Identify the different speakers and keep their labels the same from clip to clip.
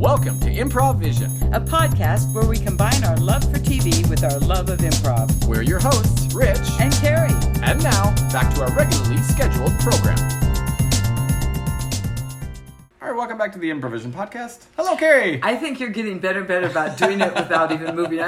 Speaker 1: Welcome to Improv Vision.
Speaker 2: a podcast where we combine our love for TV with our love of improv.
Speaker 1: We're your hosts, Rich,
Speaker 2: And Carrie,
Speaker 1: and now back to our regularly scheduled program. All right, welcome back to the Improvision podcast. Hello, Carrie.
Speaker 2: I think you're getting better and better about doing it without even moving. the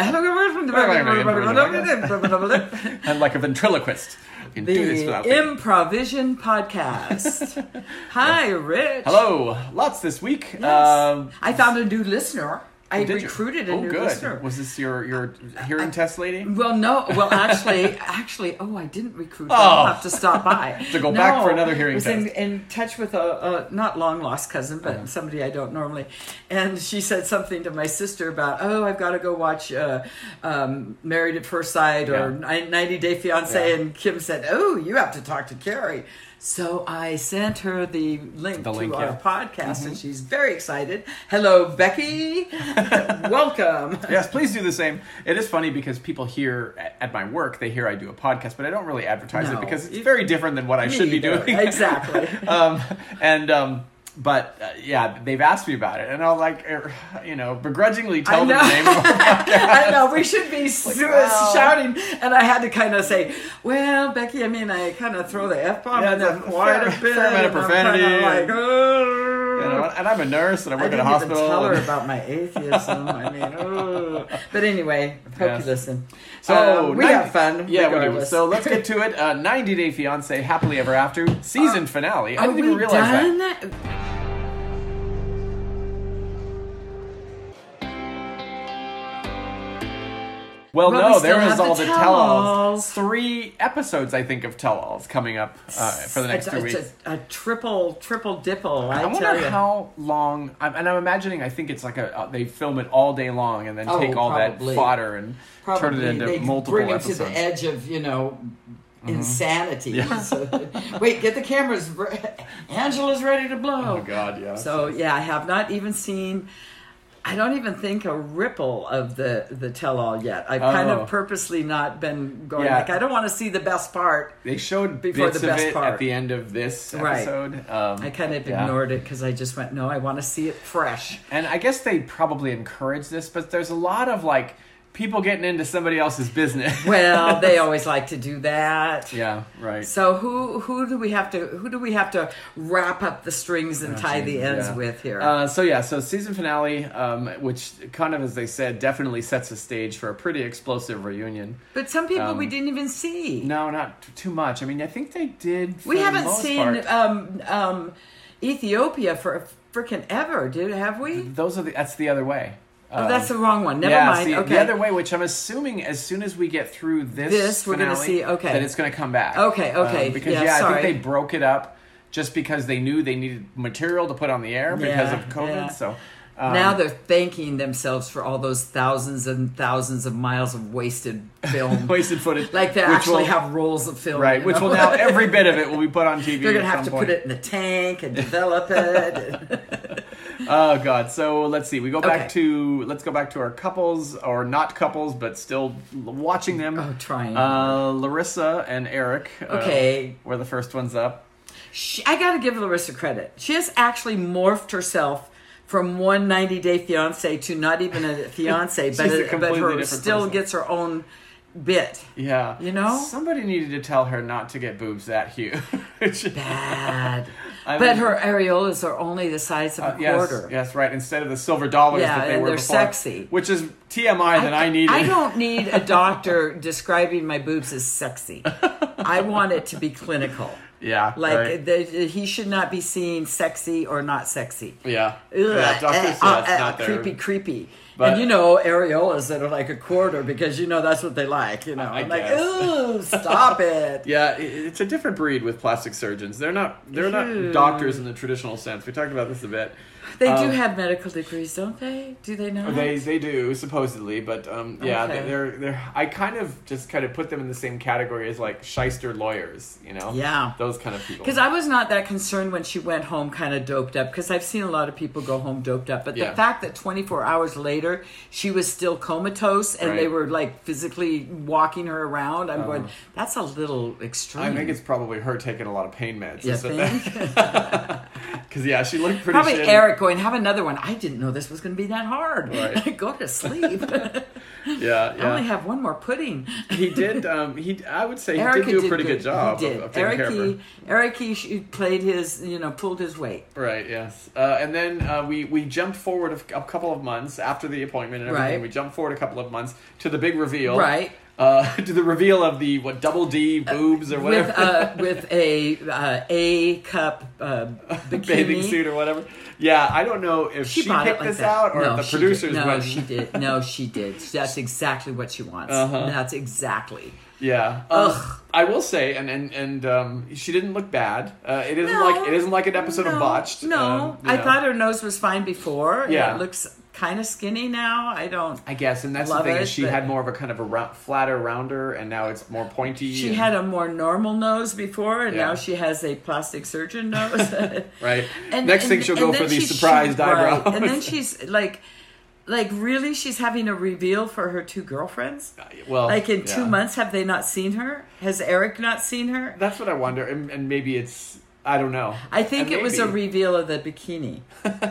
Speaker 1: I'm like a ventriloquist. I can do this without thinking.
Speaker 2: Improvision Podcast. Hi, Rich.
Speaker 1: Hello, lots this week. Um,
Speaker 2: Yes. I found a new listener. I
Speaker 1: did you-
Speaker 2: recruited a
Speaker 1: oh,
Speaker 2: new
Speaker 1: good.
Speaker 2: listener.
Speaker 1: Was this your your hearing test lady?
Speaker 2: Well, no. Well, actually, actually, oh, I didn't recruit. her.
Speaker 1: Oh.
Speaker 2: I'll have to stop by
Speaker 1: To go back for another hearing
Speaker 2: I was In,
Speaker 1: test. Uh-huh.
Speaker 2: in touch with a, a not long lost cousin, but somebody I don't normally. And she said something to my sister about, oh, I've got to go watch uh, um, Married at First Sight or
Speaker 1: Yeah.
Speaker 2: Ni- 90 Day Fiance,
Speaker 1: Yeah.
Speaker 2: and Kim said, oh, you have to talk to Carrie. So I sent her the link
Speaker 1: The
Speaker 2: to
Speaker 1: link,
Speaker 2: our
Speaker 1: yeah. Mm-hmm.
Speaker 2: podcast, and she's very excited. Hello, Becky. Welcome.
Speaker 1: yes, please do the same. It is funny because people here at- at my work, they hear I do a podcast, but I don't really advertise
Speaker 2: No.
Speaker 1: it because it's very different than what I
Speaker 2: Me
Speaker 1: should be
Speaker 2: either.
Speaker 1: doing.
Speaker 2: Exactly.
Speaker 1: um, and um, but uh, yeah, they've asked me about it, and I'll like er, you know begrudgingly tell
Speaker 2: I
Speaker 1: them the
Speaker 2: know.
Speaker 1: name of our
Speaker 2: I know we should be su-
Speaker 1: wow.
Speaker 2: shouting, and I had to kind of say, "Well, Becky, I mean, I kind of throw the f bomb
Speaker 1: Yeah,
Speaker 2: in
Speaker 1: it's
Speaker 2: there
Speaker 1: a
Speaker 2: quite
Speaker 1: fair-
Speaker 2: a bit,
Speaker 1: fair amount of
Speaker 2: and I'm kinda
Speaker 1: profanity
Speaker 2: Like,
Speaker 1: and-
Speaker 2: "Oh."
Speaker 1: you know, and I'm a nurse and I
Speaker 2: I
Speaker 1: work
Speaker 2: didn't
Speaker 1: at a hospital.
Speaker 2: even tell her
Speaker 1: and-
Speaker 2: about my atheism. I mean, oh. but anyway, hope
Speaker 1: Yes.
Speaker 2: you listen.
Speaker 1: So
Speaker 2: Uh, we
Speaker 1: 90
Speaker 2: have fun.
Speaker 1: Yeah, we do.
Speaker 2: regardless.
Speaker 1: So let's get to it. Uh, 90 Day Fiance, Happily Ever After, season finale. I
Speaker 2: Uh, Are
Speaker 1: didn't even
Speaker 2: we
Speaker 1: realize that.
Speaker 2: done?
Speaker 1: Well,
Speaker 2: But we
Speaker 1: no,
Speaker 2: still
Speaker 1: there
Speaker 2: have
Speaker 1: is
Speaker 2: the
Speaker 1: all the
Speaker 2: tell-alls.
Speaker 1: tell-alls. Three episodes, I think, of tell-alls coming up uh, for the next
Speaker 2: it's,
Speaker 1: two
Speaker 2: it's
Speaker 1: weeks.
Speaker 2: A, a triple, triple dipple.
Speaker 1: I
Speaker 2: I, tell
Speaker 1: wonder
Speaker 2: you.
Speaker 1: how long, I'm, and I'm imagining. I think it's like a uh, they film it all day long and then
Speaker 2: Oh,
Speaker 1: take all
Speaker 2: probably.
Speaker 1: that fodder and turn it into
Speaker 2: they
Speaker 1: multiple
Speaker 2: bring
Speaker 1: episodes. Mm-hmm.
Speaker 2: him to the edge of you know insanity. So- wait, get the cameras. re- Angela's ready to blow.
Speaker 1: Oh God, yeah.
Speaker 2: So yeah, I have not even seen. I don't even think a ripple of the the tell all yet. I've kind
Speaker 1: Oh.
Speaker 2: of purposely not been going.
Speaker 1: Yeah.
Speaker 2: Like I don't want to see the best part.
Speaker 1: they showed
Speaker 2: Before
Speaker 1: bits
Speaker 2: the best
Speaker 1: of it
Speaker 2: part.
Speaker 1: at the end of this
Speaker 2: Right.
Speaker 1: episode. Um,
Speaker 2: I kind of
Speaker 1: yeah.
Speaker 2: ignored it because I just went, no, I want to see it fresh.
Speaker 1: And I guess they probably encourage this, but there's a lot of like people getting into somebody else's business.
Speaker 2: Well, they always like to do that.
Speaker 1: yeah, right.
Speaker 2: So who who do we have to who do we have to wrap up the strings and tie the ends
Speaker 1: Yeah.
Speaker 2: with here?
Speaker 1: Uh, so yeah, so season finale, um, which kind of, as they said, definitely sets the stage for a pretty explosive reunion.
Speaker 2: But some people we
Speaker 1: Um,
Speaker 2: didn't even see.
Speaker 1: No, not t- too much. I mean, I think they did. For
Speaker 2: we
Speaker 1: the
Speaker 2: haven't
Speaker 1: most
Speaker 2: seen
Speaker 1: part.
Speaker 2: um, um, Ethiopia for freaking ever, dude. Have we?
Speaker 1: Those are the. That's the other way. Um,
Speaker 2: Oh, that's the wrong one. Never
Speaker 1: yeah,
Speaker 2: mind.
Speaker 1: see,
Speaker 2: okay.
Speaker 1: the other way, which I'm assuming as soon as we get through this,
Speaker 2: This, we're gonna
Speaker 1: finale,
Speaker 2: see- okay.
Speaker 1: that it's going to come back. Um,
Speaker 2: Okay, okay,
Speaker 1: because
Speaker 2: yeah,
Speaker 1: yeah, I
Speaker 2: sorry.
Speaker 1: think they broke it up just because they knew they needed material to put on the air because
Speaker 2: Yeah,
Speaker 1: of COVID.
Speaker 2: yeah.
Speaker 1: So um,
Speaker 2: now they're thanking themselves for all those thousands and thousands of miles of wasted film.
Speaker 1: wasted footage,
Speaker 2: like they
Speaker 1: which
Speaker 2: actually
Speaker 1: will-
Speaker 2: have rolls of film.
Speaker 1: right,
Speaker 2: you
Speaker 1: which
Speaker 2: know?
Speaker 1: will now every bit of it will be put on TV.
Speaker 2: They're gonna
Speaker 1: at some
Speaker 2: have to
Speaker 1: point.
Speaker 2: put it in the tank and develop it.
Speaker 1: Oh god. So let's see. We go back
Speaker 2: Okay.
Speaker 1: to let's go back to our couples or not couples, but still l- watching them.
Speaker 2: Oh, trying.
Speaker 1: Uh, Larissa and Eric. uh,
Speaker 2: Okay.
Speaker 1: were the first ones up.
Speaker 2: she, I got to give Larissa credit. She has actually morphed herself from one 90 day fiance to not even a fiance, but,
Speaker 1: She's a
Speaker 2: it- but
Speaker 1: completely
Speaker 2: her
Speaker 1: different
Speaker 2: still
Speaker 1: person.
Speaker 2: gets her own bit.
Speaker 1: Yeah.
Speaker 2: You know?
Speaker 1: Somebody needed to tell her not to get boobs that huge.
Speaker 2: Bad.
Speaker 1: I
Speaker 2: but
Speaker 1: mean-
Speaker 2: her areolas are only the size of a
Speaker 1: uh, yes,
Speaker 2: quarter.
Speaker 1: yes, right. Instead of the silver dollars
Speaker 2: Yeah,
Speaker 1: that they
Speaker 2: and
Speaker 1: were
Speaker 2: they're
Speaker 1: before,
Speaker 2: sexy.
Speaker 1: which is TMI that I, needed.
Speaker 2: I don't need a doctor describing my boobs as sexy. I want it to be clinical.
Speaker 1: Yeah,
Speaker 2: Like
Speaker 1: right.
Speaker 2: the, he should not be seen sexy or not sexy.
Speaker 1: yeah,
Speaker 2: Ugh,
Speaker 1: yeah. Doctors,
Speaker 2: eh,
Speaker 1: yeah,
Speaker 2: uh,
Speaker 1: it's
Speaker 2: eh,
Speaker 1: not their-
Speaker 2: creepy, creepy.
Speaker 1: But-
Speaker 2: and you know areolas that are like a quarter because you know that's what they like. You know,
Speaker 1: I
Speaker 2: I'm like,
Speaker 1: guess.
Speaker 2: ooh, stop it.
Speaker 1: Yeah, i- it's a different breed with plastic surgeons. They're not they're
Speaker 2: Ew.
Speaker 1: not doctors in the traditional sense. We talked about this a bit.
Speaker 2: They do
Speaker 1: Um,
Speaker 2: have medical degrees, don't they? Do they not?
Speaker 1: They they do supposedly, but um, yeah,
Speaker 2: Okay.
Speaker 1: they- they're they're. I kind of just kind of put them in the same category as like shyster lawyers, you know?
Speaker 2: Yeah.
Speaker 1: those kind of people.
Speaker 2: Because I was not that concerned when she went home kind of doped up, because I've seen a lot of people go home doped up. But
Speaker 1: Yeah.
Speaker 2: the fact that 24 hours later, she was still comatose and
Speaker 1: Right.
Speaker 2: they
Speaker 1: Uh-huh.
Speaker 2: were like physically walking her around, I'm going, that's a little extreme.
Speaker 1: I think it's probably her taking a lot of pain meds.
Speaker 2: You
Speaker 1: That's what that-
Speaker 2: think?
Speaker 1: Because yeah, she looked pretty.
Speaker 2: Probably
Speaker 1: shitty.
Speaker 2: Eric going, have another one. I didn't know this was going to be that hard.
Speaker 1: Right.
Speaker 2: Go to sleep.
Speaker 1: Yeah,
Speaker 2: I only
Speaker 1: yeah.
Speaker 2: have one more pudding.
Speaker 1: He did. Um, he. I would say he did do a pretty good, job.
Speaker 2: He
Speaker 1: of-
Speaker 2: did.
Speaker 1: Of, taking care
Speaker 2: Eric,
Speaker 1: of her.
Speaker 2: he, Eric he sh- played his, you know, pulled his weight.
Speaker 1: Right. Yes. Uh, and then uh, we we jumped forward a, f- a couple of months after the appointment and everything.
Speaker 2: Right.
Speaker 1: We jumped forward a couple of months to the big reveal.
Speaker 2: Right.
Speaker 1: Uh, to the reveal of the what double D boobs or whatever
Speaker 2: With, uh, with a uh, A cup uh, bikini.
Speaker 1: bathing suit or whatever. Yeah, I don't know if she,
Speaker 2: bought
Speaker 1: picked
Speaker 2: it like
Speaker 1: this
Speaker 2: that.
Speaker 1: out or
Speaker 2: no,
Speaker 1: if the
Speaker 2: she
Speaker 1: producers
Speaker 2: Did. No,
Speaker 1: went.
Speaker 2: she did. No, she did. That's exactly what she wants.
Speaker 1: Uh-huh.
Speaker 2: That's exactly.
Speaker 1: Yeah.
Speaker 2: Ugh.
Speaker 1: Um, I will say, and and and um, she didn't look bad. Uh, it isn't
Speaker 2: No,
Speaker 1: like it isn't like an episode
Speaker 2: no,
Speaker 1: of Botched.
Speaker 2: No,
Speaker 1: um, you
Speaker 2: I
Speaker 1: know.
Speaker 2: thought her nose was fine before. and
Speaker 1: Yeah.
Speaker 2: it looks kind of skinny now. I don't.
Speaker 1: I guess, and that's
Speaker 2: Love
Speaker 1: the thing.
Speaker 2: it,
Speaker 1: is she
Speaker 2: but-
Speaker 1: had more of a kind of a round, flatter, rounder, and now it's more pointy.
Speaker 2: She
Speaker 1: and-
Speaker 2: had a more normal nose before, and
Speaker 1: Yeah.
Speaker 2: now she has a plastic surgeon nose.
Speaker 1: Right.
Speaker 2: And-
Speaker 1: Next thing
Speaker 2: and-
Speaker 1: she'll
Speaker 2: and
Speaker 1: go
Speaker 2: then
Speaker 1: for the
Speaker 2: she's-
Speaker 1: surprised
Speaker 2: right.
Speaker 1: eyebrow.
Speaker 2: And then she's like, like really, she's having a reveal for her two girlfriends.
Speaker 1: Uh, well,
Speaker 2: Like in two
Speaker 1: Oh, yeah.
Speaker 2: months, have they not seen her? Has Eric not seen her?
Speaker 1: That's what I wonder, and, and maybe it's I don't know.
Speaker 2: I think
Speaker 1: And
Speaker 2: it was a
Speaker 1: maybe-
Speaker 2: reveal of the bikini.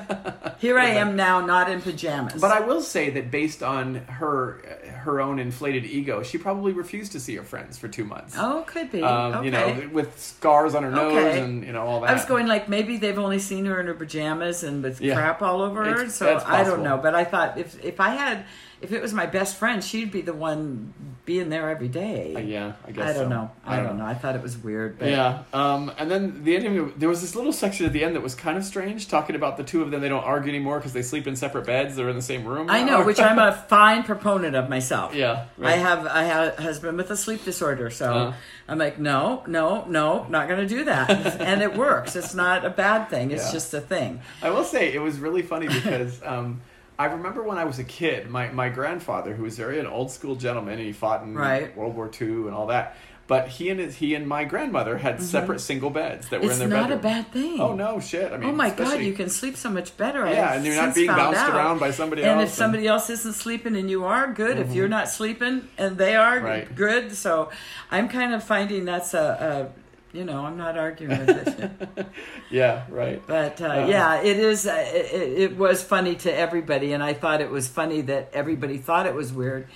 Speaker 2: Here I am now, not in pajamas.
Speaker 1: But I will say that based on her her own inflated ego, she probably refused to see her friends for two months.
Speaker 2: oh, could be.
Speaker 1: Um,
Speaker 2: okay.
Speaker 1: You know, with scars on her nose
Speaker 2: Okay.
Speaker 1: and you know all that.
Speaker 2: I was going like maybe they've only seen her in her pajamas and with
Speaker 1: Yeah.
Speaker 2: crap all over her.
Speaker 1: It's-
Speaker 2: so
Speaker 1: that's
Speaker 2: I don't
Speaker 1: possible.
Speaker 2: know. But I thought if if I had if it was my best friend, she'd be the one being there every day.
Speaker 1: Uh, yeah, I guess.
Speaker 2: I don't
Speaker 1: so.
Speaker 2: know. I, don't know. I thought it was weird, but
Speaker 1: Yeah, um, and then the ending. There was this little section at the end that was kind of strange, talking about the two of them. They don't argue anymore because they sleep in separate beds. They're in the same room.
Speaker 2: I know, which I'm a fine proponent of myself.
Speaker 1: Yeah,
Speaker 2: I
Speaker 1: right.
Speaker 2: have I have a husband with a sleep disorder, so
Speaker 1: Uh-huh.
Speaker 2: I'm like, no, no, no, not going to do that, and it works. It's not a bad thing. It's
Speaker 1: Yeah.
Speaker 2: just a thing.
Speaker 1: I will say it was really funny because um, I remember when I was a kid, my, my grandfather, who was very an old school gentleman, and he fought in
Speaker 2: Right.
Speaker 1: World War II and all that. But he and his, he and my grandmother had separate single beds that were
Speaker 2: Mm-hmm. It's
Speaker 1: in their
Speaker 2: not
Speaker 1: bedroom.
Speaker 2: a bad thing.
Speaker 1: Oh no, shit! I mean,
Speaker 2: Oh my God,
Speaker 1: especially-
Speaker 2: you can sleep so much better. I
Speaker 1: Yeah,
Speaker 2: have
Speaker 1: and you're not
Speaker 2: since
Speaker 1: being
Speaker 2: found
Speaker 1: bounced
Speaker 2: out.
Speaker 1: around by somebody
Speaker 2: And
Speaker 1: else
Speaker 2: if
Speaker 1: and- Mm-hmm.
Speaker 2: somebody else isn't sleeping and you are, good. If you're not sleeping and they are,
Speaker 1: Right.
Speaker 2: good. So I'm kind of finding that's a, a you know, I'm not arguing with it.
Speaker 1: Yeah, right.
Speaker 2: But uh,
Speaker 1: Uh-huh.
Speaker 2: yeah, it is. Uh, it, it it was funny to everybody, and I thought it was funny that everybody thought it was weird.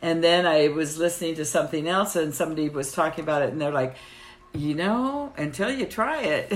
Speaker 2: And then I was listening to something else, and somebody was talking about it, and they're like, "You know, until you try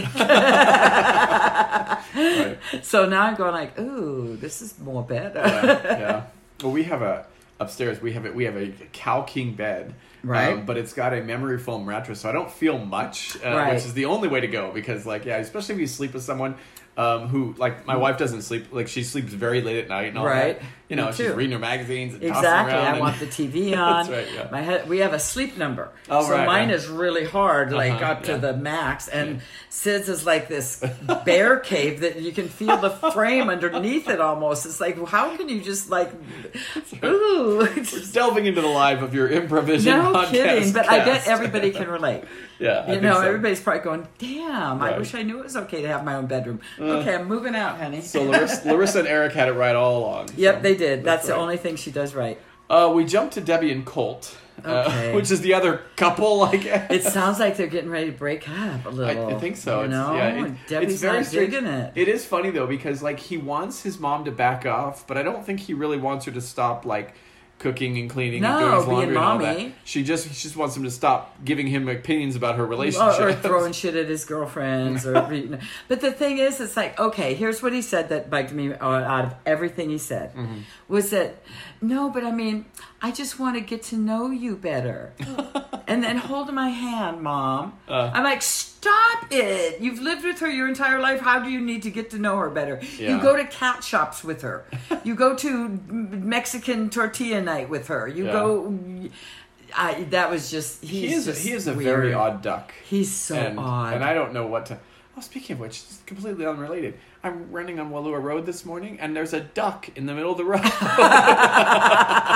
Speaker 2: it."
Speaker 1: right.
Speaker 2: so now I'm going like, "Ooh, this is more better."
Speaker 1: yeah, yeah. Well, we have a upstairs. We have it. We have a Cow King bed, um,
Speaker 2: Right.
Speaker 1: but it's got a memory foam mattress, so I don't feel much, uh,
Speaker 2: Right.
Speaker 1: which is the only way to go. Because, like, yeah, especially if you sleep with someone um, who, like, my wife doesn't sleep. Like, she sleeps very late at night and all
Speaker 2: Mm. Right.
Speaker 1: that. You
Speaker 2: Me
Speaker 1: know, she's
Speaker 2: too.
Speaker 1: reading her magazines and
Speaker 2: Exactly.
Speaker 1: tossing around.
Speaker 2: I
Speaker 1: and-
Speaker 2: want the TV
Speaker 1: That's
Speaker 2: on.
Speaker 1: right, yeah.
Speaker 2: My head, we have a sleep number.
Speaker 1: Oh,
Speaker 2: so
Speaker 1: right,
Speaker 2: mine
Speaker 1: right.
Speaker 2: is really hard, like
Speaker 1: Uh-huh,
Speaker 2: up to
Speaker 1: yeah.
Speaker 2: the max. And Sid's is like this bear cave that you can feel the frame underneath it almost. It's like, how can you just like, ooh. It's-
Speaker 1: delving into the live of your improvisation.
Speaker 2: No
Speaker 1: podcast
Speaker 2: kidding, but I bet
Speaker 1: cast.
Speaker 2: everybody can relate.
Speaker 1: yeah, I
Speaker 2: You
Speaker 1: think
Speaker 2: know,
Speaker 1: so.
Speaker 2: everybody's probably going, "Damn, I
Speaker 1: Right. Mm.
Speaker 2: wish I knew it was okay to have my own bedroom." okay, I'm moving out, honey.
Speaker 1: So Larissa, Larissa and Eric had it right all along.
Speaker 2: yep,
Speaker 1: so
Speaker 2: they did. That's, the
Speaker 1: right.
Speaker 2: only thing she does right.
Speaker 1: Uh, we jumped to Debbie and Colt, uh,
Speaker 2: Okay.
Speaker 1: which is the other couple, I guess.
Speaker 2: It sounds like they're getting ready to break up a little.
Speaker 1: I, I think so.
Speaker 2: You
Speaker 1: It's,
Speaker 2: know,
Speaker 1: yeah, it-
Speaker 2: And Debbie's
Speaker 1: it's very
Speaker 2: not
Speaker 1: strange.
Speaker 2: digging it.
Speaker 1: It is funny though because like he wants his mom to back off, but I don't think he really wants her to stop like cooking and cleaning and
Speaker 2: No,
Speaker 1: doing his
Speaker 2: being
Speaker 1: laundry and all that.
Speaker 2: mommy.
Speaker 1: She just she just wants him to stop giving him opinions about her relationship.
Speaker 2: Or, or throwing shit at his girlfriends, or you know. but the thing is, it's like okay, here's what he said that bugged me uh, out of everything he said
Speaker 1: Mm-hmm.
Speaker 2: was that no, but I mean, I just want to get to know you better, and then hold my hand, mom.
Speaker 1: Uh.
Speaker 2: I'm like, stop it! You've lived with her your entire life. How do you need to get to know her better?
Speaker 1: Yeah.
Speaker 2: You go to cat shops with her. you go to Mexican tortilla night with her. You
Speaker 1: Yeah.
Speaker 2: go. I, that was just he's
Speaker 1: he is a,
Speaker 2: just
Speaker 1: he is a
Speaker 2: weird.
Speaker 1: very odd duck.
Speaker 2: He's so
Speaker 1: and,
Speaker 2: odd.
Speaker 1: and I don't know what to. Oh, speaking of which, it's completely unrelated. I'm running on Walua Road this morning, and there's a duck in the middle of the road. I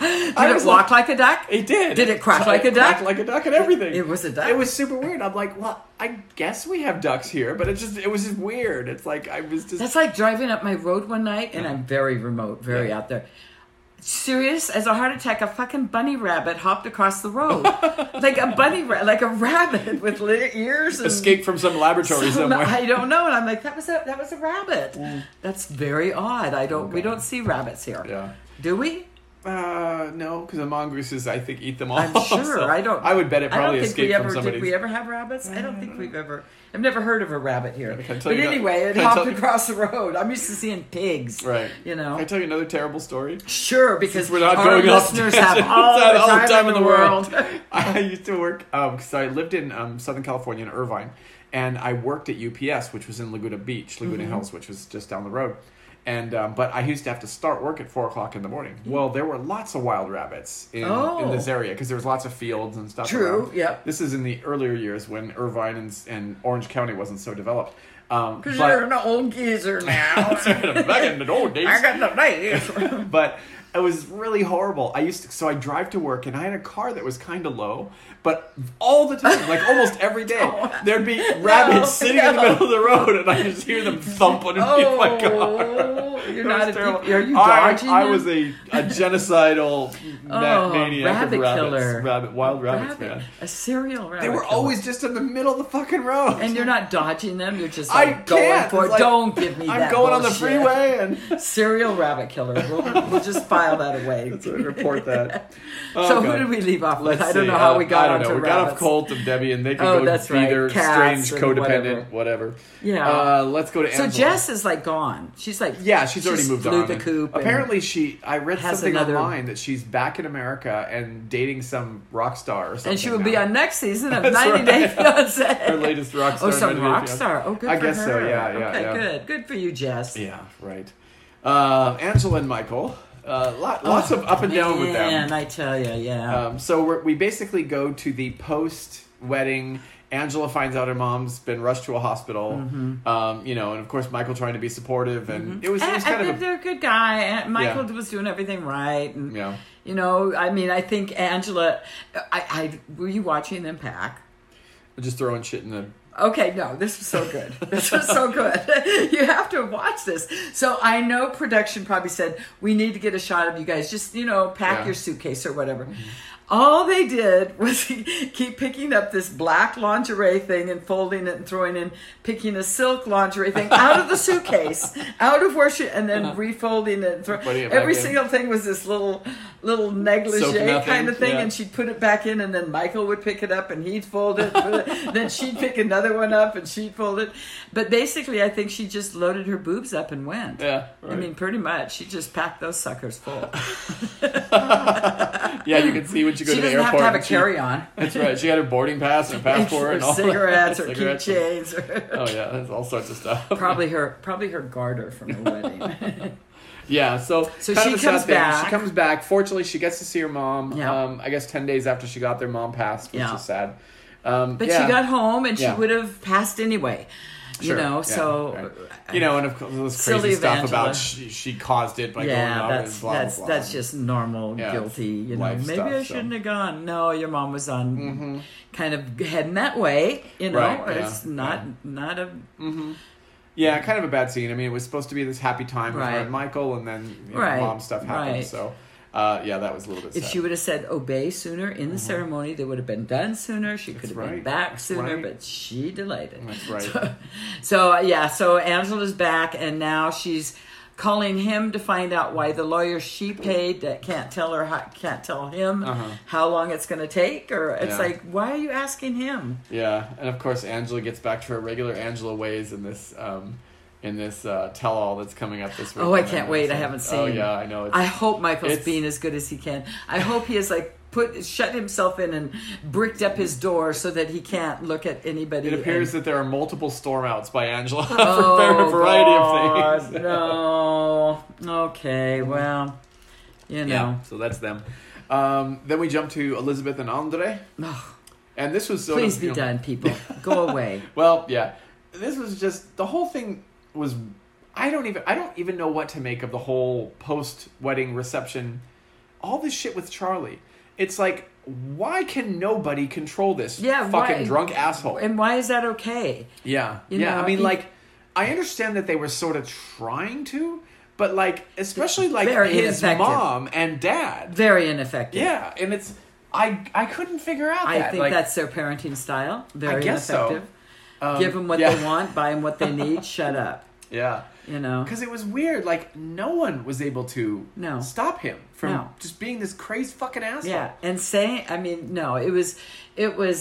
Speaker 2: Did
Speaker 1: was
Speaker 2: it walk like, a duck?
Speaker 1: It did.
Speaker 2: Did it crack like a
Speaker 1: cracked
Speaker 2: duck?
Speaker 1: like a duck and everything.
Speaker 2: It was a duck.
Speaker 1: It was super weird. I'm like, well, I guess we have ducks here, but it just it was just weird. It's like I was just Uh-huh.
Speaker 2: That's like driving up my road one night, and I'm very remote, very out there. serious as a heart attack, a fucking bunny rabbit hopped across the road, like a bunny, ra- like a rabbit with li- ears. And
Speaker 1: Escape from some laboratory
Speaker 2: some-
Speaker 1: somewhere. Mm.
Speaker 2: I don't know, and I'm like, that was a that was a rabbit. That's very odd. I don't. we don't see rabbits here,
Speaker 1: yeah.
Speaker 2: do we?
Speaker 1: Uh, no, because the mongooses, I think, eat them all.
Speaker 2: I'm sure.
Speaker 1: so
Speaker 2: I don't.
Speaker 1: I would bet it
Speaker 2: I don't
Speaker 1: probably
Speaker 2: think
Speaker 1: escaped
Speaker 2: we
Speaker 1: from
Speaker 2: ever,
Speaker 1: somebody's.
Speaker 2: Did we ever have rabbits? I don't think we've ever. I've never heard of a rabbit here.
Speaker 1: Can I
Speaker 2: But
Speaker 1: tell you that-
Speaker 2: anyway, it
Speaker 1: can I
Speaker 2: hopped
Speaker 1: tell-
Speaker 2: across the road. I'm used to seeing pigs.
Speaker 1: Right.
Speaker 2: You
Speaker 1: Can I
Speaker 2: know.
Speaker 1: tell you another terrible story?
Speaker 2: Sure, because
Speaker 1: We're not
Speaker 2: our
Speaker 1: going off
Speaker 2: listeners
Speaker 1: tangent.
Speaker 2: have all
Speaker 1: It's
Speaker 2: the
Speaker 1: all
Speaker 2: time, in the world.
Speaker 1: I used to work because I lived in um, Southern California in Irvine, and I worked at UPS, which was in Laguna Beach, Laguna
Speaker 2: Mm-hmm.
Speaker 1: Hills, which was just down the road. And um, but I used to have to start work at four o'clock in the morning. Well, there were lots of wild rabbits in, in
Speaker 2: Mm. Oh.
Speaker 1: this area because there was lots of fields and stuff.
Speaker 2: True,
Speaker 1: around.
Speaker 2: yep.
Speaker 1: This is in the earlier years when Irvine and, and Orange County wasn't so developed. Um,
Speaker 2: Because
Speaker 1: but-
Speaker 2: you're an old geezer now.
Speaker 1: back in the old days.
Speaker 2: I got the days.
Speaker 1: but it was really horrible. I used to, so I drive to work and I had a car that was kind of low, but all the time, like almost every day, there'd be rabbits sitting in the
Speaker 2: no.
Speaker 1: middle of the road and I just hear them thump underneath my car.
Speaker 2: Oh, you're
Speaker 1: It was
Speaker 2: not a
Speaker 1: terrible.
Speaker 2: pe- Are you
Speaker 1: I,
Speaker 2: dodging?
Speaker 1: I
Speaker 2: them?
Speaker 1: was a, a genocidal ma-
Speaker 2: Oh,
Speaker 1: maniac
Speaker 2: rabbit
Speaker 1: of rabbits,
Speaker 2: killer.
Speaker 1: rabbit, wild rabbits,
Speaker 2: rabbit,
Speaker 1: man.
Speaker 2: a serial rabbit.
Speaker 1: They were
Speaker 2: killer.
Speaker 1: always just in the middle of the fucking road.
Speaker 2: And you're not dodging them. You're just
Speaker 1: I
Speaker 2: like going
Speaker 1: can't.
Speaker 2: for it.
Speaker 1: It's like,
Speaker 2: Don't give me
Speaker 1: I'm
Speaker 2: that.
Speaker 1: going on the
Speaker 2: bullshit.
Speaker 1: freeway and
Speaker 2: Serial rabbit killer. We'll, we'll just file that away.
Speaker 1: Let's report that. Oh,
Speaker 2: so who
Speaker 1: God.
Speaker 2: did we leave off with?
Speaker 1: Let's
Speaker 2: I don't
Speaker 1: see.
Speaker 2: know how
Speaker 1: Uh,
Speaker 2: we got
Speaker 1: I don't
Speaker 2: onto
Speaker 1: know. We
Speaker 2: rabbits.
Speaker 1: got off Colt and Debbie, and they can
Speaker 2: Oh,
Speaker 1: go
Speaker 2: that's
Speaker 1: be
Speaker 2: right.
Speaker 1: their
Speaker 2: Cats
Speaker 1: strange
Speaker 2: and
Speaker 1: codependent, whatever.
Speaker 2: Yeah.
Speaker 1: Uh, let's go to
Speaker 2: So
Speaker 1: Angela.
Speaker 2: Jess is like gone. She's like
Speaker 1: Yeah, she's already
Speaker 2: she's
Speaker 1: moved
Speaker 2: flew
Speaker 1: on.
Speaker 2: the
Speaker 1: and
Speaker 2: coop. and-
Speaker 1: Apparently, she. I read
Speaker 2: has
Speaker 1: something
Speaker 2: another-
Speaker 1: online that she's back in America and dating some rock star or something.
Speaker 2: and she will be
Speaker 1: now.
Speaker 2: on next season of
Speaker 1: That's
Speaker 2: 90
Speaker 1: right.
Speaker 2: Day Fiance.
Speaker 1: her latest rock star.
Speaker 2: oh, some
Speaker 1: might be-
Speaker 2: rock star. Oh, good.
Speaker 1: I
Speaker 2: for
Speaker 1: guess so.
Speaker 2: her.
Speaker 1: Yeah, yeah,
Speaker 2: Okay,
Speaker 1: yeah.
Speaker 2: good. Good for you, Jess.
Speaker 1: Yeah, right. Uh, Angela and Michael. Uh, lot, lots of up and down with them.
Speaker 2: Oh, Man, I tell you, yeah.
Speaker 1: Um, so we're, we basically go to the post wedding. Angela finds out her mom's been rushed to a hospital. Um, you know, and of course Michael trying to be supportive, and it was, it
Speaker 2: Mm-hmm. And-
Speaker 1: was
Speaker 2: and
Speaker 1: kind
Speaker 2: they're,
Speaker 1: of a,
Speaker 2: they're a good guy. And Michael was doing everything right. And,
Speaker 1: yeah.
Speaker 2: You know, I mean, I think Angela. I, I were you watching them pack?
Speaker 1: just throwing shit in the.
Speaker 2: Okay, no, this was so good. This was so good. you have to watch this. So I know production probably said we need to get a shot of you guys. Just you know, pack
Speaker 1: Yeah.
Speaker 2: your suitcase or whatever. All they did was keep picking up this black lingerie thing and folding it and throwing in, picking a silk lingerie thing out of the suitcase, out of where she, and then refolding it. And throw,
Speaker 1: Uh-huh. Putting it back
Speaker 2: every
Speaker 1: in.
Speaker 2: single thing was this little, little negligee
Speaker 1: nothing,
Speaker 2: kind of thing,
Speaker 1: yeah.
Speaker 2: and she she'd put it back in, and then Michael would pick it up, and he'd fold it. put it- then she'd pick another one up, and she'd fold it. But basically, I think she just loaded her boobs up and went.
Speaker 1: Yeah, right.
Speaker 2: I mean, pretty much, she just packed those suckers full.
Speaker 1: yeah, you can see when you go
Speaker 2: she
Speaker 1: to the
Speaker 2: doesn't
Speaker 1: airport.
Speaker 2: have to have a
Speaker 1: and she-
Speaker 2: carry-on.
Speaker 1: That's right. She had her boarding pass and her passport
Speaker 2: Or
Speaker 1: and all that.
Speaker 2: cigarettes or
Speaker 1: Cigarettes.
Speaker 2: keychains or
Speaker 1: Oh yeah, that's all sorts of stuff.
Speaker 2: probably her probably her garter from her wedding.
Speaker 1: Yeah, so
Speaker 2: So
Speaker 1: kind
Speaker 2: she
Speaker 1: of a sad
Speaker 2: comes
Speaker 1: thing.
Speaker 2: back.
Speaker 1: She comes back. Fortunately, she gets to see her mom.
Speaker 2: Yeah.
Speaker 1: Um, I guess ten days after she got there, mom passed, which
Speaker 2: Yeah.
Speaker 1: is sad. Um,
Speaker 2: But
Speaker 1: yeah.
Speaker 2: she got home, and
Speaker 1: Yeah.
Speaker 2: she would have passed anyway.
Speaker 1: Sure,
Speaker 2: You know,
Speaker 1: yeah,
Speaker 2: so
Speaker 1: right. you know, and of course, all this crazy
Speaker 2: Silly
Speaker 1: stuff
Speaker 2: Evangela.
Speaker 1: about she, she caused it by going
Speaker 2: yeah,
Speaker 1: out
Speaker 2: that's
Speaker 1: and blah
Speaker 2: that's
Speaker 1: blah blah.
Speaker 2: that's just normal
Speaker 1: Yeah,
Speaker 2: guilty. You know,
Speaker 1: life
Speaker 2: maybe
Speaker 1: stuff,
Speaker 2: I
Speaker 1: so. Mm-hmm.
Speaker 2: shouldn't have gone. No, your mom was on, kind of heading that way. You know,
Speaker 1: Right, yeah,
Speaker 2: it's not not a
Speaker 1: yeah, kind of a bad scene. I mean, it was supposed to be this happy time with her
Speaker 2: Right.
Speaker 1: and Michael, and then you know,
Speaker 2: Right,
Speaker 1: mom stuff happened.
Speaker 2: right.
Speaker 1: So uh, yeah, that was a little bit.
Speaker 2: If
Speaker 1: sad.
Speaker 2: she would have said obey sooner in the ceremony, they would have been done sooner. She could
Speaker 1: Mm-hmm. That's
Speaker 2: have
Speaker 1: right.
Speaker 2: been back
Speaker 1: That's right.
Speaker 2: sooner, but she delayed it.
Speaker 1: That's right.
Speaker 2: So, so, uh, yeah, so Angela's back, and now she's calling him to find out why the lawyer she paid that can't tell her how, can't tell him how long it's going to take. Or it's
Speaker 1: Uh-huh. Yeah.
Speaker 2: like, why are you asking him?
Speaker 1: Yeah, and of course Angela gets back to her regular Angela ways in this um, in this uh, tell-all that's coming up this week.
Speaker 2: Oh, I can't wait. I haven't
Speaker 1: Oh
Speaker 2: seen.
Speaker 1: yeah, I know. It's,
Speaker 2: I hope Michael's
Speaker 1: It's-
Speaker 2: being as good as he can. I hope he is like. Put shut himself in and bricked up his door so that he can't look at anybody.
Speaker 1: it
Speaker 2: and-
Speaker 1: appears that there are multiple storm outs by Angela for
Speaker 2: Oh,
Speaker 1: a variety
Speaker 2: God,
Speaker 1: of things.
Speaker 2: no. Okay, well, you
Speaker 1: Yeah,
Speaker 2: know.
Speaker 1: so that's them. Um, then we jump to Elizabeth and Andre,
Speaker 2: Oh,
Speaker 1: and this was sort
Speaker 2: please
Speaker 1: of,
Speaker 2: be
Speaker 1: you know-
Speaker 2: done, people. Go away.
Speaker 1: Well, yeah, this was just the whole thing was. I don't even I don't even know what to make of the whole post wedding reception. All this shit with Charlie. It's like why can nobody control this
Speaker 2: Yeah,
Speaker 1: fucking
Speaker 2: why-
Speaker 1: drunk asshole?
Speaker 2: And why is that okay?
Speaker 1: yeah,
Speaker 2: you
Speaker 1: yeah.
Speaker 2: know,
Speaker 1: I mean,
Speaker 2: he-
Speaker 1: like I understand that they were sort of trying to, But like, especially like
Speaker 2: Very
Speaker 1: his
Speaker 2: ineffective.
Speaker 1: mom and dad.
Speaker 2: Very ineffective.
Speaker 1: Yeah, and it's I I couldn't figure out.
Speaker 2: I
Speaker 1: that.
Speaker 2: think
Speaker 1: like,
Speaker 2: that's their parenting style. Very
Speaker 1: guess so.
Speaker 2: ineffective. Give 'em Give them what
Speaker 1: Um, yeah.
Speaker 2: they want, buy them what they need, shut up.
Speaker 1: yeah.
Speaker 2: You know.
Speaker 1: Because it was weird, like no one was able to
Speaker 2: No.
Speaker 1: stop him from
Speaker 2: No.
Speaker 1: just being this crazy fucking asshole.
Speaker 2: Yeah, and saying, I mean, no, it was, it was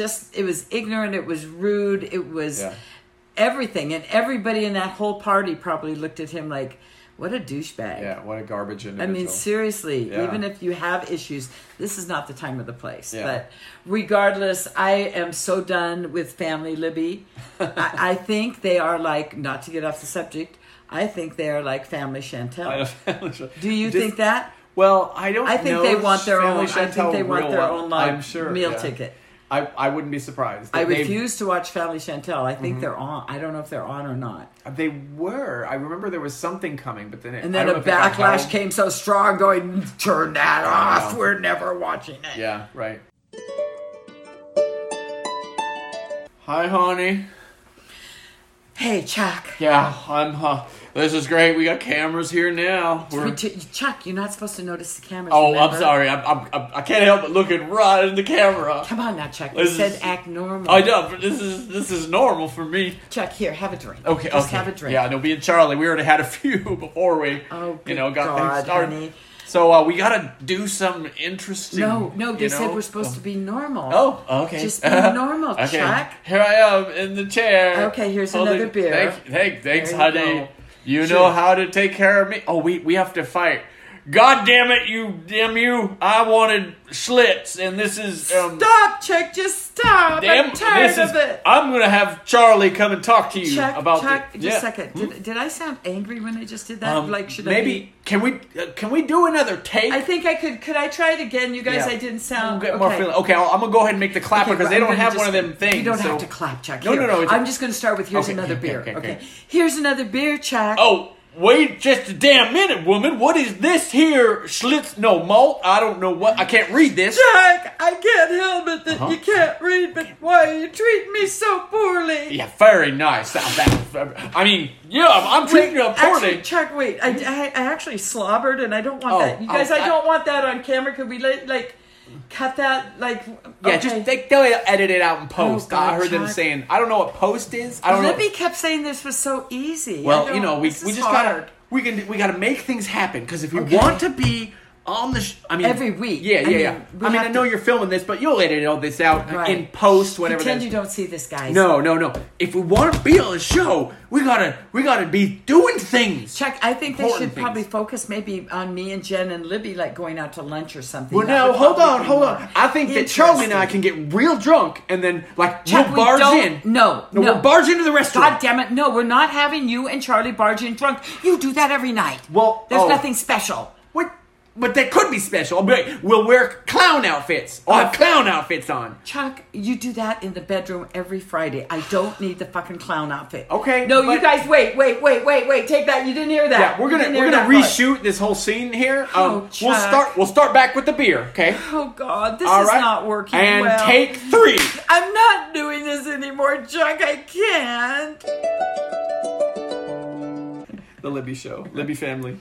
Speaker 2: just, it was ignorant, it was rude, it was
Speaker 1: Yeah.
Speaker 2: everything, and everybody in that whole party probably looked at him like, "What a douchebag."
Speaker 1: Yeah, what a garbage
Speaker 2: I
Speaker 1: individual.
Speaker 2: mean, seriously,
Speaker 1: Yeah.
Speaker 2: even if you have issues, this is not the time or the place.
Speaker 1: Yeah.
Speaker 2: But regardless, I am so done with Family Libby. I, I think they are like, not to get off the subject, I think they are like Family Chantel. Do you
Speaker 1: Just-
Speaker 2: think that?
Speaker 1: Well, I don't.
Speaker 2: I think
Speaker 1: know
Speaker 2: they want their
Speaker 1: Family
Speaker 2: own- I think
Speaker 1: Chantel
Speaker 2: they want
Speaker 1: real
Speaker 2: their
Speaker 1: well.
Speaker 2: own, like,
Speaker 1: I'm sure,
Speaker 2: meal
Speaker 1: yeah.
Speaker 2: ticket.
Speaker 1: I I wouldn't be surprised.
Speaker 2: I
Speaker 1: They- Mm-hmm.
Speaker 2: refuse to watch Family Chantel. I think they're on. I don't know if they're on or not.
Speaker 1: They were. I remember there was something coming, but then it,
Speaker 2: And
Speaker 1: I
Speaker 2: then
Speaker 1: don't
Speaker 2: a
Speaker 1: know if it got
Speaker 2: backlash
Speaker 1: held.
Speaker 2: came so strong, going, turn that off.
Speaker 1: know.
Speaker 2: We're never watching it.
Speaker 1: Yeah, right. Hi, honey.
Speaker 2: Hey, Chuck.
Speaker 1: Yeah, I'm. Uh, this is great. We got cameras here now.
Speaker 2: We
Speaker 1: We're,
Speaker 2: t- Chuck, you're not supposed to notice the cameras.
Speaker 1: oh,
Speaker 2: remember?
Speaker 1: I'm sorry. I'm, I'm, I'm. I can't help but looking right in the camera.
Speaker 2: Come on now, Chuck. You
Speaker 1: This
Speaker 2: said
Speaker 1: is-
Speaker 2: act normal.
Speaker 1: I know. but This is this is normal for me.
Speaker 2: Chuck, here, have a drink.
Speaker 1: Okay,
Speaker 2: Just
Speaker 1: okay.
Speaker 2: have a drink.
Speaker 1: Yeah, no, me and Charlie, we already had a few before we,
Speaker 2: Oh,
Speaker 1: you
Speaker 2: good
Speaker 1: know, got
Speaker 2: God,
Speaker 1: things started.
Speaker 2: honey.
Speaker 1: So uh, we gotta do something interesting.
Speaker 2: No, no, they
Speaker 1: you
Speaker 2: said
Speaker 1: know?
Speaker 2: we're supposed to be normal.
Speaker 1: Oh, okay.
Speaker 2: Just be normal,
Speaker 1: okay.
Speaker 2: Chuck.
Speaker 1: Here I am in the chair.
Speaker 2: Okay, here's
Speaker 1: Holding-
Speaker 2: another beer.
Speaker 1: Thank, thank, thanks,
Speaker 2: you
Speaker 1: honey.
Speaker 2: go.
Speaker 1: You
Speaker 2: Sure.
Speaker 1: know how to take care of me. Oh, we we have to fight. God damn it, you damn you! I wanted Schlitz, and this is um.
Speaker 2: Stop, Chuck. Just stop.
Speaker 1: Damn,
Speaker 2: I'm tired
Speaker 1: this is,
Speaker 2: of it.
Speaker 1: I'm gonna have Charlie come and talk to you
Speaker 2: Chuck,
Speaker 1: about
Speaker 2: Chuck,
Speaker 1: the-
Speaker 2: just
Speaker 1: yeah. Hmm?
Speaker 2: a second. Did, did I sound angry when I just did that?
Speaker 1: Um,
Speaker 2: like, should I?
Speaker 1: maybe
Speaker 2: be-
Speaker 1: can we uh, can we do another take?
Speaker 2: I think I could. Could I try it again? You guys,
Speaker 1: Yeah.
Speaker 2: I didn't sound.
Speaker 1: We'll get more
Speaker 2: okay.
Speaker 1: feeling. Okay, I'll, I'm gonna go ahead and make the clapper
Speaker 2: Okay,
Speaker 1: because
Speaker 2: but
Speaker 1: they
Speaker 2: I'm
Speaker 1: don't
Speaker 2: gonna
Speaker 1: have one
Speaker 2: just-
Speaker 1: of them things.
Speaker 2: You don't
Speaker 1: so-
Speaker 2: have to clap, Chuck.
Speaker 1: No,
Speaker 2: Here.
Speaker 1: no, no, it's-
Speaker 2: I'm just going to start with here's
Speaker 1: Okay,
Speaker 2: another
Speaker 1: okay,
Speaker 2: beer.
Speaker 1: okay,
Speaker 2: Okay,
Speaker 1: okay.
Speaker 2: Here's another beer, Chuck.
Speaker 1: Oh, wait just a damn minute, woman. What is this here? Schlitz? No malt. I don't know what. I can't read this.
Speaker 2: Jack, I can't help it that
Speaker 1: Uh-huh.
Speaker 2: you can't read, but why are you treating me so poorly?
Speaker 1: Yeah, very nice. That- that- I mean, yeah, I'm, I'm treating you
Speaker 2: actually,
Speaker 1: poorly.
Speaker 2: Chuck, wait. I, I, I actually slobbered, and I don't want
Speaker 1: Oh,
Speaker 2: that. You
Speaker 1: oh,
Speaker 2: guys, I,
Speaker 1: I-
Speaker 2: don't want that on camera. Could we like, like cut that? Like,
Speaker 1: Yeah,
Speaker 2: okay. Oh,
Speaker 1: just they, they'll edit it out in post. I
Speaker 2: God,
Speaker 1: heard them
Speaker 2: Chuck.
Speaker 1: saying, I don't know what post is. I don't know.
Speaker 2: Libby kept saying this was so easy. I
Speaker 1: Well,
Speaker 2: don't-
Speaker 1: you know, we,
Speaker 2: this
Speaker 1: we
Speaker 2: is
Speaker 1: just
Speaker 2: hard.
Speaker 1: gotta we can we gotta make things happen because if we want to be on the sh- I mean
Speaker 2: Every week.
Speaker 1: yeah
Speaker 2: I
Speaker 1: yeah
Speaker 2: mean,
Speaker 1: yeah
Speaker 2: we
Speaker 1: I mean
Speaker 2: have
Speaker 1: I know
Speaker 2: to-
Speaker 1: you're filming this but you'll edit all this out uh,
Speaker 2: Right.
Speaker 1: in post whatever
Speaker 2: Pretend
Speaker 1: that
Speaker 2: you
Speaker 1: is.
Speaker 2: don't see this, guys.
Speaker 1: no no no if we want to be on the show we gotta we gotta be doing things
Speaker 2: Chuck, I think they
Speaker 1: Important
Speaker 2: should
Speaker 1: things.
Speaker 2: probably focus maybe on me and Jen and Libby, like going out to lunch or something.
Speaker 1: well
Speaker 2: That
Speaker 1: no
Speaker 2: would
Speaker 1: hold
Speaker 2: probably
Speaker 1: on
Speaker 2: be
Speaker 1: hold
Speaker 2: more
Speaker 1: on I think that Charlie and I
Speaker 2: interesting.
Speaker 1: can get real drunk and then like
Speaker 2: Chuck,
Speaker 1: we'll barge
Speaker 2: don't-
Speaker 1: in
Speaker 2: No, no,
Speaker 1: we'll barge into the restaurant
Speaker 2: God damn it! No, we're not having you and Charlie barge in drunk. You do that every night.
Speaker 1: Well,
Speaker 2: there's
Speaker 1: oh.
Speaker 2: nothing special.
Speaker 1: what but that could be special I'll be like, we'll wear clown outfits I'll have clown outfits on
Speaker 2: Chuck, you do that in the bedroom every Friday. I don't need the fucking clown outfit.
Speaker 1: Okay,
Speaker 2: No, you
Speaker 1: but-
Speaker 2: guys, wait, wait, wait, wait, wait. Take that. You didn't hear that.
Speaker 1: Yeah, we're
Speaker 2: You
Speaker 1: gonna
Speaker 2: didn't hear
Speaker 1: we're gonna
Speaker 2: that part.
Speaker 1: reshoot this whole scene here. Um,
Speaker 2: Oh,
Speaker 1: we'll
Speaker 2: Chuck.
Speaker 1: start we'll start back with the beer, okay?
Speaker 2: Oh God, this
Speaker 1: All
Speaker 2: is
Speaker 1: right,
Speaker 2: not working.
Speaker 1: And
Speaker 2: well.
Speaker 1: take three.
Speaker 2: I'm not doing this anymore, Chuck. I can't.
Speaker 1: The Libby show, Libby family.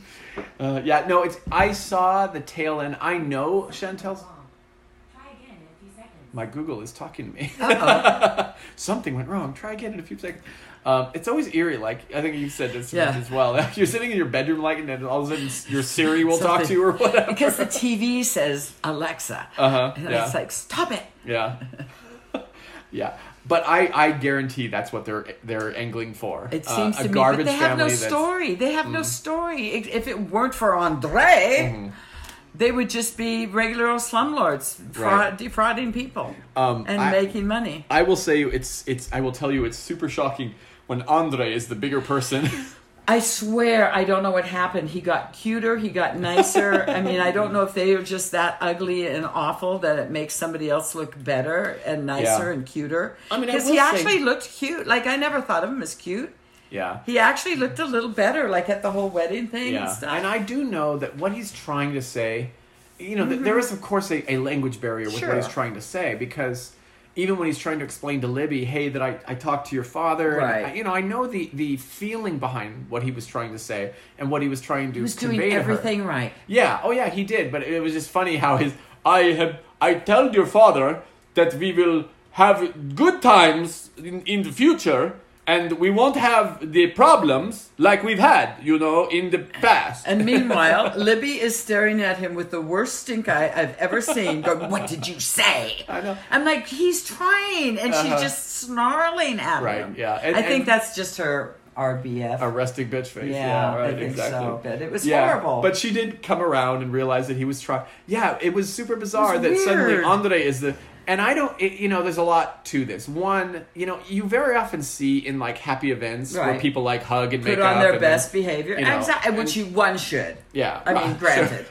Speaker 1: Uh, yeah, no, it's I saw the tail end. I know Chantel's.
Speaker 3: Try again in a few seconds.
Speaker 1: My Google is talking to me.
Speaker 2: Uh-huh.
Speaker 1: Something went wrong. Try again in a few seconds. Um, it's always eerie. Like I think you've said this
Speaker 2: Yeah.
Speaker 1: as well. You're sitting in your bedroom, like, and then all of a sudden your Siri will talk to
Speaker 2: Something.
Speaker 1: you or whatever.
Speaker 2: Because the TV says Alexa.
Speaker 1: Uh-huh,
Speaker 2: And
Speaker 1: yeah.
Speaker 2: it's like, stop it.
Speaker 1: Yeah. yeah. But I, I guarantee that's what they're they're angling for.
Speaker 2: It
Speaker 1: Uh,
Speaker 2: seems
Speaker 1: a
Speaker 2: to me.
Speaker 1: garbage
Speaker 2: But they have no
Speaker 1: family that's- Mm-hmm.
Speaker 2: story. They have no story. If if it weren't for Andre, they would just be regular old slumlords fraud,
Speaker 1: Right.
Speaker 2: defrauding people
Speaker 1: Um,
Speaker 2: and
Speaker 1: I-
Speaker 2: making money.
Speaker 1: I will say it's it's I will tell you it's super shocking when Andre is the bigger person.
Speaker 2: I swear, I don't know what happened. He got cuter. He got nicer. I mean, I don't know if they are just that ugly and awful that it makes somebody else look better and nicer
Speaker 1: Yeah.
Speaker 2: and cuter.
Speaker 1: I mean, I
Speaker 2: because
Speaker 1: will
Speaker 2: he
Speaker 1: say-
Speaker 2: actually looked cute. Like I never thought of him as cute.
Speaker 1: yeah.
Speaker 2: He actually looked a little better, like at the whole wedding thing and
Speaker 1: Yeah.
Speaker 2: stuff.
Speaker 1: And I do know that what he's trying to say, you know, th- there is of course a, a language barrier with what he's
Speaker 2: Mm-hmm. Sure.
Speaker 1: trying to say because even when he's trying to explain to Libby, hey, that I, I talked to your father. and
Speaker 2: Right.
Speaker 1: I- you know, I know the, the feeling behind what he was trying to say and what he was trying to
Speaker 2: He was
Speaker 1: convey
Speaker 2: doing
Speaker 1: to her.
Speaker 2: everything right.
Speaker 1: Yeah. Oh, yeah. He did, but it was just funny how his I have I tell your father that we will have good times in, in the future, and we won't have the problems like we've had, you know, in the past.
Speaker 2: And meanwhile, Libby is staring at him with the worst stink eye I've ever seen. Going, "What did you say?" I
Speaker 1: know.
Speaker 2: I'm like, he's trying, and
Speaker 1: Uh-huh.
Speaker 2: she's just snarling at
Speaker 1: Right,
Speaker 2: him.
Speaker 1: yeah, and-
Speaker 2: I think
Speaker 1: and-
Speaker 2: that's just her RBF.
Speaker 1: a rustic bitch face. Yeah,
Speaker 2: Yeah, I
Speaker 1: right,
Speaker 2: think so,
Speaker 1: exactly.
Speaker 2: but it was
Speaker 1: yeah,
Speaker 2: horrible.
Speaker 1: But she did come around and realize that he was trying. Yeah, it was super bizarre that suddenly
Speaker 2: weird.
Speaker 1: Andre is the. And I don't, it, you know, there's a lot to this. One, you know, you very often see in like happy events where
Speaker 2: Right.
Speaker 1: people like hug and
Speaker 2: Put
Speaker 1: make
Speaker 2: on
Speaker 1: up
Speaker 2: their
Speaker 1: and
Speaker 2: best
Speaker 1: then-
Speaker 2: behavior,
Speaker 1: you know,
Speaker 2: exactly, which you one should.
Speaker 1: Yeah,
Speaker 2: I mean,
Speaker 1: Sure.
Speaker 2: granted.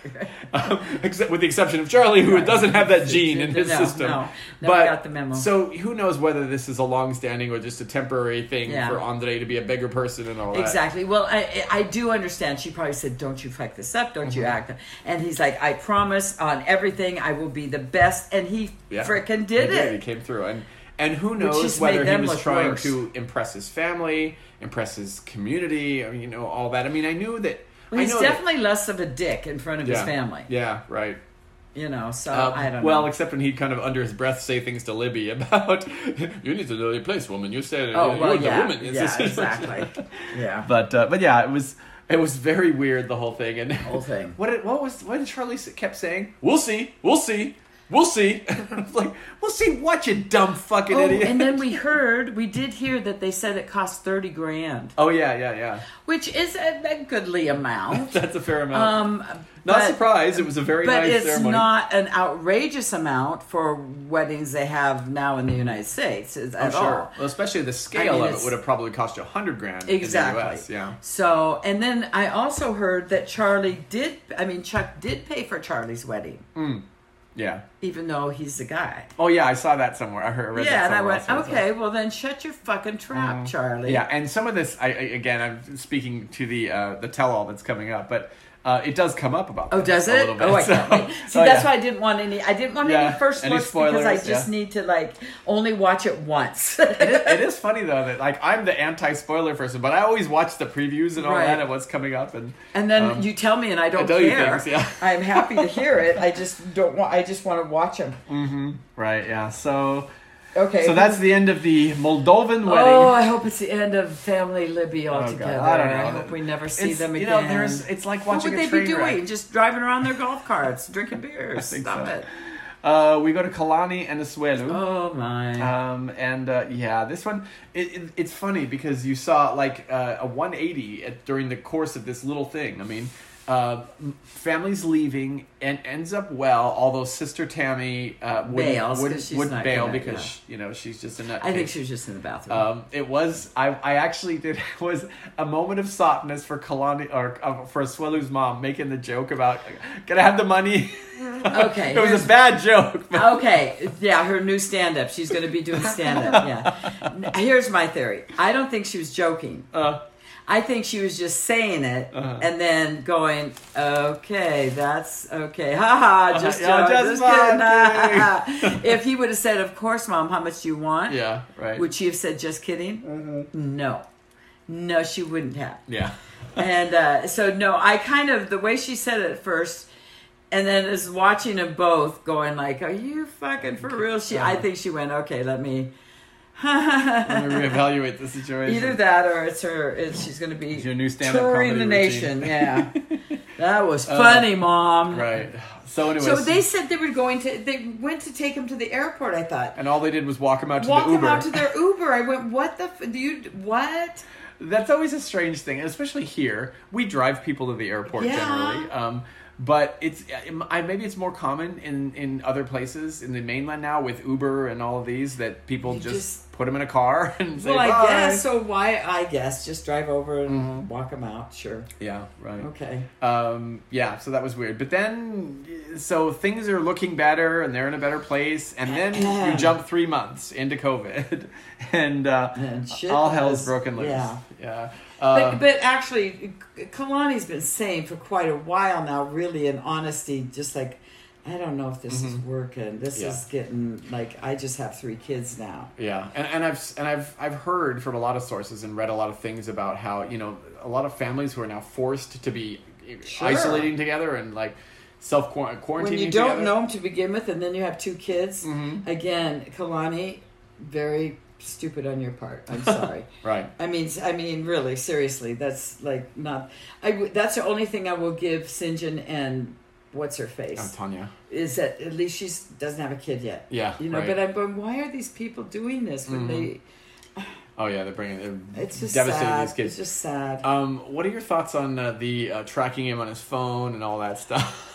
Speaker 1: Um, except with the exception of Charlie, who doesn't have that gene in his
Speaker 2: No,
Speaker 1: system.
Speaker 2: no. Never
Speaker 1: but
Speaker 2: got the memo.
Speaker 1: so who knows whether this is a long-standing or just a temporary thing
Speaker 2: Yeah.
Speaker 1: for Andre to be a bigger person and all that.
Speaker 2: Exactly. Well, I, I I do understand. She probably said, "Don't you fuck this up. Don't you
Speaker 1: Mm-hmm.
Speaker 2: act." And he's like, "I promise on everything, I will be the best." And he
Speaker 1: Yeah.
Speaker 2: frickin' did
Speaker 1: He
Speaker 2: it.
Speaker 1: He came through, and and who knows
Speaker 2: just
Speaker 1: whether
Speaker 2: made
Speaker 1: he
Speaker 2: them
Speaker 1: was
Speaker 2: look
Speaker 1: trying
Speaker 2: worse.
Speaker 1: to impress his family, impress his community, I mean, you know, all that. I mean, I knew that.
Speaker 2: Well,
Speaker 1: I
Speaker 2: he's
Speaker 1: know that-
Speaker 2: definitely less of a dick in front of
Speaker 1: yeah,
Speaker 2: his family.
Speaker 1: Yeah, right.
Speaker 2: You know, so
Speaker 1: Um,
Speaker 2: I don't
Speaker 1: well,
Speaker 2: know.
Speaker 1: except when he'd kind of under his breath say things to Libby about, "You need to know your place, woman. You said
Speaker 2: oh
Speaker 1: you're
Speaker 2: well,
Speaker 1: the
Speaker 2: yeah,
Speaker 1: woman." It's just-
Speaker 2: yeah, exactly. yeah.
Speaker 1: But uh, but yeah, it was it was very weird the whole thing and
Speaker 2: Whole thing.
Speaker 1: What did, what was what did Charlie s- kept saying? We'll see, we'll see, we'll see. It's like we'll see what you dumb fucking
Speaker 2: Oh,
Speaker 1: idiot.
Speaker 2: and then we heard, we did hear that they said it cost thirty grand,
Speaker 1: oh yeah yeah yeah.
Speaker 2: which is a, a goodly amount.
Speaker 1: That's a fair amount.
Speaker 2: Um,
Speaker 1: not
Speaker 2: but-
Speaker 1: surprised. It was a very
Speaker 2: but
Speaker 1: nice
Speaker 2: it's
Speaker 1: ceremony.
Speaker 2: not an outrageous amount for weddings they have now in the United States is-
Speaker 1: I'm
Speaker 2: at
Speaker 1: sure.
Speaker 2: all.
Speaker 1: Well, especially the scale of it
Speaker 2: it's-
Speaker 1: would have probably cost you a hundred grand
Speaker 2: Exactly.
Speaker 1: in the US. Yeah.
Speaker 2: So, and then I also heard that Charlie did. I mean, Chuck did pay for Charlie's wedding,
Speaker 1: Yeah.
Speaker 2: even though he's a guy.
Speaker 1: Oh yeah, I saw that somewhere. I heard. I read
Speaker 2: yeah,
Speaker 1: that
Speaker 2: and I
Speaker 1: somewhere else.
Speaker 2: went,
Speaker 1: It was Mm.
Speaker 2: okay, well then shut your fucking trap, Charlie.
Speaker 1: Yeah, and some of this, I, I again, I'm speaking to the uh, the tell-all that's coming up, but uh, it does come up about.
Speaker 2: Oh,
Speaker 1: this
Speaker 2: does
Speaker 1: a
Speaker 2: it?
Speaker 1: little bit,
Speaker 2: oh, I can't
Speaker 1: so-
Speaker 2: wait. See,
Speaker 1: oh,
Speaker 2: that's
Speaker 1: yeah.
Speaker 2: why I didn't want any. I didn't want
Speaker 1: Yeah,
Speaker 2: any first
Speaker 1: any
Speaker 2: looks because I
Speaker 1: spoilers,
Speaker 2: just
Speaker 1: yeah.
Speaker 2: need to like only watch it once.
Speaker 1: it is funny though that like I'm the anti-spoiler person, but I always watch the previews and all
Speaker 2: Right.
Speaker 1: that and what's coming up, and
Speaker 2: And then
Speaker 1: um,
Speaker 2: you tell me, and I don't
Speaker 1: I tell you
Speaker 2: care.
Speaker 1: things, yeah.
Speaker 2: I'm happy to hear it. I just don't want. I just want to watch them.
Speaker 1: right, yeah. So,
Speaker 2: Okay.
Speaker 1: so that's the end of the Moldovan wedding. Oh,
Speaker 2: Oh, I hope it's the end of Family Libby
Speaker 1: God,
Speaker 2: altogether.
Speaker 1: I don't know.
Speaker 2: hope we never see
Speaker 1: It's-
Speaker 2: them
Speaker 1: you
Speaker 2: again.
Speaker 1: know, there's- it's like
Speaker 2: what
Speaker 1: watching
Speaker 2: would
Speaker 1: a
Speaker 2: they
Speaker 1: train
Speaker 2: be doing?
Speaker 1: wreck.
Speaker 2: Just driving around their golf carts, drinking beers.
Speaker 1: think
Speaker 2: Stop
Speaker 1: so.
Speaker 2: it.
Speaker 1: Uh, we go to Kalani and Asuelu.
Speaker 2: Oh my.
Speaker 1: Um, and uh, yeah, this one it, it, it's funny because you saw like uh, a 180 at, during the course of this little thing. I mean, uh, m- families leaving and ends up well, although sister Tammy uh, would
Speaker 2: Bails,
Speaker 1: would,
Speaker 2: 'cause she's
Speaker 1: would
Speaker 2: not
Speaker 1: bail
Speaker 2: gonna-
Speaker 1: because you know she's just a nut.
Speaker 2: I think she was just in the bathroom.
Speaker 1: Um, it was I, I actually did it was a moment of softness for Kalani or uh, for Swelu's mom making the joke about can I have the money?
Speaker 2: Okay,
Speaker 1: it was
Speaker 2: here's-
Speaker 1: a bad joke. But
Speaker 2: okay, yeah, her new stand up. She's going to be doing stand up. Yeah. N- Here's my theory I don't think she was joking.
Speaker 1: uh,
Speaker 2: I think she was just saying it
Speaker 1: Uh-huh.
Speaker 2: and then going, okay, that's okay. Ha ha, just,
Speaker 1: yeah,
Speaker 2: joking,
Speaker 1: just
Speaker 2: just kidding.
Speaker 1: fucking.
Speaker 2: Ha, ha, ha. if he would have said, of course, mom, how much do you want?
Speaker 1: yeah, Mm-hmm. right.
Speaker 2: Would she have said, just kidding? No. No, she wouldn't have.
Speaker 1: yeah.
Speaker 2: and uh, so, no, I kind of, the way she said it first, and then is watching them both going like, are you fucking for real? She, I think she went, okay, let me.
Speaker 1: Let me reevaluate the situation.
Speaker 2: Either that, or it's her. It's, she's going to be
Speaker 1: It's your new stand-up
Speaker 2: touring
Speaker 1: comedy
Speaker 2: the
Speaker 1: routine. Uh,
Speaker 2: nation. Yeah, that was funny, mom.
Speaker 1: Right. So anyway,
Speaker 2: So they said they were going to. They went to take him to the airport. I thought.
Speaker 1: and all they did was walk him out to
Speaker 2: Walk
Speaker 1: the Uber.
Speaker 2: him out to their Uber. I went, what the? F- do you what?
Speaker 1: That's always a strange thing, and especially here. We drive people to the airport
Speaker 2: Yeah.
Speaker 1: generally. Um, but it's I, maybe it's more common in, in other places in the mainland now with Uber and all of these that people
Speaker 2: You
Speaker 1: just,
Speaker 2: just-
Speaker 1: put them in a car and say
Speaker 2: well, I
Speaker 1: "Bye." Mm-hmm.
Speaker 2: guess. So why? I guess just drive over and walk him out. Sure.
Speaker 1: Yeah, right.
Speaker 2: Okay.
Speaker 1: Um, yeah, so that was weird. But then, so things are looking better and they're in a better place. And then you jump three months into COVID and, uh,
Speaker 2: And shit
Speaker 1: all hell's
Speaker 2: was-
Speaker 1: broken loose.
Speaker 2: yeah.
Speaker 1: Yeah.
Speaker 2: But,
Speaker 1: Uh,
Speaker 2: but actually, Kalani's been saying for quite a while now, really in honesty, just like I don't know if this is working. This
Speaker 1: Mm-hmm. Yeah.
Speaker 2: is getting like I just have three kids now.
Speaker 1: Yeah, and, and I've and I've I've heard from a lot of sources and read a lot of things about how you know a lot of families who are now forced to be
Speaker 2: Sure.
Speaker 1: isolating together and like self quarantining.
Speaker 2: When you don't know them to begin with, and then you have two kids.
Speaker 1: Mm-hmm.
Speaker 2: Again, Kalani, very stupid on your part. I'm sorry.
Speaker 1: right?
Speaker 2: I mean, I mean, really, seriously, that's like not. I w- that's the only thing I will give Sinjin and what's her
Speaker 1: Oh,
Speaker 2: face
Speaker 1: Tanya.
Speaker 2: is that at least she doesn't have a kid yet.
Speaker 1: Yeah,
Speaker 2: you know.
Speaker 1: right.
Speaker 2: But I'm going. Why are these people doing this when
Speaker 1: Oh yeah, they're bringing.
Speaker 2: they?
Speaker 1: They're
Speaker 2: It's just
Speaker 1: devastating
Speaker 2: sad.
Speaker 1: these kids.
Speaker 2: It's just sad.
Speaker 1: Um, what are your thoughts on uh, the uh, tracking him on his phone and all that stuff?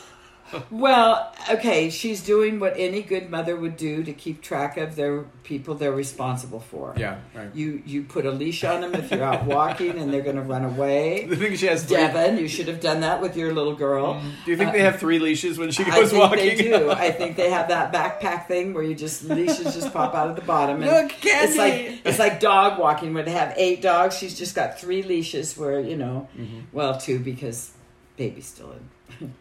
Speaker 1: Um,
Speaker 2: Well, okay, she's doing what any good mother would do to keep track of their people they're responsible for.
Speaker 1: yeah, right.
Speaker 2: You you put a leash on them if you're out walking and they're going to run away.
Speaker 1: The thing is she has three.
Speaker 2: Devin, you should have done that with your little girl.
Speaker 1: Do you think they have three leashes when she goes
Speaker 2: I think
Speaker 1: Mm-hmm. walking?
Speaker 2: they do. I think they have that backpack thing where you just leashes just pop out of the bottom. And
Speaker 1: Look,
Speaker 2: It's
Speaker 1: Candy.
Speaker 2: like it's like dog walking where they have eight dogs. She's just got three leashes where you know,
Speaker 1: Mm-hmm.
Speaker 2: well, two because baby's still in.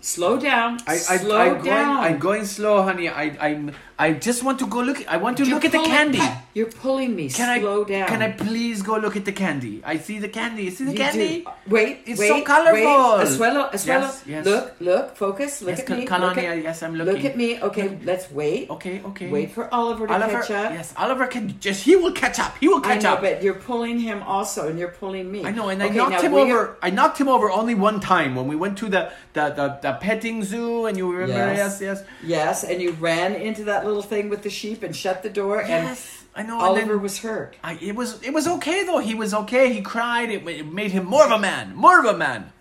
Speaker 2: Slow down.
Speaker 1: I, I,
Speaker 2: Slow
Speaker 1: I'm
Speaker 2: down.
Speaker 1: Going, I'm going slow, honey. I, I'm, I just want to go look. I want to
Speaker 2: You're
Speaker 1: look at the
Speaker 2: pulling-
Speaker 1: candy.
Speaker 2: You're pulling me.
Speaker 1: Can
Speaker 2: Slow
Speaker 1: I,
Speaker 2: down.
Speaker 1: Can I please go look at the candy? I see the candy. You see the
Speaker 2: You
Speaker 1: candy?
Speaker 2: do. Wait,
Speaker 1: It's
Speaker 2: wait,
Speaker 1: so colorful.
Speaker 2: Wait. Asuelo, Asuelo,
Speaker 1: Yes, yes.
Speaker 2: look, look, focus, look
Speaker 1: Yes,
Speaker 2: at me.
Speaker 1: Kalani,
Speaker 2: look at,
Speaker 1: yes, I'm
Speaker 2: Look
Speaker 1: looking.
Speaker 2: at me. Okay, let's wait.
Speaker 1: Okay, okay.
Speaker 2: Wait for Oliver to
Speaker 1: Oliver.
Speaker 2: catch up.
Speaker 1: Yes, Oliver can just. He will catch up. He will
Speaker 2: I
Speaker 1: catch
Speaker 2: know,
Speaker 1: up.
Speaker 2: but you're pulling him also, and you're pulling me.
Speaker 1: I know, and I
Speaker 2: Okay, now
Speaker 1: knocked him
Speaker 2: we-
Speaker 1: over. I knocked him over only one time when we went to the the, the, the petting zoo, and you remember?
Speaker 2: Yes.
Speaker 1: Yes, yes.
Speaker 2: Yes, and you ran into that little thing with the sheep and shut the door,
Speaker 1: Yes, I
Speaker 2: and
Speaker 1: know, and
Speaker 2: Oliver
Speaker 1: then-
Speaker 2: was hurt.
Speaker 1: I, it was it was okay though. He was okay. He cried. It, ma- it made him more of a man. More of a man.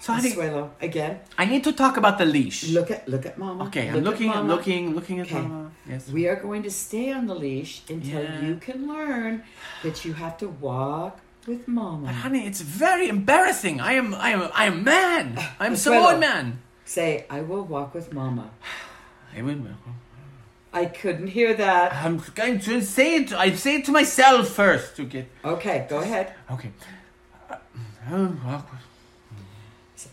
Speaker 1: So honey,
Speaker 2: Asuelo, again,
Speaker 1: I need to talk about the leash.
Speaker 2: look at look at Mama.
Speaker 1: okay,
Speaker 2: Look
Speaker 1: I'm
Speaker 2: at
Speaker 1: looking. I'm
Speaker 2: Mama.
Speaker 1: looking. Looking at
Speaker 2: Okay. Mm.
Speaker 1: mama. Yes.
Speaker 2: We are going to stay on the leash until
Speaker 1: Yeah.
Speaker 2: you can learn that you have to walk with Mama.
Speaker 1: Honey, it's very embarrassing. I am. I am. I am man. I'm
Speaker 2: Miss
Speaker 1: Samoan
Speaker 2: Willow.
Speaker 1: man.
Speaker 2: Say, I will walk with Mama.
Speaker 1: I will.
Speaker 2: I couldn't hear that.
Speaker 1: I'm going to say it. I say it to myself first to get.
Speaker 2: Okay, go ahead.
Speaker 1: Okay. Oh, awkward.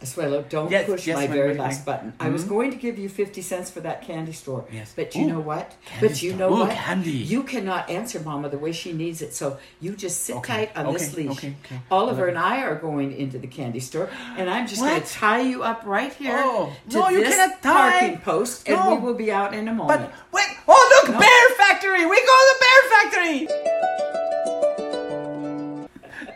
Speaker 2: Suelo, don't
Speaker 1: Yes,
Speaker 2: push
Speaker 1: yes,
Speaker 2: my
Speaker 1: my-
Speaker 2: very
Speaker 1: my-
Speaker 2: last
Speaker 1: my-
Speaker 2: button. I was going to give you 50 cents for that candy store.
Speaker 1: Yes.
Speaker 2: But you
Speaker 1: Ooh,
Speaker 2: know what?
Speaker 1: candy
Speaker 2: but you
Speaker 1: store.
Speaker 2: know
Speaker 1: Ooh,
Speaker 2: what?
Speaker 1: candy.
Speaker 2: You cannot answer Mama the way she needs it. So you just sit
Speaker 1: Okay,
Speaker 2: tight on this
Speaker 1: okay,
Speaker 2: leash.
Speaker 1: okay, okay.
Speaker 2: Oliver and I are going into the candy store, and I'm just going
Speaker 1: What?
Speaker 2: to tie you up right here
Speaker 1: Oh,
Speaker 2: to
Speaker 1: no, you
Speaker 2: this
Speaker 1: cannot tie.
Speaker 2: parking post, and
Speaker 1: No.
Speaker 2: we will be out in a moment.
Speaker 1: But wait! Oh look,
Speaker 2: No.
Speaker 1: Bear Factory! We go to the Bear Factory.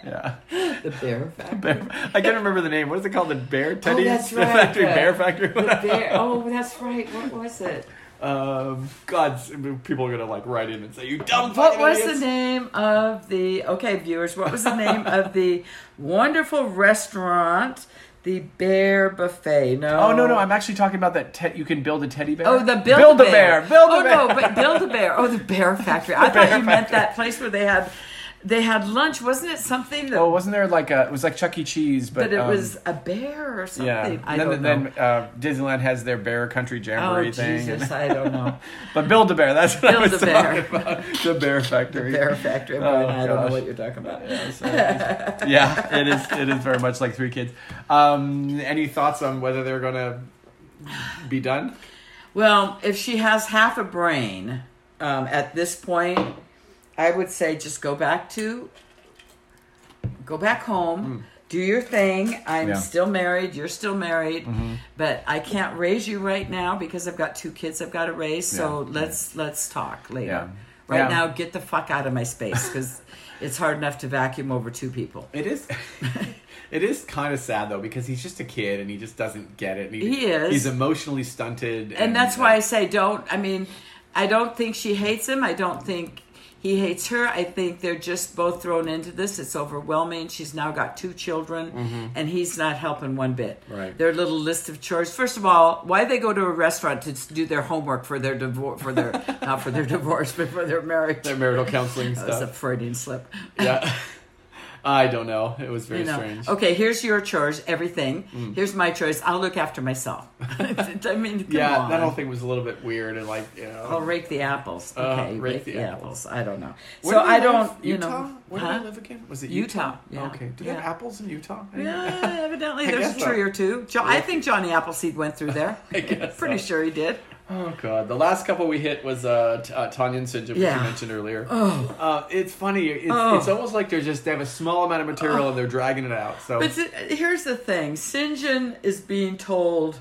Speaker 1: Yeah,
Speaker 2: the bear factory.
Speaker 1: Bear- I can't remember the name. What is it called? The Bear Teddy
Speaker 2: that's
Speaker 1: the
Speaker 2: right,
Speaker 1: Factory,
Speaker 2: the-
Speaker 1: Bear Factory.
Speaker 2: The bear. Oh, that's right. What was it?
Speaker 1: Um, God, people are gonna like write in and say you dumb.
Speaker 2: What
Speaker 1: fucking
Speaker 2: was
Speaker 1: idiots."
Speaker 2: the name of the okay viewers? What was the name of the wonderful restaurant, the Bear Buffet? No,
Speaker 1: Oh no no! I'm actually talking about that. Te- you can build a teddy bear.
Speaker 2: oh the Build,
Speaker 1: build
Speaker 2: a
Speaker 1: a bear. Build
Speaker 2: oh
Speaker 1: a bear.
Speaker 2: no, but Build a Bear. Oh the Bear Factory. I thought
Speaker 1: Bear
Speaker 2: you meant that place where they had they had lunch. Wasn't it something that
Speaker 1: Oh, wasn't there like a? It was like Chuck E. Cheese, but
Speaker 2: that it
Speaker 1: um,
Speaker 2: was a bear or something?
Speaker 1: Yeah.
Speaker 2: I
Speaker 1: then
Speaker 2: don't
Speaker 1: then
Speaker 2: know.
Speaker 1: Uh, Disneyland has their Bear Country
Speaker 2: Oh
Speaker 1: Jamboree thing. and-
Speaker 2: Jesus, I don't know.
Speaker 1: But Build a Bear, that's what I was
Speaker 2: Build-A-Bear.
Speaker 1: talking about. The Bear Factory.
Speaker 2: Bear Factory.
Speaker 1: Oh,
Speaker 2: I don't know
Speaker 1: gosh.
Speaker 2: what you're talking about.
Speaker 1: Yeah, so- yeah, it is. It is very much like Three Kids. Um, any thoughts on whether they're gonna be done?
Speaker 2: Well, if she has half a brain um, at this point, I would say just go back to go back home, do your thing. I'm
Speaker 1: Hmm. Yeah. Mm-hmm.
Speaker 2: still married. You're still married, but I can't raise you right now because I've got two kids I've got to raise. So
Speaker 1: Yeah.
Speaker 2: let's let's talk
Speaker 1: Yeah.
Speaker 2: later. Right
Speaker 1: Yeah.
Speaker 2: now, get the fuck out of my space because it's hard enough to vacuum over two people.
Speaker 1: It is. It is kind of sad though because he's just a kid and he just doesn't get it.
Speaker 2: He is.
Speaker 1: He's emotionally stunted,
Speaker 2: and that's why I say don't. I mean, I don't think she hates him. I don't think he hates her. I think they're just both thrown into this. It's overwhelming. She's now got two children,
Speaker 1: mm-hmm.
Speaker 2: and he's not helping one bit.
Speaker 1: Right.
Speaker 2: Their little list of chores. First of all, why they go to a restaurant to s- do their homework for their divorce? For their not for their divorce, but for their marriage.
Speaker 1: their marital counseling
Speaker 2: that was a
Speaker 1: stuff.
Speaker 2: Freudian slip.
Speaker 1: yeah. I don't know. It was very
Speaker 2: you know,
Speaker 1: strange. Mm.
Speaker 2: okay, here's your chores, everything. Here's my chores. I'll look after myself. I mean, come
Speaker 1: Yeah,
Speaker 2: on.
Speaker 1: that whole thing was a little bit weird and like you know.
Speaker 2: I'll Oh, rake the apples.
Speaker 1: Uh,
Speaker 2: Okay,
Speaker 1: rake
Speaker 2: rake,
Speaker 1: the
Speaker 2: the,
Speaker 1: apples.
Speaker 2: apples. I don't know.
Speaker 1: Where
Speaker 2: so
Speaker 1: did they
Speaker 2: I
Speaker 1: live?
Speaker 2: don't, you
Speaker 1: Utah?
Speaker 2: know.
Speaker 1: Where
Speaker 2: huh?
Speaker 1: did they live again? Was it Utah?
Speaker 2: Utah, yeah.
Speaker 1: Okay. Do they have
Speaker 2: Yeah.
Speaker 1: apples in Utah? I didn't-
Speaker 2: Yeah, evidently
Speaker 1: I
Speaker 2: there's
Speaker 1: guess
Speaker 2: a tree
Speaker 1: so.
Speaker 2: or two. Jo- I think Johnny Appleseed went through there.
Speaker 1: I guess
Speaker 2: Pretty
Speaker 1: so.
Speaker 2: sure he did.
Speaker 1: Oh god, the last couple we hit was uh, t- uh Tanya and Sinjin, which
Speaker 2: Yeah.
Speaker 1: you mentioned earlier. Oh, uh, it's funny. It's,
Speaker 2: Oh.
Speaker 1: it's almost like they're just they have a small amount of material and they're dragging it out. So
Speaker 2: But th- here's the thing St. John is being told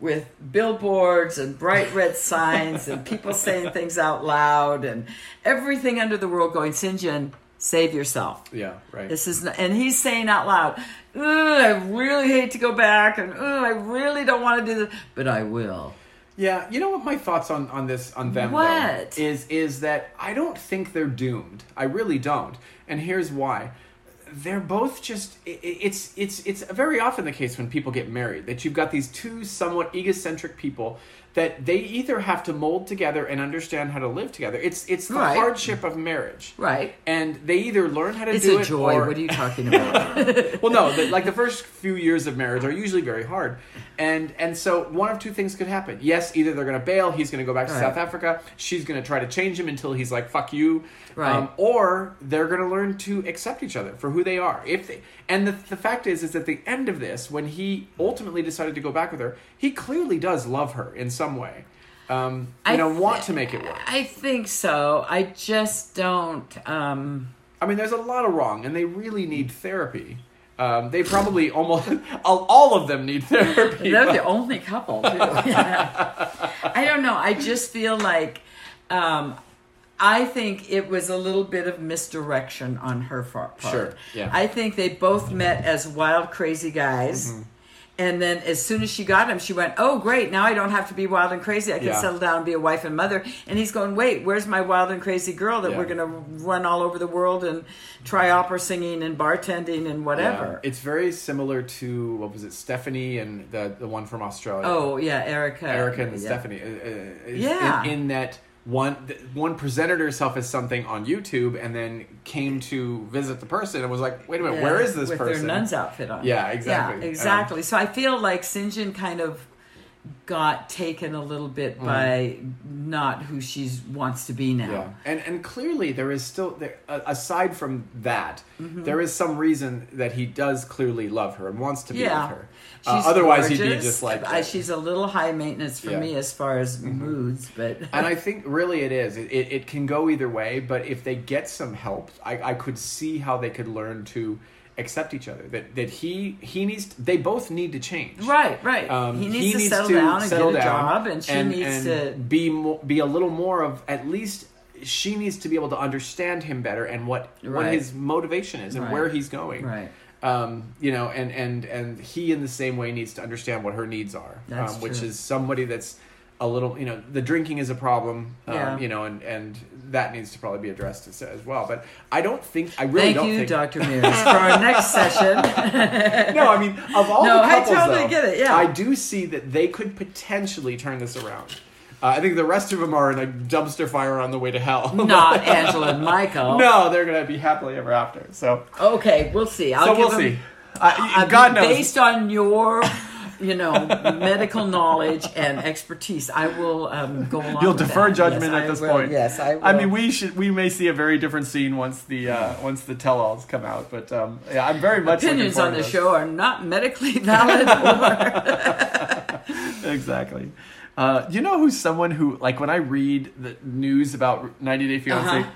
Speaker 2: with billboards and bright red signs and people saying things out loud and everything under the world going, St. John, save yourself.
Speaker 1: yeah, right.
Speaker 2: This is, not, and he's saying out loud, "Ugh, I really hate to go back, and ugh, I really don't want to do this, but I will.
Speaker 1: Yeah, you know what my thoughts on on this on them though,
Speaker 2: What?
Speaker 1: is is that I don't think they're doomed. I really don't, and here's why. They're both just i- i- it's it's it's very often the case when people get married that you've got these two somewhat egocentric people that they either have to mold together and understand how to live together. It's it's the
Speaker 2: Right.
Speaker 1: hardship of marriage.
Speaker 2: Right.
Speaker 1: And they either learn how to
Speaker 2: It's
Speaker 1: do
Speaker 2: a
Speaker 1: it
Speaker 2: joy.
Speaker 1: or
Speaker 2: What are you talking about?
Speaker 1: well no the, like the first few years of marriage are usually very hard and and so one of two things could happen yes either they're going to bail he's going to go back to
Speaker 2: Right.
Speaker 1: south africa she's going to try to change him until he's like fuck you Um,
Speaker 2: Right.
Speaker 1: or they're going to learn to accept each other for who they are if they and the, the fact is is at the end of this when he ultimately decided to go back with her he clearly does love her in some way um, you
Speaker 2: I
Speaker 1: know
Speaker 2: th-
Speaker 1: want to make it work
Speaker 2: I think so. I just don't. Um,
Speaker 1: I mean, there's a lot of wrong, and they really need therapy. Um, they probably almost all, all of them need therapy.
Speaker 2: they're
Speaker 1: but-
Speaker 2: the only couple, too. I don't know. I just feel like um, I think it was a little bit of misdirection on her far- part.
Speaker 1: Sure, yeah.
Speaker 2: I think they both met as wild, crazy guys.
Speaker 1: Mm-hmm.
Speaker 2: And then, as soon as she got him, she went, "Oh, great! Now I don't have to be wild and crazy. I can
Speaker 1: Yeah.
Speaker 2: settle down and be a wife and mother." And he's going, "Wait, where's my wild and crazy girl that
Speaker 1: Yeah.
Speaker 2: we're going to run all over the world and try opera singing and bartending and whatever?"
Speaker 1: Yeah. It's very similar to what was it, Stephanie and the the one from Australia.
Speaker 2: oh, yeah, Erica,
Speaker 1: Erica and
Speaker 2: Yeah.
Speaker 1: Stephanie. Uh, uh, is
Speaker 2: Yeah.
Speaker 1: In, in that one th- one presented herself as something on YouTube and then came to visit the person and was like, "Wait a minute,
Speaker 2: Yeah,
Speaker 1: where is this
Speaker 2: with
Speaker 1: person?"
Speaker 2: their nun's outfit on.
Speaker 1: Yeah, exactly.
Speaker 2: Yeah, exactly. so I feel like Sinjin kind of got taken a little bit by not who she wants to be now.
Speaker 1: Mm-hmm. Yeah, and and clearly there is still there, a- aside from that,
Speaker 2: Mm-hmm.
Speaker 1: there is some reason that he does clearly love her and wants to be
Speaker 2: Yeah.
Speaker 1: with her. Uh, otherwise, he'd be just like uh,
Speaker 2: I, she's a little high maintenance for
Speaker 1: Yeah.
Speaker 2: me as far as moods, but
Speaker 1: and I think really it is. It, it, it can go either way, but if they get some help, I, I could see how they could learn to accept each other. That that he he needs they both need to change.
Speaker 2: right, right.
Speaker 1: Um,
Speaker 2: he needs to settle down and
Speaker 1: settle
Speaker 2: get a
Speaker 1: down
Speaker 2: job, and she
Speaker 1: and
Speaker 2: needs to.
Speaker 1: be mo- be a little more of at least she needs to be able to understand him better and what what
Speaker 2: Right.
Speaker 1: his motivation is and
Speaker 2: Right.
Speaker 1: where he's going.
Speaker 2: Right.
Speaker 1: Um, you know, and and and he in the same way needs to understand what her needs are,
Speaker 2: That's
Speaker 1: um, which
Speaker 2: true.
Speaker 1: is somebody that's a little, you know, the drinking is a problem, um,
Speaker 2: Yeah.
Speaker 1: you know, and and that needs to probably be addressed as, as well. But I don't think I really
Speaker 2: Thank
Speaker 1: don't
Speaker 2: you,
Speaker 1: think.
Speaker 2: Dr. Mears, for our next session.
Speaker 1: No, I mean of all
Speaker 2: No,
Speaker 1: the
Speaker 2: I
Speaker 1: couples,
Speaker 2: totally
Speaker 1: though,
Speaker 2: get it, yeah.
Speaker 1: I do see that they could potentially turn this around. Uh, I think the rest of them are in a dumpster fire on the way to hell.
Speaker 2: Not Angela and Michael.
Speaker 1: no, they're gonna be happily ever after. So,
Speaker 2: Okay, we'll see. I'll
Speaker 1: so
Speaker 2: give
Speaker 1: we'll
Speaker 2: him-
Speaker 1: see. Uh,
Speaker 2: I mean,
Speaker 1: God knows.
Speaker 2: Based on your, you know, medical knowledge and expertise, I will um, go along.
Speaker 1: You'll
Speaker 2: with
Speaker 1: defer
Speaker 2: that.
Speaker 1: judgment
Speaker 2: Yes,
Speaker 1: at
Speaker 2: I
Speaker 1: this
Speaker 2: will.
Speaker 1: point.
Speaker 2: Yes, I. Will. Hmm.
Speaker 1: I mean, we should we may see a very different scene once the uh, once the tell-alls come out. But um, yeah, I'm very much looking
Speaker 2: opinions
Speaker 1: forward
Speaker 2: on
Speaker 1: to
Speaker 2: the
Speaker 1: this.
Speaker 2: show are not medically valid. or,
Speaker 1: exactly. Uh, you know who's someone who like when I read the news about 90 Day Fiance,
Speaker 2: Uh-huh.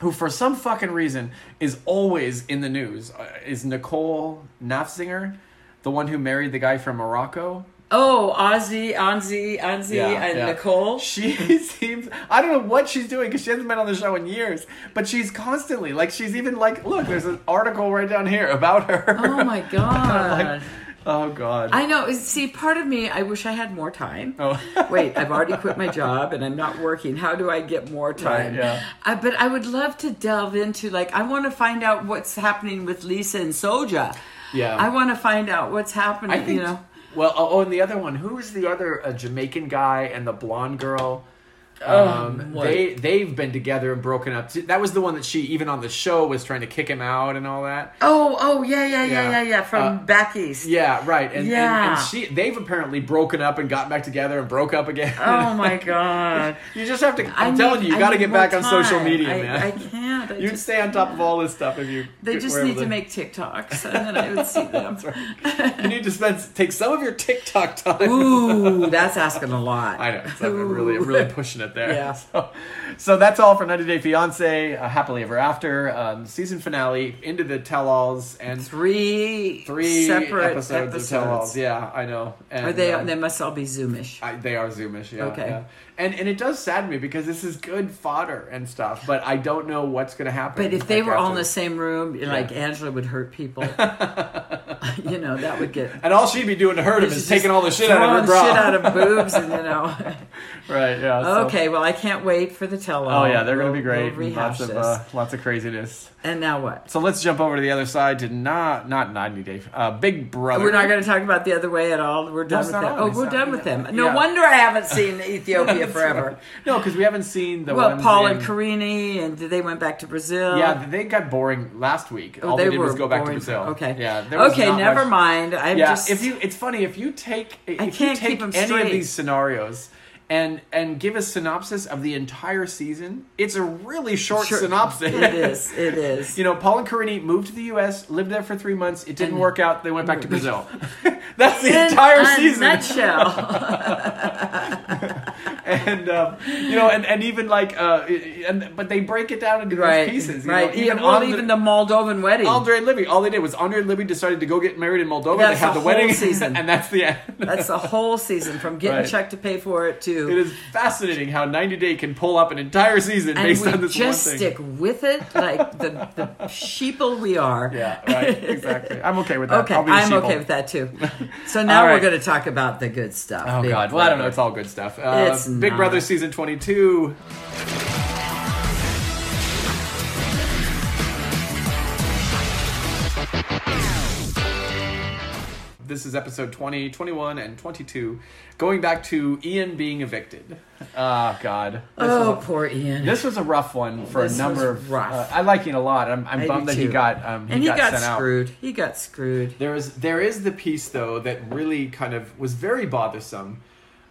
Speaker 1: who for some fucking reason is always in the news uh, is Nicole Nafzinger, the one who married the guy from Morocco.
Speaker 2: oh, Ozzy, Anzi, Anzi, and
Speaker 1: yeah.
Speaker 2: Nicole.
Speaker 1: She seems I don't know what she's doing because she hasn't been on the show in years, but she's constantly like she's even like look, there's an article right down here about her.
Speaker 2: Oh my god!
Speaker 1: oh god.
Speaker 2: I know. See, part of me, I wish I had more time.
Speaker 1: oh.
Speaker 2: Wait, I've already quit my job and I'm not working. How do I get more time?
Speaker 1: yeah.
Speaker 2: I, but I would love to delve into like I want to find out what's happening with Lisa and Soja.
Speaker 1: Yeah.
Speaker 2: I want to find out what's happening.
Speaker 1: I think.
Speaker 2: you know,
Speaker 1: Well, oh, oh, and the other one. Who is the other uh, Jamaican guy and the blonde girl?
Speaker 2: Oh,
Speaker 1: Um,
Speaker 2: what?
Speaker 1: they they've been together and broken up. That was the one that she even on the show was trying to kick him out and all that.
Speaker 2: Oh, oh, yeah, yeah, yeah,
Speaker 1: Yeah.
Speaker 2: yeah, yeah, from
Speaker 1: Uh,
Speaker 2: back east.
Speaker 1: Yeah, right. And, and
Speaker 2: Yeah.
Speaker 1: and she they've apparently broken up and got back together and broke up again.
Speaker 2: Oh my god!
Speaker 1: you just have to. I'm
Speaker 2: I
Speaker 1: telling
Speaker 2: need-
Speaker 1: you, you
Speaker 2: I
Speaker 1: got to
Speaker 2: need
Speaker 1: get back
Speaker 2: more
Speaker 1: on social
Speaker 2: time.
Speaker 1: media,
Speaker 2: I,
Speaker 1: man.
Speaker 2: I can't. I
Speaker 1: You'd
Speaker 2: just,
Speaker 1: stay on top of all this stuff if you.
Speaker 2: They
Speaker 1: get-
Speaker 2: just
Speaker 1: were able
Speaker 2: need to
Speaker 1: to-
Speaker 2: make TikToks, and then I would see them.
Speaker 1: That's right. You need to spend take some of your TikTok time.
Speaker 2: Ooh, that's asking a lot.
Speaker 1: I know. It's not really, I'm really pushing it there.
Speaker 2: Yeah.
Speaker 1: So, so that's all for 90 Day Fiance, uh, Happily Ever After, um, season finale, into the tell alls, and
Speaker 2: Three,
Speaker 1: three
Speaker 2: separate
Speaker 1: episodes, of tell alls. Yeah, I know. And,
Speaker 2: Are they?
Speaker 1: um,
Speaker 2: they must all be Zoomish.
Speaker 1: I, they are Zoomish, yeah.
Speaker 2: Okay.
Speaker 1: yeah. And and it does sadden me because this is good fodder and stuff, but I don't know what's going to happen.
Speaker 2: But if they
Speaker 1: like,
Speaker 2: were all in
Speaker 1: after
Speaker 2: the same room, like Angela would hurt people. you know, that would get.
Speaker 1: And all she'd be doing to hurt him is
Speaker 2: Just
Speaker 1: taking all the shit out of her
Speaker 2: throwing
Speaker 1: bra.
Speaker 2: shit out of boobs, and you know.
Speaker 1: right, yeah. so-
Speaker 2: okay, well, I can't wait for the tell
Speaker 1: Oh yeah, they're going to be
Speaker 2: We'll
Speaker 1: great. and
Speaker 2: rehash
Speaker 1: lots of
Speaker 2: this.
Speaker 1: uh, lots of craziness.
Speaker 2: and now what?
Speaker 1: So let's jump over to the other side to not not ninety day uh, Big Brother.
Speaker 2: We're not going to talk about the other way at all. We're done
Speaker 1: it's
Speaker 2: with
Speaker 1: not
Speaker 2: them.
Speaker 1: on.
Speaker 2: Oh,
Speaker 1: It's
Speaker 2: we're
Speaker 1: not-
Speaker 2: done with them. No
Speaker 1: yeah.
Speaker 2: wonder I haven't seen Ethiopia forever.
Speaker 1: No, because we haven't seen the
Speaker 2: Well,
Speaker 1: ones
Speaker 2: Paul and
Speaker 1: in-
Speaker 2: Carini, and they went back to Brazil.
Speaker 1: Yeah, they got boring last week.
Speaker 2: Oh,
Speaker 1: all they,
Speaker 2: they
Speaker 1: did
Speaker 2: were
Speaker 1: was go back
Speaker 2: boring.
Speaker 1: to Brazil.
Speaker 2: Okay.
Speaker 1: Yeah. there was
Speaker 2: Okay.
Speaker 1: not
Speaker 2: Never
Speaker 1: much-
Speaker 2: mind. I'm
Speaker 1: Yeah.
Speaker 2: just.
Speaker 1: If you, it's funny if you take if you
Speaker 2: can't
Speaker 1: take
Speaker 2: keep 'em
Speaker 1: any of
Speaker 2: straight.
Speaker 1: these scenarios. And and give a synopsis of the entire season. It's a really short
Speaker 2: Sure.
Speaker 1: synopsis.
Speaker 2: It is. It is.
Speaker 1: You know, Paul and Carini moved to the U.S., lived there for three months. It didn't
Speaker 2: And-
Speaker 1: work out. They went back to Brazil. That's the entire
Speaker 2: In a
Speaker 1: season.
Speaker 2: Nutshell.
Speaker 1: and um, you know, and, and even like, uh, and but they break it down into these
Speaker 2: right.
Speaker 1: pieces. You
Speaker 2: right.
Speaker 1: know,
Speaker 2: even, well,
Speaker 1: Andre-
Speaker 2: even the Moldovan wedding.
Speaker 1: Andre and Libby. All they did was Andre and Libby decided to go get married in Moldova.
Speaker 2: That's
Speaker 1: they had
Speaker 2: the
Speaker 1: the, wedding
Speaker 2: whole season.
Speaker 1: and that's the end.
Speaker 2: That's the whole season from getting
Speaker 1: Right.
Speaker 2: a check to pay for it to.
Speaker 1: it is fascinating how 90 Day can pull up an entire season
Speaker 2: and
Speaker 1: based
Speaker 2: we
Speaker 1: on this
Speaker 2: just
Speaker 1: one thing.
Speaker 2: stick with it like the, the sheeple we are.
Speaker 1: Yeah, right. Exactly. I'm okay with that.
Speaker 2: Okay,
Speaker 1: I'll be a
Speaker 2: I'm
Speaker 1: sheeple.
Speaker 2: okay with that too. So now
Speaker 1: right.
Speaker 2: we're going to talk about the good stuff.
Speaker 1: Oh
Speaker 2: Big
Speaker 1: God! Well, I don't know.
Speaker 2: Brother.
Speaker 1: It's all good stuff. Uh,
Speaker 2: It's
Speaker 1: Big
Speaker 2: not.
Speaker 1: Brother season twenty-two. This is episode 20, 21, and 22. Going back to Ian being evicted. Oh, God. This,
Speaker 2: Oh,
Speaker 1: was,
Speaker 2: poor Ian.
Speaker 1: a, this was a rough one for a
Speaker 2: This
Speaker 1: number
Speaker 2: was
Speaker 1: of.
Speaker 2: rough.
Speaker 1: uh, I like Ian a lot. I'm,
Speaker 2: I
Speaker 1: I'm
Speaker 2: do
Speaker 1: bummed that he
Speaker 2: too.
Speaker 1: got, um, he
Speaker 2: and he
Speaker 1: got,
Speaker 2: got,
Speaker 1: sent out.
Speaker 2: screwed. He got screwed.
Speaker 1: There is there is the piece though that really kind of was very bothersome,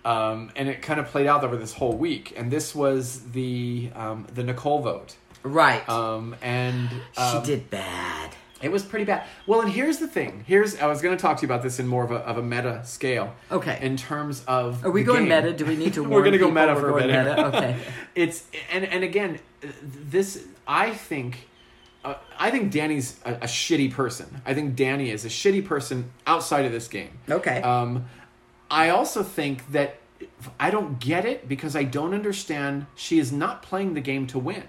Speaker 1: um, and it kind of played out over this whole week. And this was the um, the Nicole vote,
Speaker 2: Right.
Speaker 1: um, and
Speaker 2: she
Speaker 1: um,
Speaker 2: did bad.
Speaker 1: It was pretty bad. Well, and here's the thing. Here's I was going to talk to you about this in more of a of a meta scale.
Speaker 2: Okay.
Speaker 1: In terms of
Speaker 2: Are we
Speaker 1: the
Speaker 2: going
Speaker 1: game.
Speaker 2: meta? Do we need to warn
Speaker 1: We're gonna go
Speaker 2: people
Speaker 1: meta
Speaker 2: we're
Speaker 1: for a
Speaker 2: going
Speaker 1: minute.
Speaker 2: meta? Okay.
Speaker 1: it's and and again, this I think. Uh, I think Danny's a, a shitty person. I think Danny is a shitty person outside of this game.
Speaker 2: Okay.
Speaker 1: Um, I also think that I don't get it because I don't understand. She is not playing the game to win.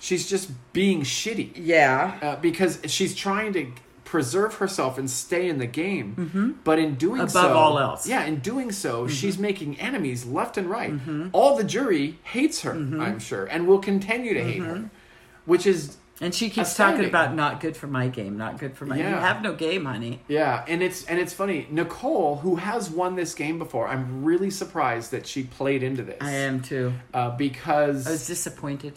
Speaker 1: She's just being shitty
Speaker 2: yeah.
Speaker 1: uh, because she's trying to preserve herself and stay in the game. But in doing
Speaker 2: Mm-hmm. Above
Speaker 1: so,
Speaker 2: all else. Mm-hmm.
Speaker 1: yeah, in doing so, she's making enemies left and right. All the jury hates her,
Speaker 2: Mm-hmm.
Speaker 1: I'm sure, and will continue to hate her, which is
Speaker 2: And she keeps
Speaker 1: Astounding.
Speaker 2: talking about not good for my game, not good for my. You
Speaker 1: Yeah.
Speaker 2: have no game, honey.
Speaker 1: Yeah, and it's and it's funny. Nicole, who has won this game before, I'm really surprised that she played into this.
Speaker 2: I am too.
Speaker 1: uh, because
Speaker 2: I was disappointed.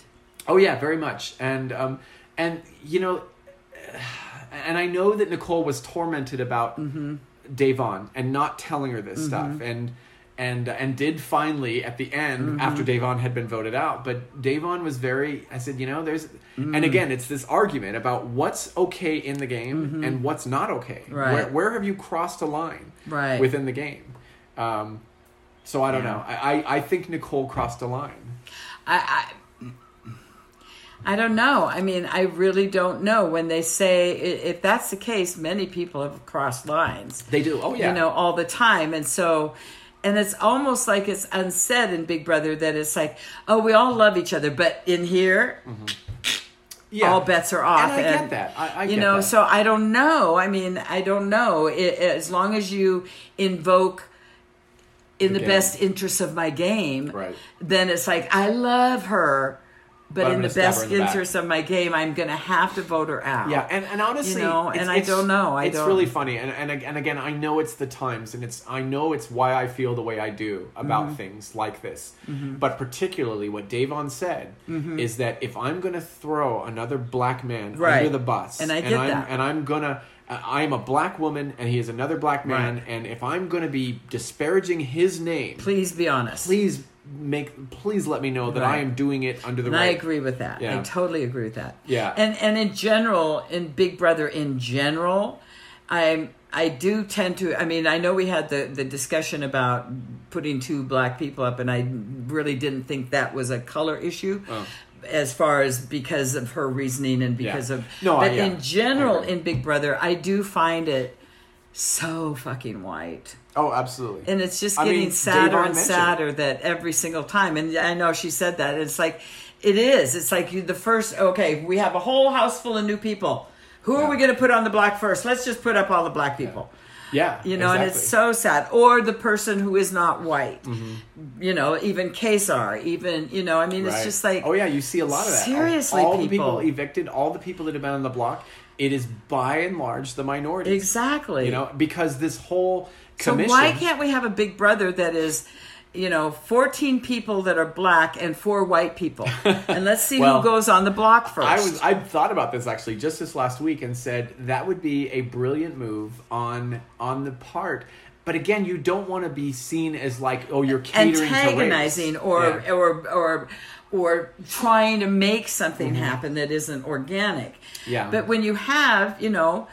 Speaker 1: oh yeah, very much. And um and you know, and I know that Nicole was tormented about
Speaker 2: Mm-hmm.
Speaker 1: Davon and not telling her this stuff and. And, and did finally at the end
Speaker 2: Mm-hmm.
Speaker 1: after Davon had been voted out, but Davon was very. I said, you know, there's,
Speaker 2: Mm.
Speaker 1: and again, it's this argument about what's okay in the game and what's not okay.
Speaker 2: Mm-hmm. Right.
Speaker 1: Where, where have you crossed a line
Speaker 2: Right.
Speaker 1: within the game? Um, so I don't know. I, I, I think Nicole crossed a line.
Speaker 2: I, I I don't know. I mean, I really don't know. When they say i- if that's the case, many people have crossed lines.
Speaker 1: They do. Oh yeah.
Speaker 2: you know, all the time, and so. And it's almost like it's unsaid in Big Brother that it's like, oh, we all love each other, but in here,
Speaker 1: yeah.
Speaker 2: all bets are off.
Speaker 1: And I get that. I, I
Speaker 2: you
Speaker 1: get
Speaker 2: know,
Speaker 1: that.
Speaker 2: so I don't know. I mean, I don't know. I as long as you invoke
Speaker 1: The
Speaker 2: in the,
Speaker 1: game.
Speaker 2: best interest of my game,
Speaker 1: Right.
Speaker 2: then it's like I love her, but,
Speaker 1: I'm
Speaker 2: in
Speaker 1: gonna
Speaker 2: the
Speaker 1: stab her
Speaker 2: best
Speaker 1: in the back.
Speaker 2: interest of my game, I'm going to have to vote her out.
Speaker 1: Yeah, and, and honestly,
Speaker 2: know,
Speaker 1: it's-
Speaker 2: and I
Speaker 1: it's-
Speaker 2: don't know. I
Speaker 1: it's
Speaker 2: don't-
Speaker 1: really funny, and, and ag- and again, I know it's the times, and it's I know it's why I feel the way I do about
Speaker 2: Mm-hmm.
Speaker 1: things like this. But particularly, what Davon said
Speaker 2: Mm-hmm.
Speaker 1: is that if I'm going to throw another black man
Speaker 2: Right.
Speaker 1: under the bus,
Speaker 2: And I get
Speaker 1: am
Speaker 2: that.
Speaker 1: and I'm gonna. I am a black woman, and he is another black man.
Speaker 2: Right.
Speaker 1: And if I'm going to be disparaging his name, please,
Speaker 2: Please be honest.
Speaker 1: make please let me know that I
Speaker 2: Right.
Speaker 1: am doing it under the
Speaker 2: And I
Speaker 1: right.
Speaker 2: agree with that.
Speaker 1: Yeah.
Speaker 2: I totally agree with that.
Speaker 1: Yeah.
Speaker 2: And and in general, in Big Brother in general, I'm I do tend to I mean, I know we had the, the discussion about putting two black people up and I really didn't think that was a color issue.
Speaker 1: Oh.
Speaker 2: As far as because of her reasoning and because
Speaker 1: Yeah.
Speaker 2: of
Speaker 1: No, I-
Speaker 2: but
Speaker 1: yeah.
Speaker 2: in general
Speaker 1: I agree.
Speaker 2: in Big Brother, I do find it so fucking white.
Speaker 1: Oh, absolutely.
Speaker 2: And it's just
Speaker 1: I
Speaker 2: getting
Speaker 1: mean,
Speaker 2: sadder
Speaker 1: Davon
Speaker 2: and
Speaker 1: mentioned it.
Speaker 2: sadder that every single time. And I know she said that. It's like, it is. It's like you, the first, okay, we have a whole house full of new people. Who
Speaker 1: Yeah.
Speaker 2: are we going to put on the block first? Let's just put up all the black people.
Speaker 1: yeah,
Speaker 2: You know, and it's
Speaker 1: exactly.
Speaker 2: so sad. Or the person who is not white. You know, even Kesar, even, you know, I mean,
Speaker 1: Mm-hmm. Right.
Speaker 2: it's just like,
Speaker 1: oh yeah, you see a lot of that.
Speaker 2: Seriously,
Speaker 1: all, all the people
Speaker 2: people.
Speaker 1: evicted, all the people that have been on the block. It is by and large the minority.
Speaker 2: exactly.
Speaker 1: You know, because this whole
Speaker 2: So
Speaker 1: commission.
Speaker 2: why can't we have a big brother that is, you know, 14 people that are black and four white people? And let's see
Speaker 1: Well,
Speaker 2: who goes on the block first.
Speaker 1: I was I thought about this actually just this last week and said that would be a brilliant move on on the part. But again, you don't want to be seen as like oh you're catering to race.
Speaker 2: antagonizing or,
Speaker 1: Yeah.
Speaker 2: or or or trying to make something happen that isn't organic.
Speaker 1: Mm-hmm. Yeah.
Speaker 2: But when you have, you know,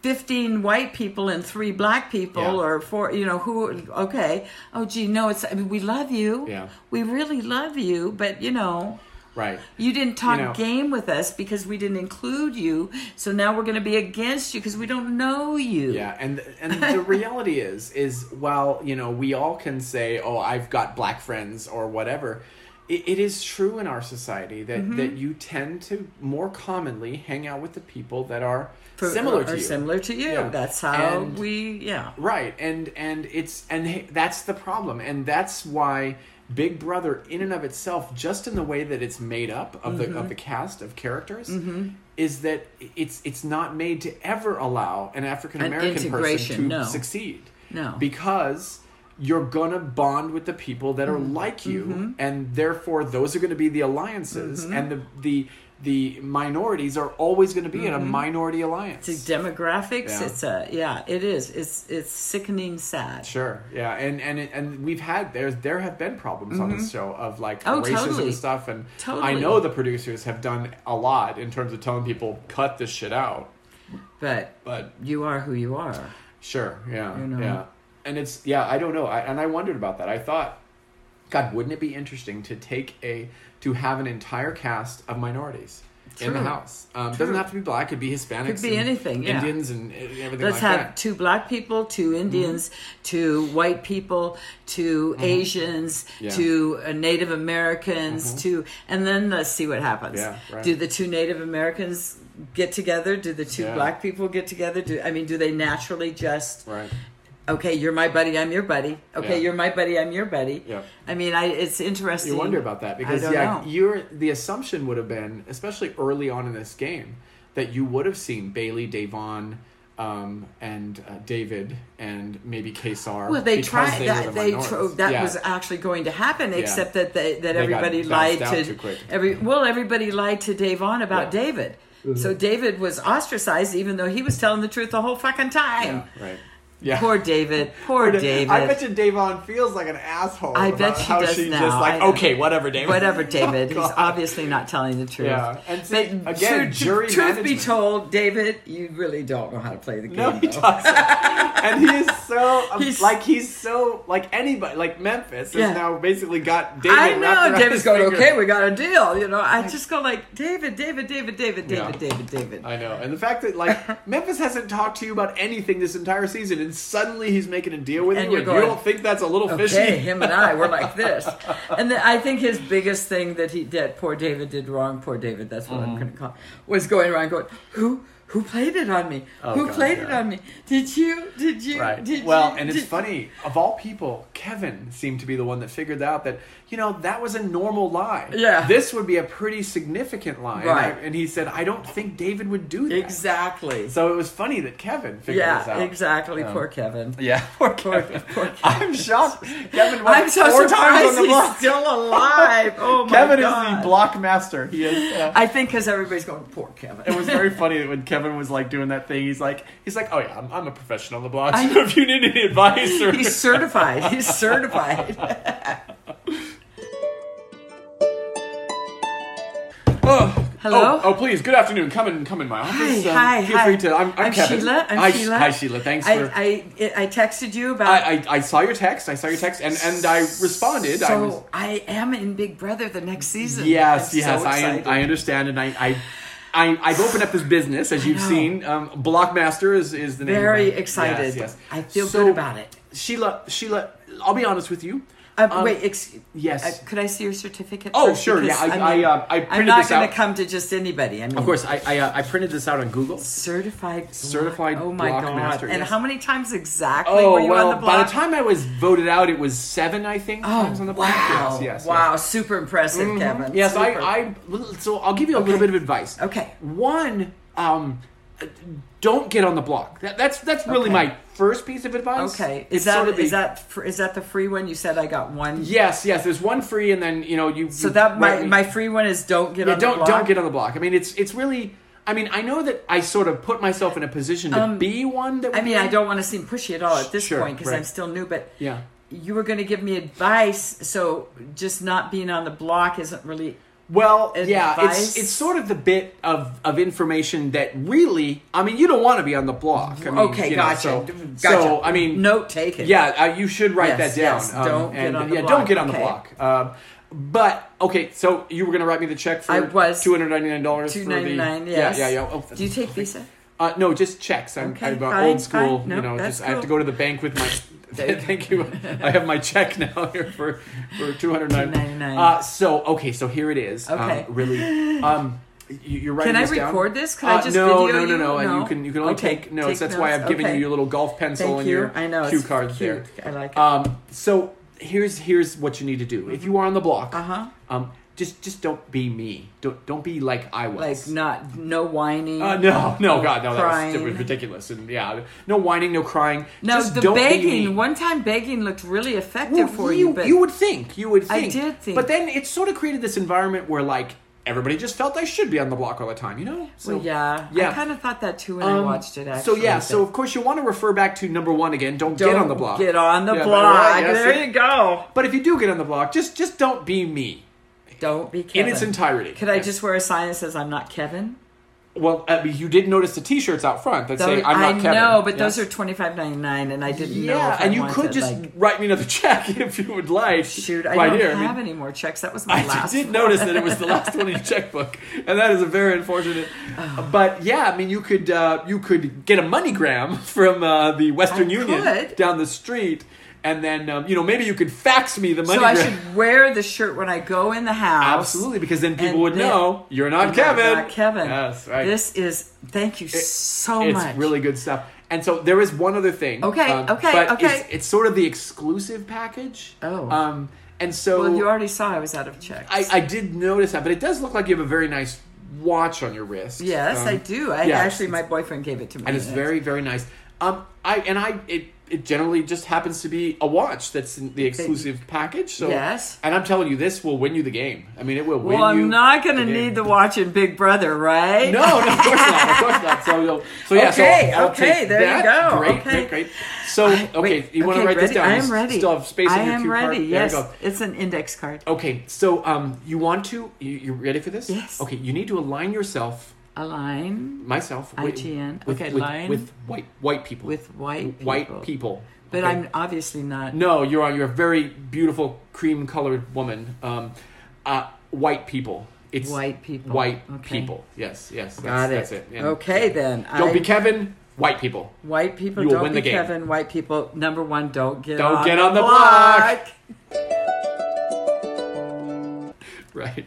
Speaker 2: 15 white people and 3 black people
Speaker 1: Yeah.
Speaker 2: or 4, you know, who okay, oh gee, no, it's I mean, we love you.
Speaker 1: Yeah.
Speaker 2: We really love you, but you know,
Speaker 1: right.
Speaker 2: You didn't talk
Speaker 1: You know-
Speaker 2: game with us because we didn't include you. So now we're going to be against you because we don't know you.
Speaker 1: Yeah, and and the reality is is while you know we all can say, oh, I've got black friends or whatever, it, it is true in our society that that
Speaker 2: Mm-hmm.
Speaker 1: you tend to more commonly hang out with the people that are
Speaker 2: For-
Speaker 1: similar
Speaker 2: or
Speaker 1: to you.
Speaker 2: Similar to you.
Speaker 1: Yeah.
Speaker 2: That's how
Speaker 1: And-
Speaker 2: we. Yeah.
Speaker 1: Right, and and it's and h- that's the problem, and that's why Big Brother, in and of itself, just in the way that it's made up of the
Speaker 2: Mm-hmm.
Speaker 1: of the cast of characters, is that it's it's not made to ever allow an African American person
Speaker 2: integration,
Speaker 1: to
Speaker 2: no.
Speaker 1: succeed.
Speaker 2: No.
Speaker 1: because you're gonna bond with the people that
Speaker 2: Mm-hmm.
Speaker 1: are like you, and therefore those are gonna be the alliances,
Speaker 2: Mm-hmm.
Speaker 1: and the the the minorities are always gonna be in
Speaker 2: Mm-hmm.
Speaker 1: a minority alliance.
Speaker 2: It's a demographics.
Speaker 1: Yeah.
Speaker 2: It's a yeah. It is. It's it's sickening sad.
Speaker 1: Sure. Yeah, and and it- and we've had there's there have been problems on this show of like
Speaker 2: Oh,
Speaker 1: racism
Speaker 2: totally.
Speaker 1: and stuff, and I
Speaker 2: Totally.
Speaker 1: know the producers have done a lot in terms of telling people cut this shit out,
Speaker 2: But
Speaker 1: but
Speaker 2: you are who you are.
Speaker 1: sure, yeah,
Speaker 2: You know.
Speaker 1: yeah, and it's yeah, I don't know, I, and I wondered about that. I thought, God, wouldn't it be interesting to take a to have an entire cast of minorities in the
Speaker 2: True.
Speaker 1: house? Um, doesn't have to be black; could be Hispanics,
Speaker 2: Could be
Speaker 1: and
Speaker 2: anything, yeah.
Speaker 1: Indians, and everything.
Speaker 2: Let's
Speaker 1: like
Speaker 2: have
Speaker 1: that. Mm-hmm.
Speaker 2: two black people, two Indians, two white people, 2 Asians,
Speaker 1: Mm-hmm. Yeah. Mm-hmm.
Speaker 2: two uh, Native Americans, two, and then let's see what happens.
Speaker 1: Yeah, right.
Speaker 2: Do the two Native Americans get together? Do the two
Speaker 1: Yeah.
Speaker 2: black people get together? Do I mean, do they naturally just
Speaker 1: right.
Speaker 2: okay? You're my buddy, I'm your buddy. Okay,
Speaker 1: Yeah.
Speaker 2: you're my buddy, I'm your buddy.
Speaker 1: Yeah.
Speaker 2: I mean, I it's interesting.
Speaker 1: You wonder about that because
Speaker 2: don't
Speaker 1: yeah,
Speaker 2: know.
Speaker 1: you're the assumption would have been, especially early on in this game, that you would have seen Bailey, Davon, um, and uh, David, and maybe Kesar.
Speaker 2: Well, they
Speaker 1: because
Speaker 2: tried
Speaker 1: were
Speaker 2: that.
Speaker 1: the
Speaker 2: They
Speaker 1: minorities.
Speaker 2: tro- that
Speaker 1: Yeah.
Speaker 2: was actually going to happen, except that they, that
Speaker 1: They got
Speaker 2: everybody lied
Speaker 1: bounced out
Speaker 2: to
Speaker 1: too quick.
Speaker 2: every. Well, everybody lied to Davon about
Speaker 1: Yeah.
Speaker 2: David. So David was ostracized, even though he was telling the truth the whole fucking time.
Speaker 1: yeah, right. Yeah. uh,
Speaker 2: Poor David. Poor David.
Speaker 1: I bet you Davon feels like an asshole.
Speaker 2: I
Speaker 1: about
Speaker 2: bet she
Speaker 1: how
Speaker 2: does
Speaker 1: she
Speaker 2: now.
Speaker 1: just like
Speaker 2: I-
Speaker 1: okay, whatever, David. Oh,
Speaker 2: Whatever, David. He's
Speaker 1: God.
Speaker 2: obviously not telling the truth.
Speaker 1: Yeah. And see, again, jury
Speaker 2: truth be
Speaker 1: management.
Speaker 2: told, David, you really don't know how to play the game.
Speaker 1: No, he
Speaker 2: though.
Speaker 1: doesn't. and he is so um,
Speaker 2: He's-
Speaker 1: like he's so like anybody like Memphis
Speaker 2: Yeah.
Speaker 1: has now basically got David.
Speaker 2: I
Speaker 1: wrapped
Speaker 2: know.
Speaker 1: around
Speaker 2: David's
Speaker 1: his
Speaker 2: going,
Speaker 1: finger.
Speaker 2: okay, we got a deal. You know, I just go like, David, David, David, David,
Speaker 1: Yeah.
Speaker 2: David, David, David.
Speaker 1: I know. And the fact that like Memphis hasn't talked to you about anything this entire season and suddenly he's making a deal with
Speaker 2: And
Speaker 1: you
Speaker 2: you're
Speaker 1: and you
Speaker 2: going,
Speaker 1: don't think that's a little
Speaker 2: okay,
Speaker 1: fishy.
Speaker 2: him and I were like this. And then I think his biggest thing that he that poor David did wrong, poor David, that's what I'm going
Speaker 1: Mm-hmm.
Speaker 2: to call, was going around going, who who played it on me?
Speaker 1: Oh,
Speaker 2: who
Speaker 1: God,
Speaker 2: played it
Speaker 1: yeah.
Speaker 2: on me? Did you? Did you?
Speaker 1: Right.
Speaker 2: Did
Speaker 1: Well,
Speaker 2: you?
Speaker 1: and it's
Speaker 2: Did-
Speaker 1: funny, of all people, Kevin seemed to be the one that figured out that you know, that was a normal lie.
Speaker 2: Yeah.
Speaker 1: This would be a pretty significant lie. And I-
Speaker 2: Right.
Speaker 1: And, he said, I don't think David would do that.
Speaker 2: Exactly.
Speaker 1: So it was funny that Kevin figured this
Speaker 2: yeah,
Speaker 1: out.
Speaker 2: exactly.
Speaker 1: Um,
Speaker 2: Poor Kevin.
Speaker 1: Yeah, poor
Speaker 2: Poor-
Speaker 1: Kevin.
Speaker 2: poor Kevin.
Speaker 1: I'm shocked. Kevin went
Speaker 2: I'm so
Speaker 1: four times on
Speaker 2: surprised
Speaker 1: the block.
Speaker 2: he's still alive. Oh my
Speaker 1: Kevin
Speaker 2: god.
Speaker 1: is the block master. He is. uh,
Speaker 2: I think because everybody's going, poor Kevin.
Speaker 1: it was very funny when Kevin was like doing that thing. He's like, he's like, oh yeah, I'm, I'm a professional on the block.
Speaker 2: I
Speaker 1: So if you need any advice or
Speaker 2: He's certified. He's certified.
Speaker 1: oh, oh,
Speaker 2: Hello?
Speaker 1: oh, please, good afternoon. Come in, come in my office. Um,
Speaker 2: Hi, hi,
Speaker 1: feel
Speaker 2: hi.
Speaker 1: free to. I'm, I'm,
Speaker 2: I'm
Speaker 1: Kevin.
Speaker 2: Sheila. I'm
Speaker 1: hi,
Speaker 2: Sheila.
Speaker 1: Hi, Sheila. Thanks for. I,
Speaker 2: I, I I texted you about.
Speaker 1: I, I saw your text. I saw your text, and and I responded.
Speaker 2: so
Speaker 1: I was.
Speaker 2: I am in Big Brother the next season.
Speaker 1: Yes,
Speaker 2: I'm
Speaker 1: yes,
Speaker 2: so
Speaker 1: I, un-
Speaker 2: excited.
Speaker 1: I understand, and I, I, I, I've opened up this business as you've
Speaker 2: know.
Speaker 1: seen. Um, Blockmaster is is the name. of
Speaker 2: Very
Speaker 1: it. Yes,
Speaker 2: excited.
Speaker 1: yes.
Speaker 2: I feel
Speaker 1: So,
Speaker 2: good about it.
Speaker 1: Sheila, Sheila, I'll be honest with you.
Speaker 2: Uh,
Speaker 1: um,
Speaker 2: wait, ex-
Speaker 1: yes.
Speaker 2: uh, could I see your certificate?
Speaker 1: Oh,
Speaker 2: first?
Speaker 1: sure, yeah,
Speaker 2: Because,
Speaker 1: I- I, uh, I
Speaker 2: I'm
Speaker 1: printed
Speaker 2: not
Speaker 1: this
Speaker 2: gonna
Speaker 1: out.
Speaker 2: come to just anybody. I mean,
Speaker 1: Of course, I I, uh, I printed this out on Google.
Speaker 2: certified block-
Speaker 1: Certified
Speaker 2: oh my
Speaker 1: block
Speaker 2: god
Speaker 1: master,
Speaker 2: and
Speaker 1: yes.
Speaker 2: how many times exactly were
Speaker 1: Oh
Speaker 2: you on
Speaker 1: well,
Speaker 2: the block
Speaker 1: by the time I was voted out, it was seven, I think,
Speaker 2: oh
Speaker 1: times on the block.
Speaker 2: wow
Speaker 1: Yes, yes, Mm-hmm.
Speaker 2: wow super impressive kevin
Speaker 1: Yes, I,
Speaker 2: Super.
Speaker 1: I. So I'll give you a little
Speaker 2: Okay.
Speaker 1: bit of advice.
Speaker 2: Okay.
Speaker 1: One, um, don't get on the block. That, that's that's really
Speaker 2: Okay.
Speaker 1: my first piece of advice.
Speaker 2: okay
Speaker 1: It's
Speaker 2: is that
Speaker 1: sort
Speaker 2: is
Speaker 1: of the-
Speaker 2: that fr- is that the free one you said i got one
Speaker 1: Yes, yes. There's one free, and then you know you.
Speaker 2: so
Speaker 1: you
Speaker 2: that my,
Speaker 1: rightly-
Speaker 2: my free one is don't get
Speaker 1: Yeah,
Speaker 2: on
Speaker 1: don't
Speaker 2: the block.
Speaker 1: don't get on the block. I mean, it's it's really. I mean, I know that I sort of put myself in a position to be one. That
Speaker 2: Um, i
Speaker 1: would be
Speaker 2: mean i
Speaker 1: on-
Speaker 2: don't want to seem pushy at all at this
Speaker 1: Sure,
Speaker 2: point because
Speaker 1: right.
Speaker 2: i'm still new but
Speaker 1: Yeah.
Speaker 2: you were going to give me advice so just not being on the block isn't really
Speaker 1: Well, yeah, it's
Speaker 2: Advice?
Speaker 1: it's sort of the bit of of information that really, I mean, you don't want to be on the block. I mean,
Speaker 2: okay
Speaker 1: you know,
Speaker 2: gotcha
Speaker 1: so-
Speaker 2: gotcha
Speaker 1: So I mean,
Speaker 2: note taken
Speaker 1: Yeah, uh, you should write
Speaker 2: Yes,
Speaker 1: that down. um,
Speaker 2: yes, don't get on the
Speaker 1: yeah,
Speaker 2: block,
Speaker 1: don't get on
Speaker 2: okay.
Speaker 1: the block. Uh, but okay, so you were going to write me the check for
Speaker 2: I was.
Speaker 1: two hundred ninety nine dollars.
Speaker 2: Two ninety nine. Yes.
Speaker 1: Yeah, yeah, yeah. Oh,
Speaker 2: Do you take Visa?
Speaker 1: Uh, no, just checks. I'm,
Speaker 2: Okay,
Speaker 1: I'm uh,
Speaker 2: fine,
Speaker 1: old school.
Speaker 2: fine. No,
Speaker 1: you know,
Speaker 2: that's
Speaker 1: just I have to
Speaker 2: cool.
Speaker 1: go to the bank with my.
Speaker 2: There you go.
Speaker 1: Thank you. I have my check now here for for two hundred ninety nine.
Speaker 2: $299.
Speaker 1: Uh, so okay, so here it is.
Speaker 2: Okay.
Speaker 1: Um, really. Um, you- you're writing
Speaker 2: Can I
Speaker 1: this down?
Speaker 2: record this? Can I
Speaker 1: Uh,
Speaker 2: just
Speaker 1: no,
Speaker 2: video
Speaker 1: no, no,
Speaker 2: you?
Speaker 1: no, And
Speaker 2: No?
Speaker 1: you can you can only
Speaker 2: Okay,
Speaker 1: take notes.
Speaker 2: take
Speaker 1: That's why
Speaker 2: notes.
Speaker 1: I've given
Speaker 2: Okay.
Speaker 1: you your little golf pencil
Speaker 2: Thank
Speaker 1: and
Speaker 2: you.
Speaker 1: your
Speaker 2: I know,
Speaker 1: cue
Speaker 2: it's
Speaker 1: cards
Speaker 2: cute.
Speaker 1: there.
Speaker 2: I like it.
Speaker 1: Um, so here's here's what you need to do. If you are on the block,
Speaker 2: Mm-hmm. Uh-huh.
Speaker 1: um, just just don't be me. Don't don't be like I
Speaker 2: Like
Speaker 1: was.
Speaker 2: not no whining.
Speaker 1: Uh, no, no, God, no, that was,
Speaker 2: Crying.
Speaker 1: it was ridiculous, and yeah, no whining, no crying.
Speaker 2: No,
Speaker 1: Just
Speaker 2: the
Speaker 1: don't be me.
Speaker 2: begging. One time begging looked really effective
Speaker 1: Well,
Speaker 2: for you, but
Speaker 1: would think, you would
Speaker 2: I
Speaker 1: think,
Speaker 2: did think.
Speaker 1: but then it sort of created this environment where like everybody just felt I should be on the block all the time, you know? So
Speaker 2: Well, yeah, I
Speaker 1: yeah.
Speaker 2: kind of thought that too when I
Speaker 1: Um,
Speaker 2: watched it. Actually,
Speaker 1: so yeah,
Speaker 2: but
Speaker 1: so of course you want to refer back to number one again. Don't,
Speaker 2: don't
Speaker 1: get on the block.
Speaker 2: Get on the
Speaker 1: Yeah, but-
Speaker 2: block.
Speaker 1: yeah,
Speaker 2: there
Speaker 1: so-
Speaker 2: you go.
Speaker 1: But if you do get on the block, just just don't be me
Speaker 2: Don't be Kevin.
Speaker 1: in its entirety.
Speaker 2: Could I
Speaker 1: Yes.
Speaker 2: just wear a sign that says I'm not Kevin?
Speaker 1: Well, I mean, you did notice the T-shirts out front that say
Speaker 2: Those-
Speaker 1: "I'm not
Speaker 2: I
Speaker 1: Kevin."
Speaker 2: know, but
Speaker 1: Yes.
Speaker 2: those are twenty five ninety nine, and I didn't know.
Speaker 1: Yeah,
Speaker 2: if I
Speaker 1: and you
Speaker 2: wanted,
Speaker 1: could just
Speaker 2: like,
Speaker 1: write me another check if you would like.
Speaker 2: shoot. I
Speaker 1: right
Speaker 2: don't
Speaker 1: here.
Speaker 2: have
Speaker 1: I, mean,
Speaker 2: any more checks. That was my
Speaker 1: I
Speaker 2: last.
Speaker 1: did
Speaker 2: one.
Speaker 1: notice that it was the last one in your checkbook, and that is a very unfortunate.
Speaker 2: Oh.
Speaker 1: But yeah, I mean, you could uh, you could get a MoneyGram from uh, the Western
Speaker 2: I
Speaker 1: Union
Speaker 2: could.
Speaker 1: down the street, and then um, you know maybe you could fax me the MoneyGram.
Speaker 2: So I should wear the shirt when I go in the house.
Speaker 1: Absolutely, because then people
Speaker 2: And
Speaker 1: would
Speaker 2: then-
Speaker 1: know you're not
Speaker 2: Yeah,
Speaker 1: Kevin.
Speaker 2: not Kevin.
Speaker 1: Yes, right.
Speaker 2: This is thank you so
Speaker 1: it's
Speaker 2: much.
Speaker 1: really good stuff. And so there is one other thing. um,
Speaker 2: Okay, okay,
Speaker 1: but
Speaker 2: okay.
Speaker 1: It's, it's sort of the exclusive package.
Speaker 2: Oh.
Speaker 1: Um, and so
Speaker 2: well. You already saw I was out of checks.
Speaker 1: I, I did notice that, but it does look like you have a very nice watch on your wrist.
Speaker 2: yes,
Speaker 1: Um,
Speaker 2: I do. I
Speaker 1: yeah,
Speaker 2: actually,
Speaker 1: it's-
Speaker 2: my boyfriend gave it to me,
Speaker 1: And it's very, very nice. Um, I and I it it generally just happens to be a watch that's in the exclusive package. So
Speaker 2: Yes.
Speaker 1: and I'm telling you, this will win you the game. I mean, it will win
Speaker 2: Well,
Speaker 1: you.
Speaker 2: I'm not going to
Speaker 1: the game.
Speaker 2: need the watch in Big Brother, right?
Speaker 1: No, no, of course not. Of course not. So, you'll- so yeah. so
Speaker 2: Okay,
Speaker 1: I'll
Speaker 2: okay,
Speaker 1: take
Speaker 2: there you
Speaker 1: that.
Speaker 2: go.
Speaker 1: Great,
Speaker 2: Okay.
Speaker 1: great, great. So,
Speaker 2: I-
Speaker 1: okay,
Speaker 2: wait,
Speaker 1: you want to
Speaker 2: okay,
Speaker 1: write
Speaker 2: ready?
Speaker 1: this down?
Speaker 2: I
Speaker 1: You
Speaker 2: am ready.
Speaker 1: Still have space
Speaker 2: I
Speaker 1: in your
Speaker 2: am
Speaker 1: cue
Speaker 2: ready.
Speaker 1: card.
Speaker 2: Yes,
Speaker 1: There you go.
Speaker 2: it's an index card.
Speaker 1: Okay, so um, you want to? You, you ready for this?
Speaker 2: Yes.
Speaker 1: Okay, you need to align yourself,
Speaker 2: A line
Speaker 1: myself, with,
Speaker 2: IGN.
Speaker 1: with,
Speaker 2: Okay,
Speaker 1: with,
Speaker 2: line.
Speaker 1: with white white people,
Speaker 2: with white people.
Speaker 1: white people.
Speaker 2: But
Speaker 1: Okay?
Speaker 2: I'm obviously not.
Speaker 1: no, you're on. You're a very beautiful cream colored woman. Um, uh, white people. It's
Speaker 2: White people.
Speaker 1: White
Speaker 2: Okay.
Speaker 1: people. Yes, yes. That's,
Speaker 2: Got it.
Speaker 1: That's it. And-
Speaker 2: Okay, then.
Speaker 1: Don't
Speaker 2: I-
Speaker 1: be Kevin. White people.
Speaker 2: White people
Speaker 1: You will
Speaker 2: don't
Speaker 1: win
Speaker 2: be
Speaker 1: the game.
Speaker 2: Kevin. White people, number one, don't get
Speaker 1: Don't
Speaker 2: on
Speaker 1: get
Speaker 2: the
Speaker 1: on the
Speaker 2: block.
Speaker 1: Right.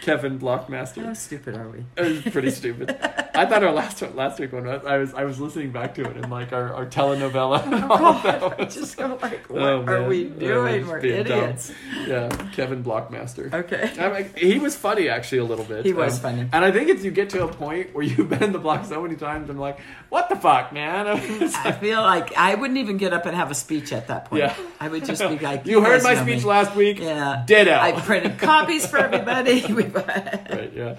Speaker 1: Kevin Blockmaster.
Speaker 2: How stupid are we?
Speaker 1: It was pretty stupid. I thought our last one, last week one was I was I was listening back to it in like our, our telenovela.
Speaker 2: Oh,
Speaker 1: And all of that was,
Speaker 2: Just go like, what
Speaker 1: Oh,
Speaker 2: are
Speaker 1: man.
Speaker 2: we
Speaker 1: Yeah,
Speaker 2: doing?
Speaker 1: just
Speaker 2: We're
Speaker 1: being dumb.
Speaker 2: idiots.
Speaker 1: Yeah, Kevin Blockmaster.
Speaker 2: Okay.
Speaker 1: I'm like, he was funny actually a little bit. Um,
Speaker 2: He was funny.
Speaker 1: and I think it's you get to a point where you've been in the block so many times. I'm like, what the fuck, man?
Speaker 2: I feel like I wouldn't even get up and have a speech at that point.
Speaker 1: Yeah.
Speaker 2: I would just be like,
Speaker 1: you heard
Speaker 2: guys
Speaker 1: my
Speaker 2: know
Speaker 1: speech
Speaker 2: me."
Speaker 1: last week.
Speaker 2: Yeah.
Speaker 1: Ditto.
Speaker 2: I printed copies for everybody. We-
Speaker 1: right. Yeah.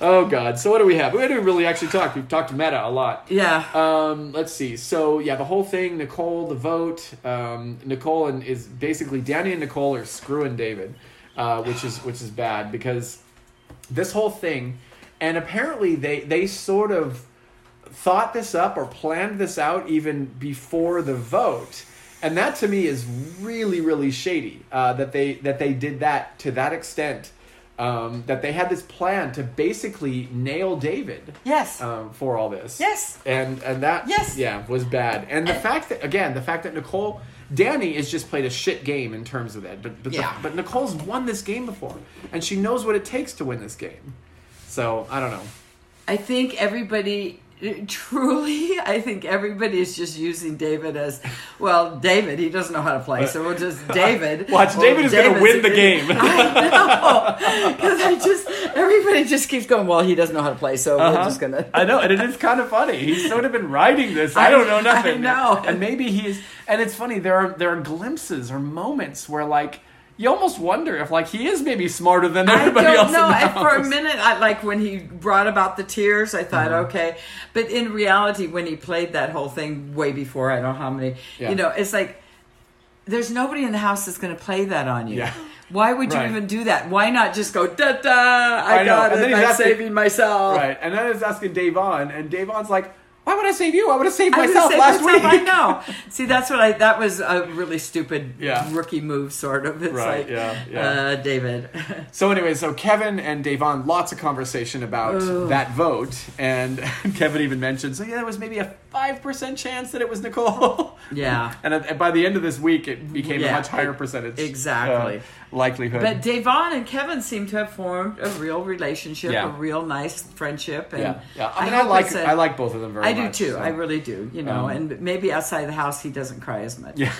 Speaker 1: Oh God. So what do we have? We haven't really actually talked. We've talked meta a lot.
Speaker 2: yeah.
Speaker 1: Um, let's see. So yeah, the whole thing. Nicole, the vote. Um, Nicole and is basically Danny and Nicole are screwing David, uh, which is which is bad because this whole thing, and apparently they they sort of thought this up or planned this out even before the vote. And that to me is really, really shady uh, that they that they did that to that extent. Um, that they had this plan to basically nail David
Speaker 2: yes.
Speaker 1: um, for all this.
Speaker 2: Yes.
Speaker 1: And and that
Speaker 2: Yes.
Speaker 1: yeah was bad. And the
Speaker 2: And-
Speaker 1: fact that again the fact that Nicole Danny has just played a shit game in terms of that. But but, the-
Speaker 2: Yeah.
Speaker 1: but Nicole's won this game before, and she knows what it takes to win this game. So I don't know.
Speaker 2: I think everybody truly I think everybody is just using David as well David he doesn't know how to play so we'll just David
Speaker 1: Watch,
Speaker 2: Well,
Speaker 1: David is gonna
Speaker 2: David's
Speaker 1: win
Speaker 2: a
Speaker 1: the
Speaker 2: good-
Speaker 1: game.
Speaker 2: I know because I just everybody just keeps going well he doesn't know how to play so we're just gonna
Speaker 1: Uh-huh. I know, and it is kind of funny. He's sort of been riding this. I,
Speaker 2: I-
Speaker 1: don't know nothing.
Speaker 2: I know.
Speaker 1: and maybe he's. And it's funny. There are there are glimpses or moments where like you almost wonder if like he is maybe smarter than
Speaker 2: I
Speaker 1: everybody else.
Speaker 2: don't
Speaker 1: in
Speaker 2: know.
Speaker 1: the
Speaker 2: I- for a
Speaker 1: house.
Speaker 2: minute, I like when he brought about the tears. I thought,
Speaker 1: Uh-huh.
Speaker 2: okay, but in reality, when he played that whole thing way before, I don't know how many.
Speaker 1: Yeah.
Speaker 2: You know, it's like there's nobody in the house that's going to play that on you.
Speaker 1: Yeah.
Speaker 2: Why would you
Speaker 1: Right.
Speaker 2: even do that? Why not just go da da? I,
Speaker 1: I know.
Speaker 2: got
Speaker 1: And then
Speaker 2: it.
Speaker 1: he's
Speaker 2: I'm
Speaker 1: asking-
Speaker 2: saving myself.
Speaker 1: Right, and then it's asking Davon, and Davon's like, "Why would I save you? I would have saved
Speaker 2: I was
Speaker 1: myself
Speaker 2: saying
Speaker 1: last
Speaker 2: myself,
Speaker 1: week."
Speaker 2: I know. See, that's what I. That was a really stupid
Speaker 1: Yeah.
Speaker 2: rookie move, sort of. It's
Speaker 1: Right,
Speaker 2: like,
Speaker 1: yeah, yeah.
Speaker 2: Uh, David.
Speaker 1: So anyway, so Kevin and Davon, lots of conversation about that vote, and Kevin even mentioned, so yeah, there was maybe a five percent chance that it was Nicole.
Speaker 2: Yeah.
Speaker 1: and, at- by the end of this week, it became a
Speaker 2: Yeah, e-,
Speaker 1: much higher percentage
Speaker 2: exactly.
Speaker 1: uh, likelihood.
Speaker 2: But Davon and Kevin seem to have formed a real relationship,
Speaker 1: Yeah.
Speaker 2: a real nice friendship. And
Speaker 1: yeah, yeah. I mean, I,
Speaker 2: hope
Speaker 1: like
Speaker 2: it's a-
Speaker 1: I like both of them very
Speaker 2: I do
Speaker 1: much.
Speaker 2: too.
Speaker 1: so.
Speaker 2: I really do. You know,
Speaker 1: Um,
Speaker 2: and maybe outside the house he doesn't cry as much.
Speaker 1: Yeah.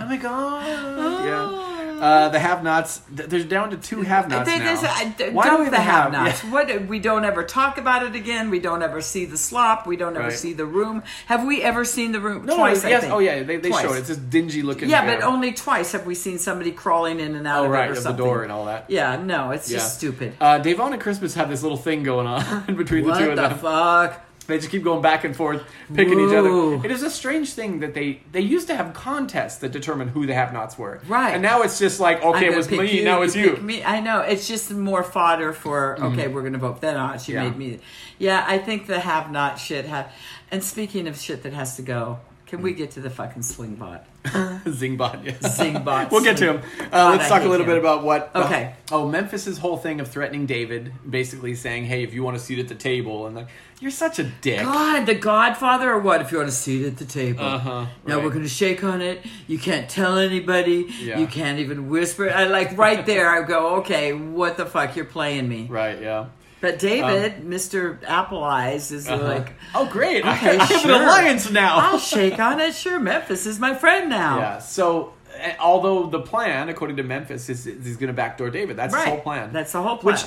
Speaker 1: oh my god.
Speaker 2: Ah.
Speaker 1: Yeah. Uh, the have-nots. th- They're down to two
Speaker 2: I
Speaker 1: have-nots
Speaker 2: think
Speaker 1: now.
Speaker 2: it's I, d-
Speaker 1: Why do we
Speaker 2: dump the
Speaker 1: even have-
Speaker 2: have-nots. What we don't ever talk about it again. We don't ever see the slop. We don't ever
Speaker 1: Right.
Speaker 2: see the room. Have we ever seen the room?
Speaker 1: No,
Speaker 2: twice. I
Speaker 1: yes.
Speaker 2: think.
Speaker 1: Oh, yeah. They, they
Speaker 2: Twice.
Speaker 1: showed it. It's this dingy looking.
Speaker 2: Yeah, but only twice have we seen somebody crawling in and out
Speaker 1: oh
Speaker 2: of
Speaker 1: right
Speaker 2: it or
Speaker 1: of the
Speaker 2: something.
Speaker 1: door and all that.
Speaker 2: Yeah, no, it's
Speaker 1: Yeah.
Speaker 2: just stupid.
Speaker 1: Uh, Davon and Christmas have this little thing going on between the
Speaker 2: what
Speaker 1: two of
Speaker 2: the
Speaker 1: them.
Speaker 2: fuck?
Speaker 1: They just keep going back and forth, picking each other.
Speaker 2: Whoa.
Speaker 1: It is a strange thing that they they used to have contests that determine who the have-nots were.
Speaker 2: Right.
Speaker 1: And now it's just like, okay,
Speaker 2: I'm
Speaker 1: it
Speaker 2: gonna
Speaker 1: was
Speaker 2: pick
Speaker 1: me, now it's
Speaker 2: pick
Speaker 1: you. Mm-hmm.
Speaker 2: Me, I know. It's just more fodder for okay, we're gonna vote that out. She
Speaker 1: Yeah.
Speaker 2: made me. Yeah, I think the have not shit have. And speaking of shit that has to go, can
Speaker 1: Mm.
Speaker 2: we get to the fucking sling bot?
Speaker 1: Zingbot. Yes.
Speaker 2: Sling bot.
Speaker 1: We'll get to him. Uh,
Speaker 2: God,
Speaker 1: let's
Speaker 2: I
Speaker 1: talk a
Speaker 2: hate
Speaker 1: little
Speaker 2: him.
Speaker 1: bit about what.
Speaker 2: Okay.
Speaker 1: oh, Memphis's whole thing of threatening David, basically saying, "Hey, if you want a seat at the table," and like, "You're such a dick."
Speaker 2: God, the Godfather or what? If you want a seat at the table,
Speaker 1: Uh-huh,
Speaker 2: now
Speaker 1: right.
Speaker 2: we're gonna shake on it. You can't tell anybody.
Speaker 1: Yeah.
Speaker 2: You can't even whisper. I like right there. I go, okay, what the fuck? You're playing me.
Speaker 1: Right. Yeah.
Speaker 2: But David, Mister Apple Eyes, is
Speaker 1: Uh-huh.
Speaker 2: like,
Speaker 1: oh great!
Speaker 2: Okay,
Speaker 1: I have
Speaker 2: sure.
Speaker 1: an alliance now.
Speaker 2: I'll shake on it. Sure, Memphis is my friend now.
Speaker 1: Yeah. So, eh, although the plan, according to Memphis, is is he's going to backdoor David. That's
Speaker 2: Right.
Speaker 1: his whole plan.
Speaker 2: That's the whole plan.
Speaker 1: Which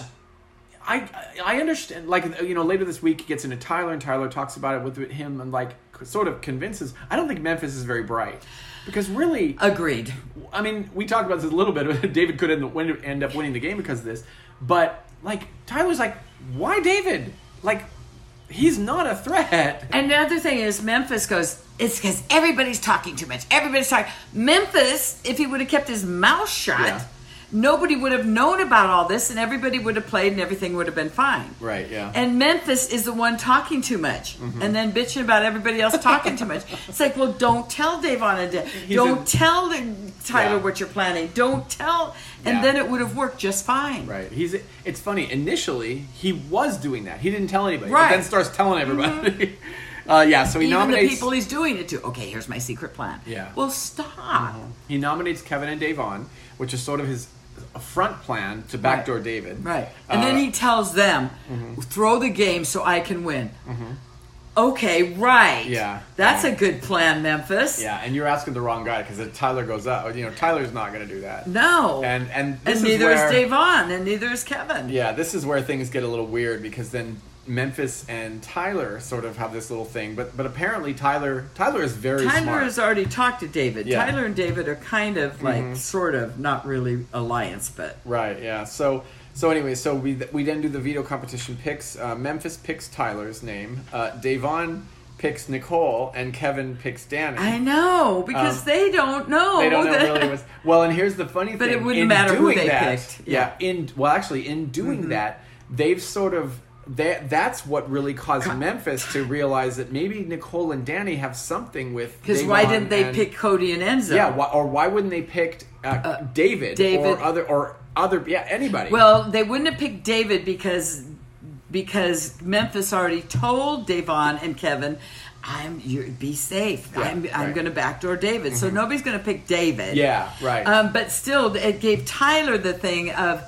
Speaker 1: I I understand. Like you know, later this week he gets into Tyler, and Tyler talks about it with him, and like sort of convinces. I don't think Memphis is very bright because really,
Speaker 2: Agreed.
Speaker 1: I mean, we talked about this a little bit. David could end, win, end up winning the game because of this, but like Tyler's like, why David? Like, he's not a threat.
Speaker 2: And the other thing is, Memphis goes, it's because everybody's talking too much. Everybody's talking. Memphis, if he would have kept his mouth shut,
Speaker 1: Yeah.
Speaker 2: nobody would have known about all this and everybody would have played and everything would have been fine.
Speaker 1: Right. Yeah. Mm-hmm.
Speaker 2: And Memphis is the one talking too much and then bitching about everybody else talking too much. It's like, well, don't tell Davon and Da- don't
Speaker 1: a-
Speaker 2: tell the- Tyler
Speaker 1: Yeah.
Speaker 2: what you're planning. Don't tell. And
Speaker 1: Yeah.
Speaker 2: then it would have worked just fine.
Speaker 1: Right. He's. It's funny. Initially, he was doing that. He didn't tell anybody. But
Speaker 2: Right. Mm-hmm.
Speaker 1: then starts telling everybody. uh, yeah. So he
Speaker 2: Even
Speaker 1: nominates.
Speaker 2: the people he's doing it to. Okay, here's my secret plan.
Speaker 1: Yeah. Mm-hmm.
Speaker 2: Well, stop.
Speaker 1: he nominates Kevin and Davon, which is sort of his a front plan to backdoor David.
Speaker 2: Right. And
Speaker 1: Uh, mm-hmm.
Speaker 2: then he tells them, throw the game so I can win. Okay, right.
Speaker 1: Yeah.
Speaker 2: That's a good plan, Memphis.
Speaker 1: Yeah, and you're asking the wrong guy because Tyler goes up. You know, Tyler's not going to do that.
Speaker 2: No.
Speaker 1: And and this
Speaker 2: and neither
Speaker 1: is where,
Speaker 2: is Davon, and neither is Kevin.
Speaker 1: Yeah, this is where things get a little weird because then Memphis and Tyler sort of have this little thing, but but apparently Tyler Tyler is very
Speaker 2: Tyler
Speaker 1: smart.
Speaker 2: has already talked to David.
Speaker 1: Yeah. Mm-hmm.
Speaker 2: Tyler and David are kind of like, sort of, not really alliance, but
Speaker 1: Right. Yeah. So so anyway, so we we then do the veto competition picks. Uh, Memphis picks Tyler's name. Uh, Davon picks Nicole, and Kevin picks Danny.
Speaker 2: I know because
Speaker 1: Um,
Speaker 2: they don't know.
Speaker 1: they don't know
Speaker 2: that-
Speaker 1: really what's well. And here's the funny
Speaker 2: But
Speaker 1: thing:
Speaker 2: it wouldn't
Speaker 1: in
Speaker 2: matter who
Speaker 1: doing
Speaker 2: they
Speaker 1: that,
Speaker 2: picked. Mm-hmm.
Speaker 1: Yeah. In well, actually, in doing that, they've sort of that. That's what really caused Memphis to realize that maybe Nicole and Danny have something with.
Speaker 2: Because why
Speaker 1: Davon
Speaker 2: didn't they
Speaker 1: and-
Speaker 2: pick Cody and Enzo?
Speaker 1: Yeah. Why, or why wouldn't they pick uh, David,
Speaker 2: David.
Speaker 1: or other or other? Yeah. Anybody.
Speaker 2: Well, they wouldn't have picked David because because Memphis already told Davon and Kevin, "I'm you be safe.
Speaker 1: Yeah,
Speaker 2: I'm I'm
Speaker 1: right. Mm-hmm.
Speaker 2: going to backdoor David." So nobody's going to pick David.
Speaker 1: Yeah. Right.
Speaker 2: Um, but still, it gave Tyler the thing of,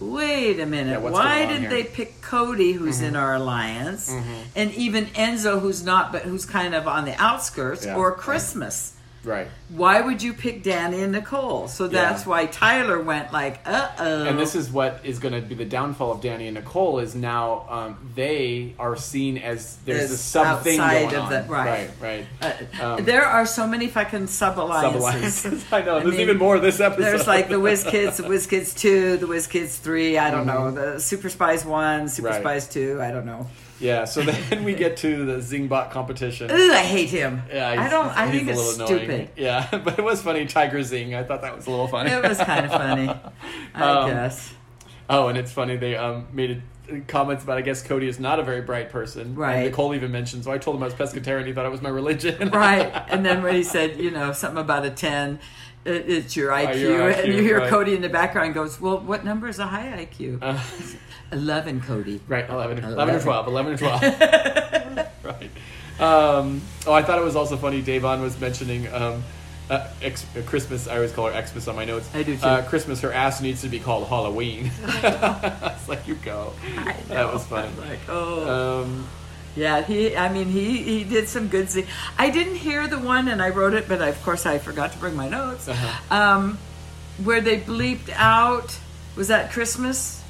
Speaker 2: wait a
Speaker 1: Yeah,
Speaker 2: minute,
Speaker 1: what's
Speaker 2: why
Speaker 1: going on
Speaker 2: did
Speaker 1: here?" Mm-hmm.
Speaker 2: they pick Cody, who's in our alliance, and even Enzo, who's not, but who's kind of on the outskirts,
Speaker 1: Yeah,
Speaker 2: or
Speaker 1: right.
Speaker 2: Christmas?
Speaker 1: right.
Speaker 2: Why would you pick Danny and Nicole? So that's why Tyler went like, uh oh.
Speaker 1: and this is what is going to be the downfall of Danny and Nicole is now um, they are seen as there's
Speaker 2: As
Speaker 1: this sub thing
Speaker 2: outside
Speaker 1: going
Speaker 2: of
Speaker 1: on.
Speaker 2: the- right.
Speaker 1: right, right.
Speaker 2: Uh,
Speaker 1: Um,
Speaker 2: there are so many fucking sub alliances.
Speaker 1: Sub-alliances. I know.
Speaker 2: I
Speaker 1: there's
Speaker 2: mean,
Speaker 1: even more of this episode.
Speaker 2: There's like the Whiz Kids, the Whiz Kids two, the Whiz Kids three. I don't know. The Super Spies one, Super
Speaker 1: Mm-hmm. Right.
Speaker 2: Spies two. I don't know.
Speaker 1: yeah. So then we get to the Zingbot competition.
Speaker 2: Ugh, I hate him.
Speaker 1: Yeah,
Speaker 2: I
Speaker 1: he's-
Speaker 2: don't. I
Speaker 1: he's
Speaker 2: think
Speaker 1: a
Speaker 2: it's
Speaker 1: little
Speaker 2: stupid.
Speaker 1: Annoying. Yeah, but it was funny. Tiger Zing. I thought that was a little funny.
Speaker 2: It was kind of funny. I
Speaker 1: Um,
Speaker 2: guess.
Speaker 1: Oh, and it's funny they um made a, comments about I guess Cody is not a very bright person.
Speaker 2: Right.
Speaker 1: And Nicole even mentions. So I told him I was pescatarian. He thought it was my religion.
Speaker 2: Right. And then when he said, you know, something about a ten, it, it's your IQ,
Speaker 1: Oh, your
Speaker 2: and
Speaker 1: IQ,
Speaker 2: you hear
Speaker 1: right. Uh.
Speaker 2: Cody in the background goes, "Well, what number is a high IQ?" Eleven, Cody.
Speaker 1: Right, 11, 11, or
Speaker 2: Eleven.
Speaker 1: 12. 11 or 12. right. Um, oh, I thought it was also funny. Davon was mentioning um, uh, ex- uh, Christmas. I always call her Xmas on my notes.
Speaker 2: I do too.
Speaker 1: Uh, Christmas, her ass needs to be called Halloween. it's like, you go. That was funny.
Speaker 2: Like, oh.
Speaker 1: Um,
Speaker 2: Yeah, he. I mean, he he did some good. Zing. I didn't hear the one, and I wrote it, but of course I forgot to bring my notes.
Speaker 1: Uh-huh.
Speaker 2: Um, where they bleeped out was that Christmas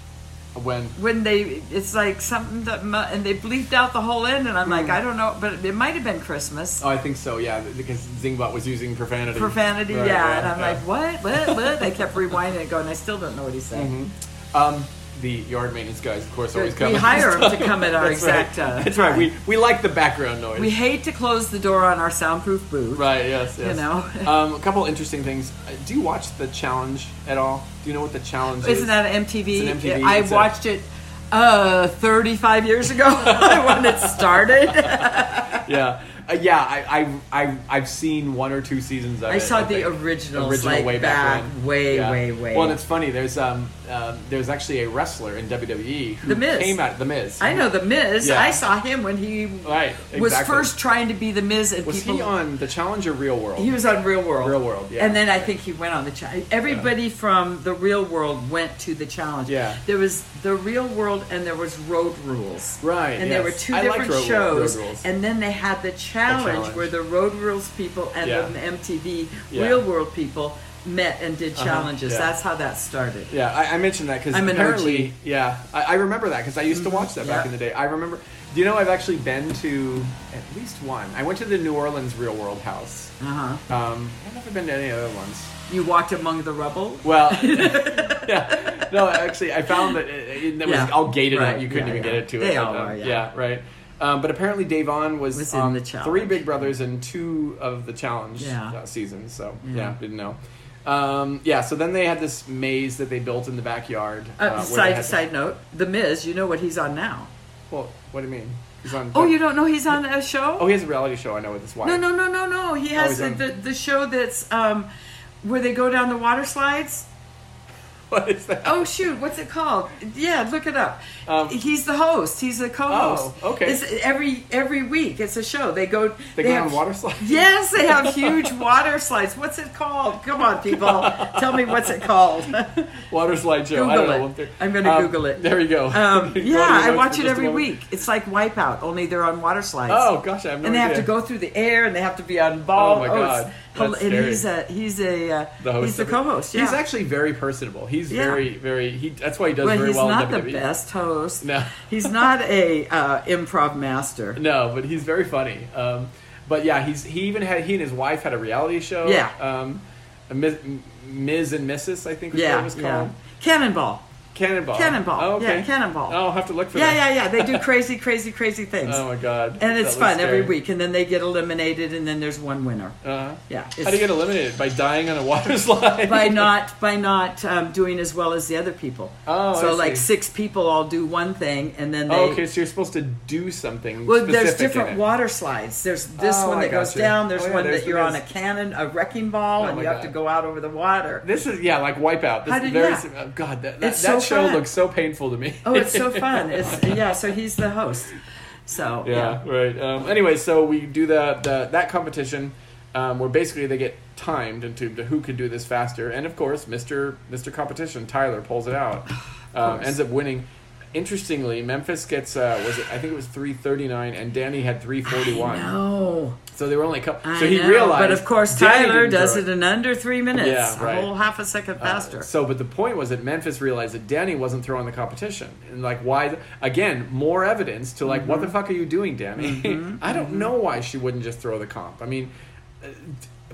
Speaker 1: when.
Speaker 2: when they it's like something that mu- and they bleeped out the whole end, and I'm like, I don't know, but it might have been Christmas
Speaker 1: Hmm. Oh, I think so, yeah, because Zingbot was using profanity.
Speaker 2: profanity.
Speaker 1: Right,
Speaker 2: yeah, and I'm
Speaker 1: yeah.
Speaker 2: like, what, what, what? I kept rewinding it, going, I still don't know what he's saying.
Speaker 1: Um, the yard maintenance guys, of course, always
Speaker 2: We
Speaker 1: come.
Speaker 2: hire 'em to come at our
Speaker 1: That's right.
Speaker 2: exact, uh,
Speaker 1: That's right. We, we like the background noise.
Speaker 2: We hate to close the door on our soundproof booth.
Speaker 1: Right. Yes. yes.
Speaker 2: know?
Speaker 1: um, a couple interesting things. Uh, Do you watch the challenge at all? Do you know what the challenge is?
Speaker 2: Isn't that an MTV?
Speaker 1: It's an MTV,
Speaker 2: I
Speaker 1: it's a-
Speaker 2: watched it uh 35 years ago when it started.
Speaker 1: Yeah. Uh, yeah. I, I I I've seen one or two seasons. Of
Speaker 2: I
Speaker 1: it,
Speaker 2: saw the
Speaker 1: think.
Speaker 2: originals, like, back
Speaker 1: when.
Speaker 2: way, way, way.
Speaker 1: Well, and it's funny. There's um, um there's actually a wrestler in WWE who
Speaker 2: The Miz.
Speaker 1: came out the Miz.
Speaker 2: I know the Miz.
Speaker 1: Yeah.
Speaker 2: I saw him when he
Speaker 1: Right.
Speaker 2: was
Speaker 1: exactly.
Speaker 2: first trying to be the Miz and
Speaker 1: Was
Speaker 2: people
Speaker 1: he on the challenge or Real World?
Speaker 2: He was on Real World.
Speaker 1: Real World, yeah.
Speaker 2: And then I think he went on the challenge. Everybody from the Real World went to the challenge.
Speaker 1: Yeah.
Speaker 2: There was the Real World and there was Road Rules.
Speaker 1: Right, yes.
Speaker 2: And there were two
Speaker 1: I liked
Speaker 2: different
Speaker 1: Road-
Speaker 2: shows.
Speaker 1: Road Rules.
Speaker 2: And then they had the challenge,
Speaker 1: challenge.
Speaker 2: where the Road Rules people and
Speaker 1: Yeah.
Speaker 2: the MTV
Speaker 1: Yeah. Uh-huh.
Speaker 2: Real World people met and did challenges.
Speaker 1: yeah.
Speaker 2: That's how that started.
Speaker 1: Yeah, I, I mentioned that because
Speaker 2: I'm an
Speaker 1: apparently,
Speaker 2: OG.
Speaker 1: yeah, I, I remember that because I used to watch that back
Speaker 2: yeah.
Speaker 1: in the day. I remember. Do you know I've actually been to at least one? I went to the New Orleans Real World House.
Speaker 2: Uh-huh.
Speaker 1: Um, I've never been to any other ones.
Speaker 2: You walked among the rubble.
Speaker 1: Well, yeah, no, actually, I found that it, it, it was
Speaker 2: Yeah.
Speaker 1: all gated
Speaker 2: Right,
Speaker 1: up. You couldn't
Speaker 2: yeah,
Speaker 1: even
Speaker 2: yeah.
Speaker 1: get it to
Speaker 2: They
Speaker 1: it.
Speaker 2: all
Speaker 1: um,
Speaker 2: are, yeah.
Speaker 1: right. Um, but apparently, Davon was,
Speaker 2: Was in
Speaker 1: on
Speaker 2: the challenge.
Speaker 1: three Big Brothers and two of the challenge
Speaker 2: Yeah.
Speaker 1: uh, seasons. So yeah.
Speaker 2: Yeah.
Speaker 1: didn't know. Um, yeah, so then they had this maze that they built in the backyard.
Speaker 2: Uh,
Speaker 1: where they
Speaker 2: side
Speaker 1: had-
Speaker 2: side note, The Miz. You know what he's on now?
Speaker 1: Well, what do you mean? He's on.
Speaker 2: Oh, you don't know he's on a show?
Speaker 1: Oh, he has a reality show. I know with his wife.
Speaker 2: No, no, no, no, no. He has
Speaker 1: Oh, he's on-
Speaker 2: the, the show that's um, where they go down the water slides.
Speaker 1: what is that?
Speaker 2: Oh shoot, what's it called? Yeah, look it up.
Speaker 1: Um,
Speaker 2: He's the host. He's the co-host.
Speaker 1: Oh, okay.
Speaker 2: It's every every week. It's a show. They go.
Speaker 1: They go
Speaker 2: have-
Speaker 1: on water slide.
Speaker 2: Yes, they have huge water slides. What's it called? Come on, people, tell me what's it called. Um,
Speaker 1: Water slide show. I
Speaker 2: Google
Speaker 1: don't know.
Speaker 2: it.
Speaker 1: what they're-
Speaker 2: I'm gonna Google it.
Speaker 1: There you go.
Speaker 2: Um,
Speaker 1: Go to your
Speaker 2: yeah, I
Speaker 1: notes
Speaker 2: watch
Speaker 1: for
Speaker 2: it
Speaker 1: just a
Speaker 2: every
Speaker 1: moment.
Speaker 2: week. It's like Wipeout, only they're on water slides.
Speaker 1: Oh gosh, I have no
Speaker 2: and they
Speaker 1: idea.
Speaker 2: have to go through the air, and they have to be on ball.
Speaker 1: Oh, my
Speaker 2: it's
Speaker 1: God.
Speaker 2: hel-
Speaker 1: That's
Speaker 2: and
Speaker 1: scary.
Speaker 2: he's a he's a uh,
Speaker 1: The host
Speaker 2: he's the
Speaker 1: of it.
Speaker 2: co-host. Yeah.
Speaker 1: He's actually very personable. He's
Speaker 2: Yeah.
Speaker 1: very, very. He that's why he does
Speaker 2: well,
Speaker 1: very
Speaker 2: he's
Speaker 1: well
Speaker 2: not
Speaker 1: in E. WWE.
Speaker 2: the best host.
Speaker 1: No.
Speaker 2: he's not a uh, improv master.
Speaker 1: No, but he's very funny. Um, but yeah, he's he even had he and his wife had a reality show.
Speaker 2: Yeah.
Speaker 1: Um, a Ms., M- Ms. and Mrs. I think was what it
Speaker 2: Yeah,
Speaker 1: was called.
Speaker 2: yeah. Cannonball.
Speaker 1: Cannonball.
Speaker 2: Cannonball.
Speaker 1: Oh, okay.
Speaker 2: Yeah, Cannonball.
Speaker 1: I'll have to look for
Speaker 2: Yeah,
Speaker 1: that.
Speaker 2: yeah, yeah. They do crazy, crazy, crazy things.
Speaker 1: Oh my god.
Speaker 2: and it's
Speaker 1: That looks
Speaker 2: fun every
Speaker 1: scary.
Speaker 2: week. And then they get eliminated, and then there's one winner.
Speaker 1: Uh-huh.
Speaker 2: Yeah.
Speaker 1: How do you get eliminated by dying on a water slide?
Speaker 2: by not by not um, doing as well as the other people.
Speaker 1: Oh, I
Speaker 2: so like
Speaker 1: see.
Speaker 2: six people all do one thing, and then they.
Speaker 1: Oh, okay, so you're supposed to do something.
Speaker 2: Well, there's
Speaker 1: specific in
Speaker 2: different
Speaker 1: it.
Speaker 2: water slides. There's this
Speaker 1: Oh,
Speaker 2: one
Speaker 1: I
Speaker 2: that goes
Speaker 1: gotcha.
Speaker 2: down. There's
Speaker 1: Oh, yeah,
Speaker 2: one
Speaker 1: there's
Speaker 2: that you're
Speaker 1: the
Speaker 2: on a
Speaker 1: best.
Speaker 2: cannon, a wrecking ball,
Speaker 1: Oh,
Speaker 2: and
Speaker 1: my
Speaker 2: you have
Speaker 1: God.
Speaker 2: to go out over the water.
Speaker 1: This is yeah, like Wipeout. This
Speaker 2: How did-
Speaker 1: very
Speaker 2: yeah.
Speaker 1: sim- oh, God, that, that,
Speaker 2: It's
Speaker 1: that
Speaker 2: so
Speaker 1: show
Speaker 2: fun.
Speaker 1: looks so painful to me.
Speaker 2: Oh, it's so fun. It's yeah. So he's the host. So
Speaker 1: yeah, right. Um, anyway, so we do the, the that competition um, where basically they get timed into to who can do this faster, and of course, Mister Mister Competition Tyler pulls it out, um,
Speaker 2: course.
Speaker 1: ends up winning. Interestingly, Memphis gets uh, was it I think it was three thirty nine, and Danny had three forty one.
Speaker 2: No.
Speaker 1: So they were only a couple.
Speaker 2: I
Speaker 1: So he
Speaker 2: know,
Speaker 1: realized,
Speaker 2: But of course,
Speaker 1: Danny
Speaker 2: Tyler
Speaker 1: didn't
Speaker 2: does
Speaker 1: throw
Speaker 2: it in under three minutes.
Speaker 1: Yeah, right.
Speaker 2: A whole half a second
Speaker 1: Uh,
Speaker 2: faster.
Speaker 1: So, but the point was that Memphis realized that Danny wasn't throwing the competition, and like why? th- Again, more evidence to like,
Speaker 2: Mm-hmm.
Speaker 1: what the fuck are you doing, Danny? I don't know why she wouldn't just throw the comp. I mean, uh,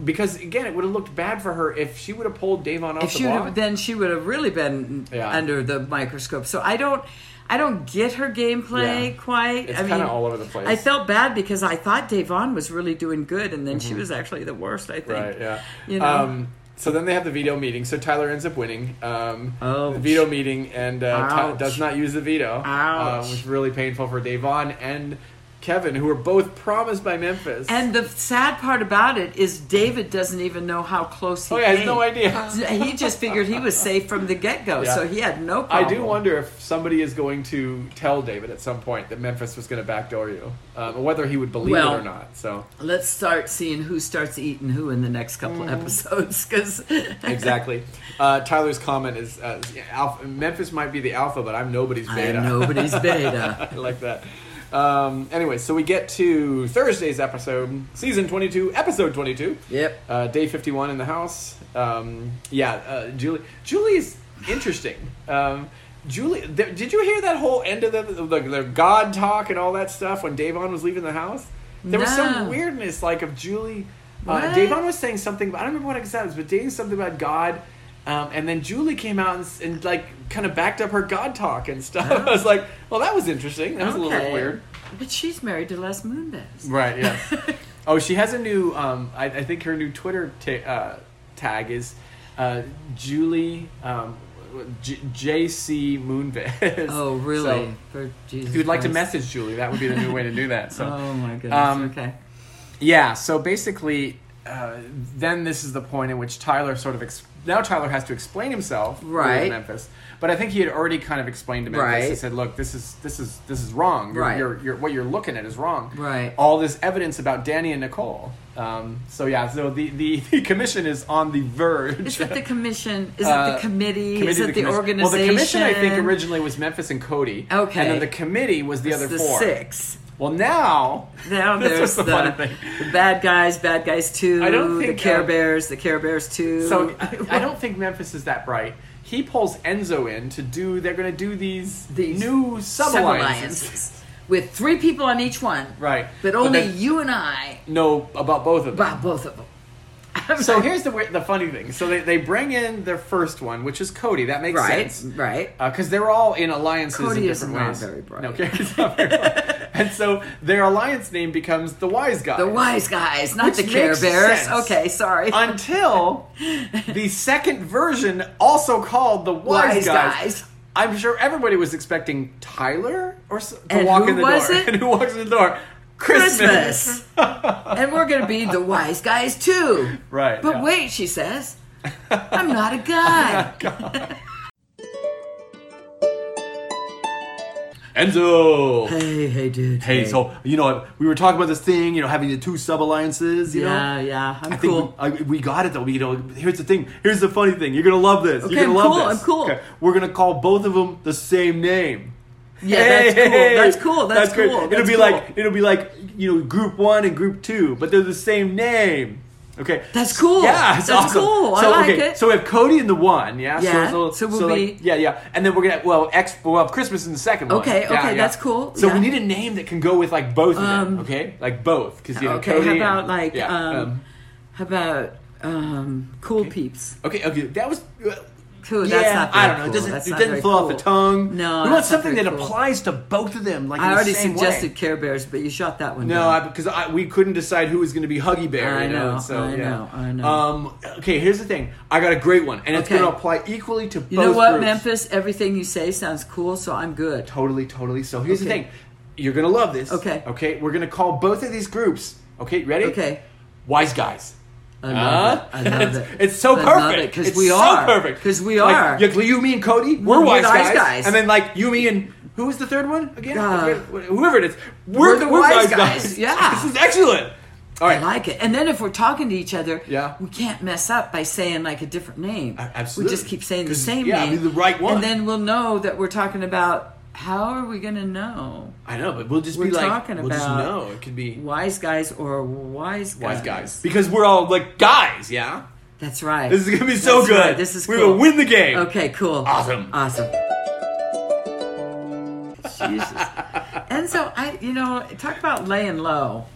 Speaker 1: because again, it would have looked bad for her if she would have pulled Davon off
Speaker 2: if
Speaker 1: the
Speaker 2: she would
Speaker 1: block.
Speaker 2: have, then she would have really been
Speaker 1: Yeah.
Speaker 2: under the microscope. So I don't, I don't get her gameplay
Speaker 1: Yeah.
Speaker 2: quite.
Speaker 1: It's
Speaker 2: I mean,
Speaker 1: kinda all over the place.
Speaker 2: I felt bad because I thought Davon was really doing good, and then she was actually the worst. I think.
Speaker 1: Mm-hmm. Right. Yeah.
Speaker 2: You know?
Speaker 1: Um, so then they have the veto meeting. So Tyler ends up winning um, the
Speaker 2: Ouch.
Speaker 1: veto meeting and uh, Ty-
Speaker 2: Ouch.
Speaker 1: does not use the veto, um,
Speaker 2: Ouch.
Speaker 1: which is really painful for Davon and Kevin, who were both promised by Memphis.
Speaker 2: And the sad part about it is David doesn't even know how close he.
Speaker 1: Oh, yeah, he has
Speaker 2: came.
Speaker 1: no idea.
Speaker 2: He just figured he was safe from the get go,
Speaker 1: Yeah.
Speaker 2: so he had no problem.
Speaker 1: I do wonder if somebody is going to tell David at some point that Memphis was going to backdoor you, um, whether he would believe
Speaker 2: Well-
Speaker 1: it or not. So
Speaker 2: Let's start seeing who starts eating who in the next couple
Speaker 1: Mm.
Speaker 2: episodes, because
Speaker 1: exactly, uh, Tyler's comment is uh, alpha, Memphis might be the alpha, but I'm nobody's beta.
Speaker 2: nobody's beta.
Speaker 1: I like that. Um, anyway, so we get to Thursday's episode, season 22, episode 22,
Speaker 2: Yep.
Speaker 1: uh, day 51 in the house. Um, yeah, uh, Julie. Julie is interesting. Um, Julie, th- did you hear that whole end of the, the, the God talk and all that stuff when Davon was leaving the house? There was some
Speaker 2: No.
Speaker 1: weirdness, like of Julie. Uh,
Speaker 2: What?
Speaker 1: Davon was saying something. I don't remember what exactly it was, but saying something about God. Um, and then Julie came out and, s- and like kind of backed up her God talk and stuff. I was like, well, that was interesting. That was a little bit
Speaker 2: Okay.
Speaker 1: weird.
Speaker 2: But she's married to Les Moonves.
Speaker 1: Right. Yeah. oh, she has a new. Um, I, I think her new Twitter ta- uh, tag is uh, Julie um, J- JC Moonves.
Speaker 2: Oh, really?
Speaker 1: So,
Speaker 2: For Jesus.
Speaker 1: if you'd like to
Speaker 2: Christ.
Speaker 1: message Julie, that would be the new way to do that. So.
Speaker 2: oh my goodness.
Speaker 1: um,
Speaker 2: okay.
Speaker 1: Yeah, so basically, uh, then this is the point in which Tyler sort of ex- now Tyler has to explain himself to
Speaker 2: Right.
Speaker 1: Memphis. But I think he had already kind of explained to Memphis. He
Speaker 2: Right.
Speaker 1: said, "Look, this is this is this is wrong. You're,
Speaker 2: Right.
Speaker 1: you're, you're, what you're looking at is wrong.
Speaker 2: Right.
Speaker 1: All this evidence about Danny and Nicole. Um, so yeah, so the, the the commission is on the verge.
Speaker 2: Is it the commission? Is it
Speaker 1: Uh,
Speaker 2: the committee?
Speaker 1: Committee
Speaker 2: Is
Speaker 1: to
Speaker 2: it the,
Speaker 1: commission.
Speaker 2: organization?
Speaker 1: Well, the commission I think originally was Memphis and Cody.
Speaker 2: Okay.
Speaker 1: And then the committee was the
Speaker 2: It's
Speaker 1: other
Speaker 2: the
Speaker 1: four.
Speaker 2: six.
Speaker 1: Well, now
Speaker 2: Now
Speaker 1: This
Speaker 2: there's
Speaker 1: was the
Speaker 2: the,
Speaker 1: funny thing.
Speaker 2: the bad guys, bad guys two.
Speaker 1: I don't
Speaker 2: the
Speaker 1: think,
Speaker 2: Care
Speaker 1: uh,
Speaker 2: Bears, the Care Bears two.
Speaker 1: So I, I don't think Memphis is that bright. He pulls Enzo in to do. They're going to do these,
Speaker 2: These
Speaker 1: new sub alliances.
Speaker 2: alliances with three people on each one,
Speaker 1: Right.
Speaker 2: But only
Speaker 1: then-
Speaker 2: you and I
Speaker 1: know about both of them.
Speaker 2: about both of them. I'm
Speaker 1: So
Speaker 2: like,
Speaker 1: here's the weir- the funny thing. So they, they bring in their first one, which is Cody. That makes
Speaker 2: right,
Speaker 1: sense.
Speaker 2: right.
Speaker 1: Because they're all in alliances in
Speaker 2: Cody is
Speaker 1: different
Speaker 2: not
Speaker 1: ways.
Speaker 2: very bright.
Speaker 1: No, Cody's not very bright. And so their alliance name becomes the Wise Guy.
Speaker 2: The wise guys, not
Speaker 1: Which
Speaker 2: the Care
Speaker 1: makes
Speaker 2: Bears.
Speaker 1: sense.
Speaker 2: Okay, sorry.
Speaker 1: until the second version, also called the Wise,
Speaker 2: Wise
Speaker 1: guys.
Speaker 2: Guys.
Speaker 1: I'm sure everybody was expecting Tyler or s- to
Speaker 2: And
Speaker 1: walk
Speaker 2: who
Speaker 1: in the
Speaker 2: was
Speaker 1: door.
Speaker 2: it?
Speaker 1: And who walks in the door? Christmas.
Speaker 2: Christmas. and we're going to be the wise guys too.
Speaker 1: Right,
Speaker 2: But
Speaker 1: yeah.
Speaker 2: wait, she says, I'm not a guy.
Speaker 1: Enzo.
Speaker 2: Hey, hey, dude.
Speaker 1: Hey, so you know we were talking about this thing, you know, having the two sub alliances, you
Speaker 2: yeah,
Speaker 1: know.
Speaker 2: yeah, I'm
Speaker 1: I think
Speaker 2: cool.
Speaker 1: we, I, we got it though. You know, here's the thing. Here's the funny thing. You're gonna love this.
Speaker 2: Okay,
Speaker 1: You're gonna
Speaker 2: I'm
Speaker 1: love
Speaker 2: cool,
Speaker 1: this.
Speaker 2: I'm cool.
Speaker 1: We're gonna call both of them the same name.
Speaker 2: yeah, that's cool.
Speaker 1: Hey!
Speaker 2: That's cool. That's,
Speaker 1: great.
Speaker 2: cool.
Speaker 1: it'll
Speaker 2: that's
Speaker 1: be
Speaker 2: cool.
Speaker 1: like it'll be like you know group one and group two, but they're the same name. Okay.
Speaker 2: That's cool.
Speaker 1: Yeah, it's
Speaker 2: That's
Speaker 1: awesome.
Speaker 2: cool. I
Speaker 1: So,
Speaker 2: like
Speaker 1: okay,
Speaker 2: it.
Speaker 1: So we have Cody in the one, yeah.
Speaker 2: Yeah,
Speaker 1: So,
Speaker 2: so we'll
Speaker 1: like,
Speaker 2: be-
Speaker 1: yeah, yeah, and then we're gonna well, X, we'll have Christmas in the second one.
Speaker 2: Okay,
Speaker 1: Yeah,
Speaker 2: okay,
Speaker 1: yeah.
Speaker 2: that's cool,
Speaker 1: So we
Speaker 2: yeah.
Speaker 1: need a name that can go with like both of them.
Speaker 2: Um,
Speaker 1: Okay, like both because you know
Speaker 2: okay,
Speaker 1: Cody.
Speaker 2: how
Speaker 1: and-
Speaker 2: about like
Speaker 1: yeah,
Speaker 2: um, how about um cool peeps?
Speaker 1: okay, okay, that was.
Speaker 2: Cool.
Speaker 1: yeah,
Speaker 2: that's not very
Speaker 1: I don't know. It
Speaker 2: cool.
Speaker 1: doesn't,
Speaker 2: That's
Speaker 1: it
Speaker 2: not
Speaker 1: doesn't
Speaker 2: very
Speaker 1: flow off the
Speaker 2: cool.
Speaker 1: tongue.
Speaker 2: No,
Speaker 1: we want
Speaker 2: that's not
Speaker 1: something
Speaker 2: very
Speaker 1: that
Speaker 2: cool.
Speaker 1: applies to both of them. Like in
Speaker 2: I
Speaker 1: the
Speaker 2: already
Speaker 1: same way.
Speaker 2: suggested Care Bears, but you shot that one.
Speaker 1: No,
Speaker 2: down.
Speaker 1: I, because I, we couldn't decide who was going to be Huggy Bear.
Speaker 2: I
Speaker 1: you know,
Speaker 2: know,
Speaker 1: so,
Speaker 2: I
Speaker 1: yeah.
Speaker 2: know, I know.
Speaker 1: Um, okay, here's the thing. I got a great one, and it's
Speaker 2: Okay.
Speaker 1: going to apply equally to both.
Speaker 2: You know what,
Speaker 1: groups.
Speaker 2: Memphis? Everything you say sounds cool, so I'm good.
Speaker 1: Totally, totally. So here's the
Speaker 2: Okay.
Speaker 1: thing. You're going to love this.
Speaker 2: Okay.
Speaker 1: Okay. We're going to call both of these groups. Okay. Ready?
Speaker 2: Okay.
Speaker 1: Wise guys.
Speaker 2: I love it. I love it.
Speaker 1: it's so
Speaker 2: I
Speaker 1: perfect.
Speaker 2: love it, 'cause
Speaker 1: It's
Speaker 2: we
Speaker 1: so
Speaker 2: are.
Speaker 1: perfect
Speaker 2: 'Cause we
Speaker 1: Like,
Speaker 2: are.
Speaker 1: you, you, me, and Cody. We're,
Speaker 2: We're
Speaker 1: wise
Speaker 2: wise
Speaker 1: guys.
Speaker 2: guys.
Speaker 1: And then like you, me, and who is the third one again? I
Speaker 2: Uh,
Speaker 1: forget- whoever it is, we're,
Speaker 2: we're the wise guys. Yeah.
Speaker 1: This is excellent. All right.
Speaker 2: I like it. And then if we're talking to each other,
Speaker 1: Yeah.
Speaker 2: we can't mess up by saying like a different name.
Speaker 1: A- absolutely.
Speaker 2: We just keep saying the
Speaker 1: 'Cause,
Speaker 2: same
Speaker 1: yeah, I
Speaker 2: name.
Speaker 1: mean, the right one.
Speaker 2: And then we'll know that we're talking about how are we going to know?
Speaker 1: I know, but we'll just
Speaker 2: We're
Speaker 1: be like,
Speaker 2: talking
Speaker 1: we'll just
Speaker 2: about-
Speaker 1: know. It could be
Speaker 2: Wise guys or wise guys?
Speaker 1: wise guys because we're all like guys. Yeah,
Speaker 2: That's right.
Speaker 1: this is gonna be so
Speaker 2: That's
Speaker 1: good.
Speaker 2: right. This is
Speaker 1: we
Speaker 2: cool.
Speaker 1: will win the game.
Speaker 2: Okay, cool.
Speaker 1: Awesome.
Speaker 2: Awesome. Jesus. Enzo, I you know, talk about laying low.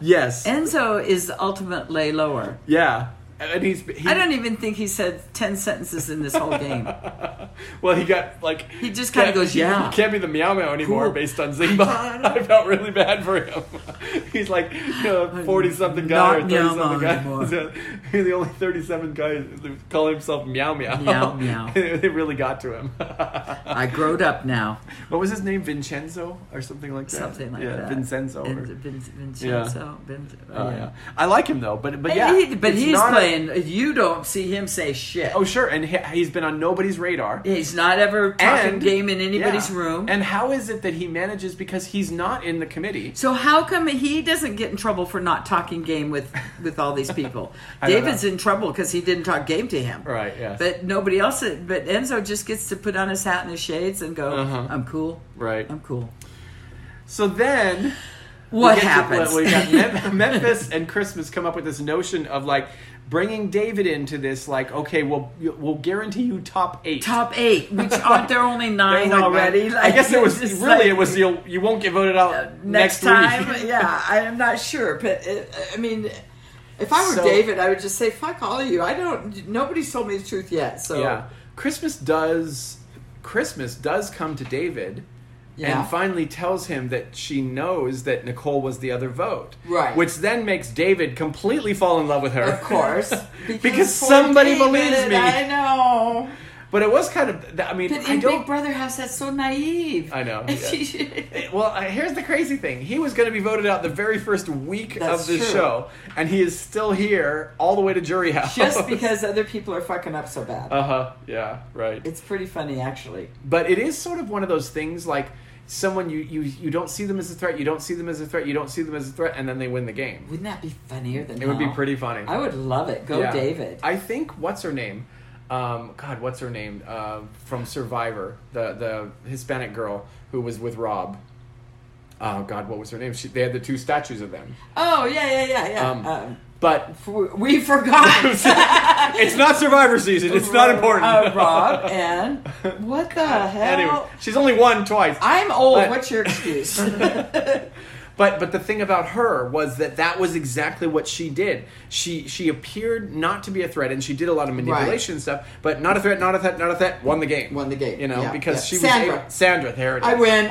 Speaker 1: Yes.
Speaker 2: Enzo is the ultimate lay lower.
Speaker 1: yeah. And he's he,
Speaker 2: I don't even think he said ten sentences in this whole game.
Speaker 1: well, he got like
Speaker 2: He just kinda
Speaker 1: can't-
Speaker 2: goes, "Yeah."
Speaker 1: He can't be the meow meow anymore
Speaker 2: Cool.
Speaker 1: based on Zigba. I felt really bad for him. he's like you know,
Speaker 2: I'm
Speaker 1: forty something guy or
Speaker 2: not
Speaker 1: thirty
Speaker 2: meow
Speaker 1: something guy.
Speaker 2: meow anymore.
Speaker 1: he's the only thirty seven guy who calling himself meow meow.
Speaker 2: Meow meow.
Speaker 1: it really got to him.
Speaker 2: I growed up now.
Speaker 1: What was his name? Vincenzo or something like that.
Speaker 2: Something like
Speaker 1: yeah,
Speaker 2: that.
Speaker 1: Vincenzo.
Speaker 2: Vin-
Speaker 1: or-
Speaker 2: Vin- Vincenzo. Vin-
Speaker 1: Oh, yeah.
Speaker 2: yeah.
Speaker 1: I like him though, but but
Speaker 2: But,
Speaker 1: yeah,
Speaker 2: he, but
Speaker 1: it's
Speaker 2: he's
Speaker 1: not a-
Speaker 2: playing. you don't see him say shit.
Speaker 1: oh sure, and he, he's been on nobody's radar.
Speaker 2: He's not ever talking
Speaker 1: And-
Speaker 2: game in anybody's
Speaker 1: yeah.
Speaker 2: room.
Speaker 1: And how is it that he manages because he's not in the committee?
Speaker 2: So how come he doesn't get in trouble for not talking game with with all these people?
Speaker 1: I don't
Speaker 2: David's
Speaker 1: know.
Speaker 2: in trouble because he didn't talk game to him.
Speaker 1: Right. Yeah.
Speaker 2: But nobody else. But Enzo just gets to put on his hat and his shades and go,
Speaker 1: Uh-huh.
Speaker 2: "I'm cool.
Speaker 1: right.
Speaker 2: I'm cool."
Speaker 1: So then we
Speaker 2: What
Speaker 1: get to-
Speaker 2: happens?
Speaker 1: we got Mem- Memphis and Christmas come up with this notion of like bringing David into this. Like, okay, we'll we'll guarantee you top eight.
Speaker 2: Top eight, which aren't there only
Speaker 1: There's
Speaker 2: nine
Speaker 1: like
Speaker 2: already?
Speaker 1: nine- I
Speaker 2: Like,
Speaker 1: guess it was
Speaker 2: it's
Speaker 1: really
Speaker 2: just
Speaker 1: it
Speaker 2: like,
Speaker 1: was you'll, you won't get voted out
Speaker 2: next,
Speaker 1: next week.
Speaker 2: time. yeah, I am not sure, but it, I mean. If I were
Speaker 1: So-
Speaker 2: David, I would just say, "Fuck all of you." I don't. Nobody's told me the truth yet. So
Speaker 1: Yeah. Christmas does Christmas does come to David
Speaker 2: Yeah.
Speaker 1: and finally tells him that she knows that Nicole was the other vote.
Speaker 2: Right.
Speaker 1: Which then makes David completely fall in love with her.
Speaker 2: Of course.
Speaker 1: because
Speaker 2: poor
Speaker 1: somebody
Speaker 2: David,
Speaker 1: believes me.
Speaker 2: I know.
Speaker 1: But it was kind of I mean,
Speaker 2: But
Speaker 1: I
Speaker 2: in
Speaker 1: don't
Speaker 2: Big Brother House, that's so naive.
Speaker 1: I know,
Speaker 2: yeah.
Speaker 1: Well, uh, here's the crazy thing. He was going to be voted out the very first week
Speaker 2: That's
Speaker 1: of the
Speaker 2: true.
Speaker 1: show, and he is still here all the way to jury house.
Speaker 2: Just because other people are fucking up so bad.
Speaker 1: Uh huh. Yeah. Right.
Speaker 2: It's pretty funny, actually.
Speaker 1: but it is sort of one of those things like someone you, you you don't see them as a threat you don't see them as a threat you don't see them as a threat and then they win the game
Speaker 2: Wouldn't that be funnier than
Speaker 1: it would be
Speaker 2: now?
Speaker 1: pretty funny
Speaker 2: I would love it. Go,
Speaker 1: Yeah.
Speaker 2: David.
Speaker 1: i think what's her name um, god what's her name uh, from survivor the the hispanic girl who was with rob oh god what was her name she, they had the two statues of them
Speaker 2: oh, yeah, yeah, yeah, yeah.
Speaker 1: Um,
Speaker 2: Um,
Speaker 1: but
Speaker 2: for- we forgot.
Speaker 1: it's not survivor season it's not important
Speaker 2: Uh, Rob and what the hell?
Speaker 1: anyway she's only won twice
Speaker 2: I'm old.
Speaker 1: But-
Speaker 2: What's your excuse?
Speaker 1: But but the thing about her was that that was exactly what she did. She she appeared not to be a threat, and she did a lot of manipulation stuff. But not a threat, not a threat, not a threat. Won the game.
Speaker 2: Won the game,
Speaker 1: You know
Speaker 2: yeah,
Speaker 1: because
Speaker 2: yeah.
Speaker 1: she was
Speaker 2: Sandra.
Speaker 1: able- Sandra. There it is.
Speaker 2: I win.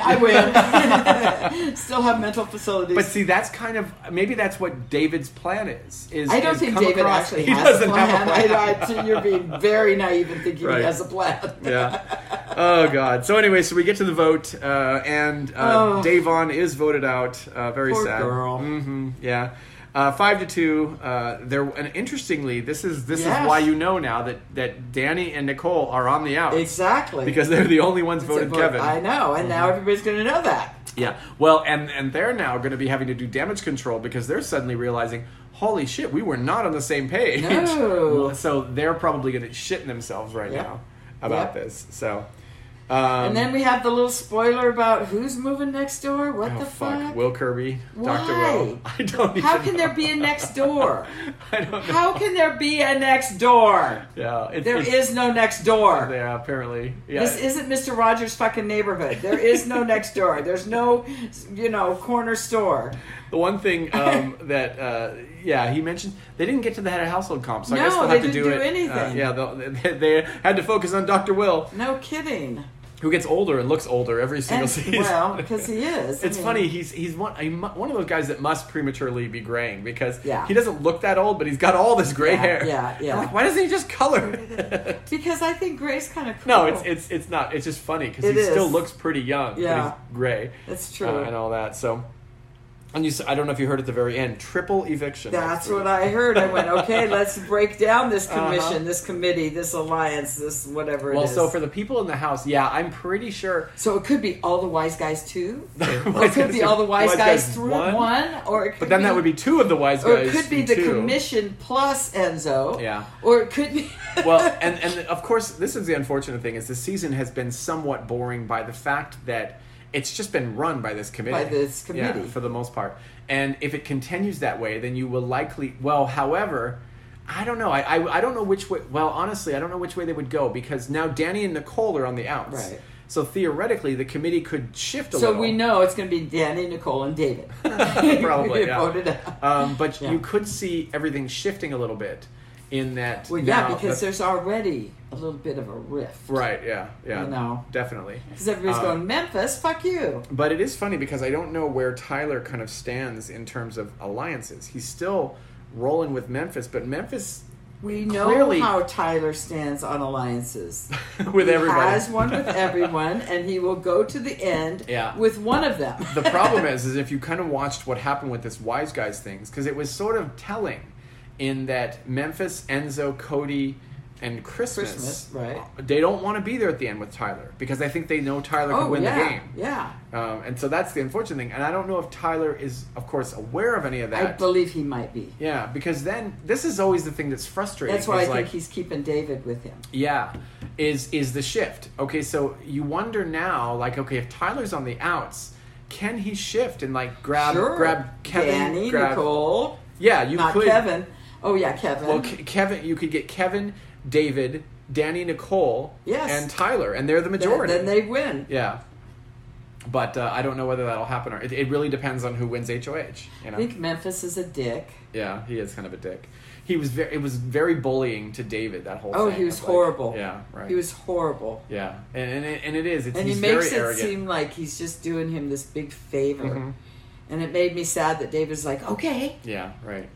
Speaker 2: I win. Still have mental facilities.
Speaker 1: But see, that's kind of maybe that's what David's plan is. Is
Speaker 2: I don't
Speaker 1: is
Speaker 2: think
Speaker 1: come
Speaker 2: David
Speaker 1: across-
Speaker 2: actually
Speaker 1: he
Speaker 2: has
Speaker 1: doesn't
Speaker 2: a plan.
Speaker 1: have a plan.
Speaker 2: I, I, you're being very naive in thinking
Speaker 1: Right.
Speaker 2: he has a plan.
Speaker 1: yeah. oh God. So anyway, so we get to the vote, uh, and uh,
Speaker 2: Oh.
Speaker 1: Davon is voted out. Uh, very
Speaker 2: Poor
Speaker 1: sad.
Speaker 2: girl.
Speaker 1: hmm Yeah. Uh, five to two. Uh, there and interestingly, this is this
Speaker 2: Yes.
Speaker 1: is why you know now that that Danny and Nicole are on the out
Speaker 2: exactly.
Speaker 1: because they're the only ones
Speaker 2: It's a
Speaker 1: voted
Speaker 2: vote.
Speaker 1: Kevin. Mm-hmm.
Speaker 2: I know, and now everybody's going to know that.
Speaker 1: Yeah. Well, and and they're now going to be having to do damage control because they're suddenly realizing, holy shit, we were not on the same page.
Speaker 2: No.
Speaker 1: so they're probably going to shit themselves right
Speaker 2: Yep.
Speaker 1: now about
Speaker 2: Yep.
Speaker 1: this. So. Um,
Speaker 2: and then we have the little spoiler about who's moving next door. What
Speaker 1: oh
Speaker 2: the
Speaker 1: fuck.
Speaker 2: fuck?
Speaker 1: Will Kirby, Doctor
Speaker 2: Why?
Speaker 1: Will. I don't. Even
Speaker 2: How can
Speaker 1: know.
Speaker 2: there be a next door?
Speaker 1: I don't know.
Speaker 2: How can there be a next door?
Speaker 1: Yeah. It,
Speaker 2: There
Speaker 1: it-
Speaker 2: is no next door.
Speaker 1: Yeah. Apparently. Yeah.
Speaker 2: This isn't Mr. Rogers' fucking neighborhood. There is no next door. There's no, you know, corner store.
Speaker 1: The one thing um, that uh, yeah he mentioned they didn't get to the head of household comp, so I
Speaker 2: No,
Speaker 1: guess they'll
Speaker 2: they
Speaker 1: have to
Speaker 2: didn't
Speaker 1: do,
Speaker 2: do
Speaker 1: it. Uh,
Speaker 2: anything.
Speaker 1: yeah, they'll- they, they had to focus on Doctor Will.
Speaker 2: No kidding.
Speaker 1: who gets older and looks older every single
Speaker 2: And,
Speaker 1: season.
Speaker 2: well, because he is. I
Speaker 1: it's
Speaker 2: mean,
Speaker 1: funny he's he's one he mu- one of those guys that must prematurely be graying because
Speaker 2: Yeah.
Speaker 1: he doesn't look that old, but he's got all this gray
Speaker 2: Yeah,
Speaker 1: hair.
Speaker 2: yeah, yeah.
Speaker 1: I'm like, why doesn't he just color it?
Speaker 2: Because I think Gray's kind of cool.
Speaker 1: no, it's it's it's not. It's just funny because he
Speaker 2: It
Speaker 1: still
Speaker 2: is.
Speaker 1: looks pretty young.
Speaker 2: Yeah.
Speaker 1: but he's gray.
Speaker 2: That's
Speaker 1: uh,
Speaker 2: true.
Speaker 1: and all that. So, and you s- I don't know if you heard at the very end, triple eviction.
Speaker 2: That's
Speaker 1: last week.
Speaker 2: what I heard. I went, okay, let's break down this commission,
Speaker 1: Uh-huh.
Speaker 2: this committee, this alliance, this whatever
Speaker 1: Well,
Speaker 2: it is.
Speaker 1: so for the people in the house, yeah, I'm pretty sure.
Speaker 2: So it could be all the wise guys too. Or
Speaker 1: Wise
Speaker 2: it could
Speaker 1: Guys
Speaker 2: be all the wise, guys, through
Speaker 1: one,
Speaker 2: one, or it could
Speaker 1: but then that would be two of the wise
Speaker 2: or
Speaker 1: guys.
Speaker 2: it could be
Speaker 1: and
Speaker 2: the
Speaker 1: two.
Speaker 2: commission plus Enzo.
Speaker 1: Yeah.
Speaker 2: Or it could be
Speaker 1: well, and and of course, this is the unfortunate thing is the season has been somewhat boring by the fact that it's just been run by this committee.
Speaker 2: By this
Speaker 1: Yeah,
Speaker 2: committee.
Speaker 1: for the most part. And if it continues that way, then you will likely. Well, however. I don't know. I, I, I don't know which way. Well, honestly, I don't know which way they would go because now Danny and Nicole are on the outs.
Speaker 2: Right.
Speaker 1: So theoretically, the committee could shift a
Speaker 2: so
Speaker 1: little.
Speaker 2: we know it's going to be Danny, Nicole, and David.
Speaker 1: Probably,
Speaker 2: Get
Speaker 1: yeah.
Speaker 2: voted out.
Speaker 1: Um, but
Speaker 2: Yeah.
Speaker 1: you could see everything shifting a little bit in that.
Speaker 2: Well, yeah,
Speaker 1: now
Speaker 2: because
Speaker 1: the-
Speaker 2: there's already a little bit of a rift.
Speaker 1: Right. Yeah. Yeah.
Speaker 2: You know.
Speaker 1: Definitely.
Speaker 2: Because everybody's
Speaker 1: Um,
Speaker 2: going Memphis. Fuck you.
Speaker 1: But it is funny because I don't know where Tyler kind of stands in terms of alliances. He's still rolling with Memphis, but Memphis
Speaker 2: We know
Speaker 1: Clearly-
Speaker 2: how Tyler stands on alliances.
Speaker 1: with
Speaker 2: he
Speaker 1: everybody.
Speaker 2: has one with everyone, and he will go to the end
Speaker 1: Yeah.
Speaker 2: with one of them.
Speaker 1: the problem is, is if you kind of watched what happened with this wise guys things, because it was sort of telling in that Memphis, Enzo, Cody, and Christmas,
Speaker 2: Christmas, right.
Speaker 1: They don't want to be there at the end with Tyler because I think they know Tyler
Speaker 2: oh
Speaker 1: can win
Speaker 2: yeah,
Speaker 1: the game.
Speaker 2: yeah.
Speaker 1: Um, and so that's the unfortunate thing. And I don't know if Tyler is, of course, aware of any of that.
Speaker 2: I believe he might be.
Speaker 1: Yeah, because then this is always the thing that's frustrating.
Speaker 2: That's why I
Speaker 1: is like,
Speaker 2: think he's keeping David with him.
Speaker 1: yeah, is is the shift. Okay, so you wonder now, like, okay, if Tyler's on the outs, can he shift and like grab
Speaker 2: sure.
Speaker 1: grab Kevin,
Speaker 2: Danny,
Speaker 1: grab
Speaker 2: Nicole,
Speaker 1: yeah, you
Speaker 2: not
Speaker 1: could
Speaker 2: Kevin. Oh yeah, Kevin.
Speaker 1: well Ke- Kevin, you could get Kevin, David, Danny, Nicole,
Speaker 2: Yes.
Speaker 1: and Tyler, and they're the
Speaker 2: Then-
Speaker 1: majority.
Speaker 2: Then, they win.
Speaker 1: yeah. But uh, I don't know whether that'll happen or it, it really depends on who wins HOH. You know?
Speaker 2: I think Memphis is a dick.
Speaker 1: Yeah, he is kind of a dick. He was very, it was very bullying to David. That whole.
Speaker 2: Oh,
Speaker 1: thing.
Speaker 2: he was
Speaker 1: It's like-
Speaker 2: horrible.
Speaker 1: Yeah, right.
Speaker 2: He was horrible.
Speaker 1: Yeah, and and it, and it is. It's,
Speaker 2: And
Speaker 1: he's
Speaker 2: he makes it
Speaker 1: very arrogant.
Speaker 2: seem like he's just doing him this big favor.
Speaker 1: Mm-hmm.
Speaker 2: And it made me sad that David's like, okay,
Speaker 1: Yeah, right.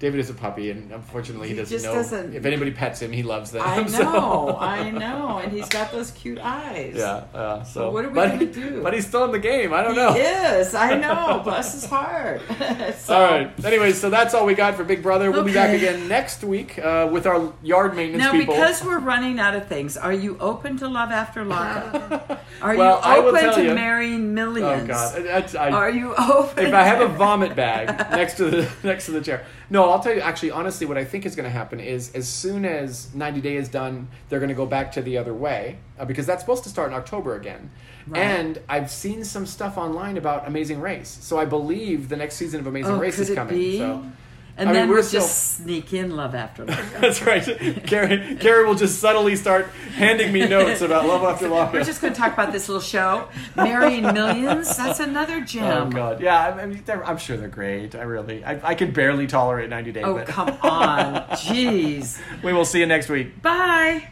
Speaker 1: David is a puppy, and unfortunately, he,
Speaker 2: He
Speaker 1: doesn't
Speaker 2: just
Speaker 1: know.
Speaker 2: doesn't-
Speaker 1: If anybody pets him, he loves them.
Speaker 2: I
Speaker 1: so-
Speaker 2: know, I know. And he's got those cute eyes.
Speaker 1: Yeah. Uh, so
Speaker 2: what are we
Speaker 1: but
Speaker 2: gonna
Speaker 1: he-
Speaker 2: do?
Speaker 1: But he's still in the game. I don't
Speaker 2: He
Speaker 1: know.
Speaker 2: is. I know. Bless his heart. So-
Speaker 1: All right. Anyway, so that's all we got for Big Brother. We'll be back
Speaker 2: Okay.
Speaker 1: again next week uh, with our yard maintenance
Speaker 2: Now,
Speaker 1: people.
Speaker 2: because we're running out of things, are you open to love after love? Are
Speaker 1: Well, I
Speaker 2: you
Speaker 1: will
Speaker 2: open
Speaker 1: tell
Speaker 2: to
Speaker 1: you-
Speaker 2: marrying millions?
Speaker 1: oh God, that's, I,
Speaker 2: Are you open?
Speaker 1: if I have a
Speaker 2: to-
Speaker 1: vomit bag next to the next to the chair. No, I'll tell you. Actually, honestly, what I think is going to happen is as soon as 90 Day is done, they're going to go back to the other way uh, because that's supposed to start in October again.
Speaker 2: Right.
Speaker 1: And I've seen some stuff online about Amazing Race, so I believe the next season of Amazing
Speaker 2: oh,
Speaker 1: Race
Speaker 2: could
Speaker 1: is
Speaker 2: it
Speaker 1: coming.
Speaker 2: be?
Speaker 1: So.
Speaker 2: And
Speaker 1: I mean,
Speaker 2: then
Speaker 1: we're
Speaker 2: we'll
Speaker 1: still-
Speaker 2: just sneak in love after love.
Speaker 1: That's right. Carrie, Carrie will just subtly start handing me notes about love after love.
Speaker 2: We're just going to talk about this little show, marrying millions. That's another
Speaker 1: Oh
Speaker 2: gem.
Speaker 1: God! Yeah, I I mean, they're- I'm sure they're great. I really, I, I can barely tolerate 90 Day.
Speaker 2: Oh,
Speaker 1: but
Speaker 2: come on, jeez.
Speaker 1: we will see you next week.
Speaker 2: Bye.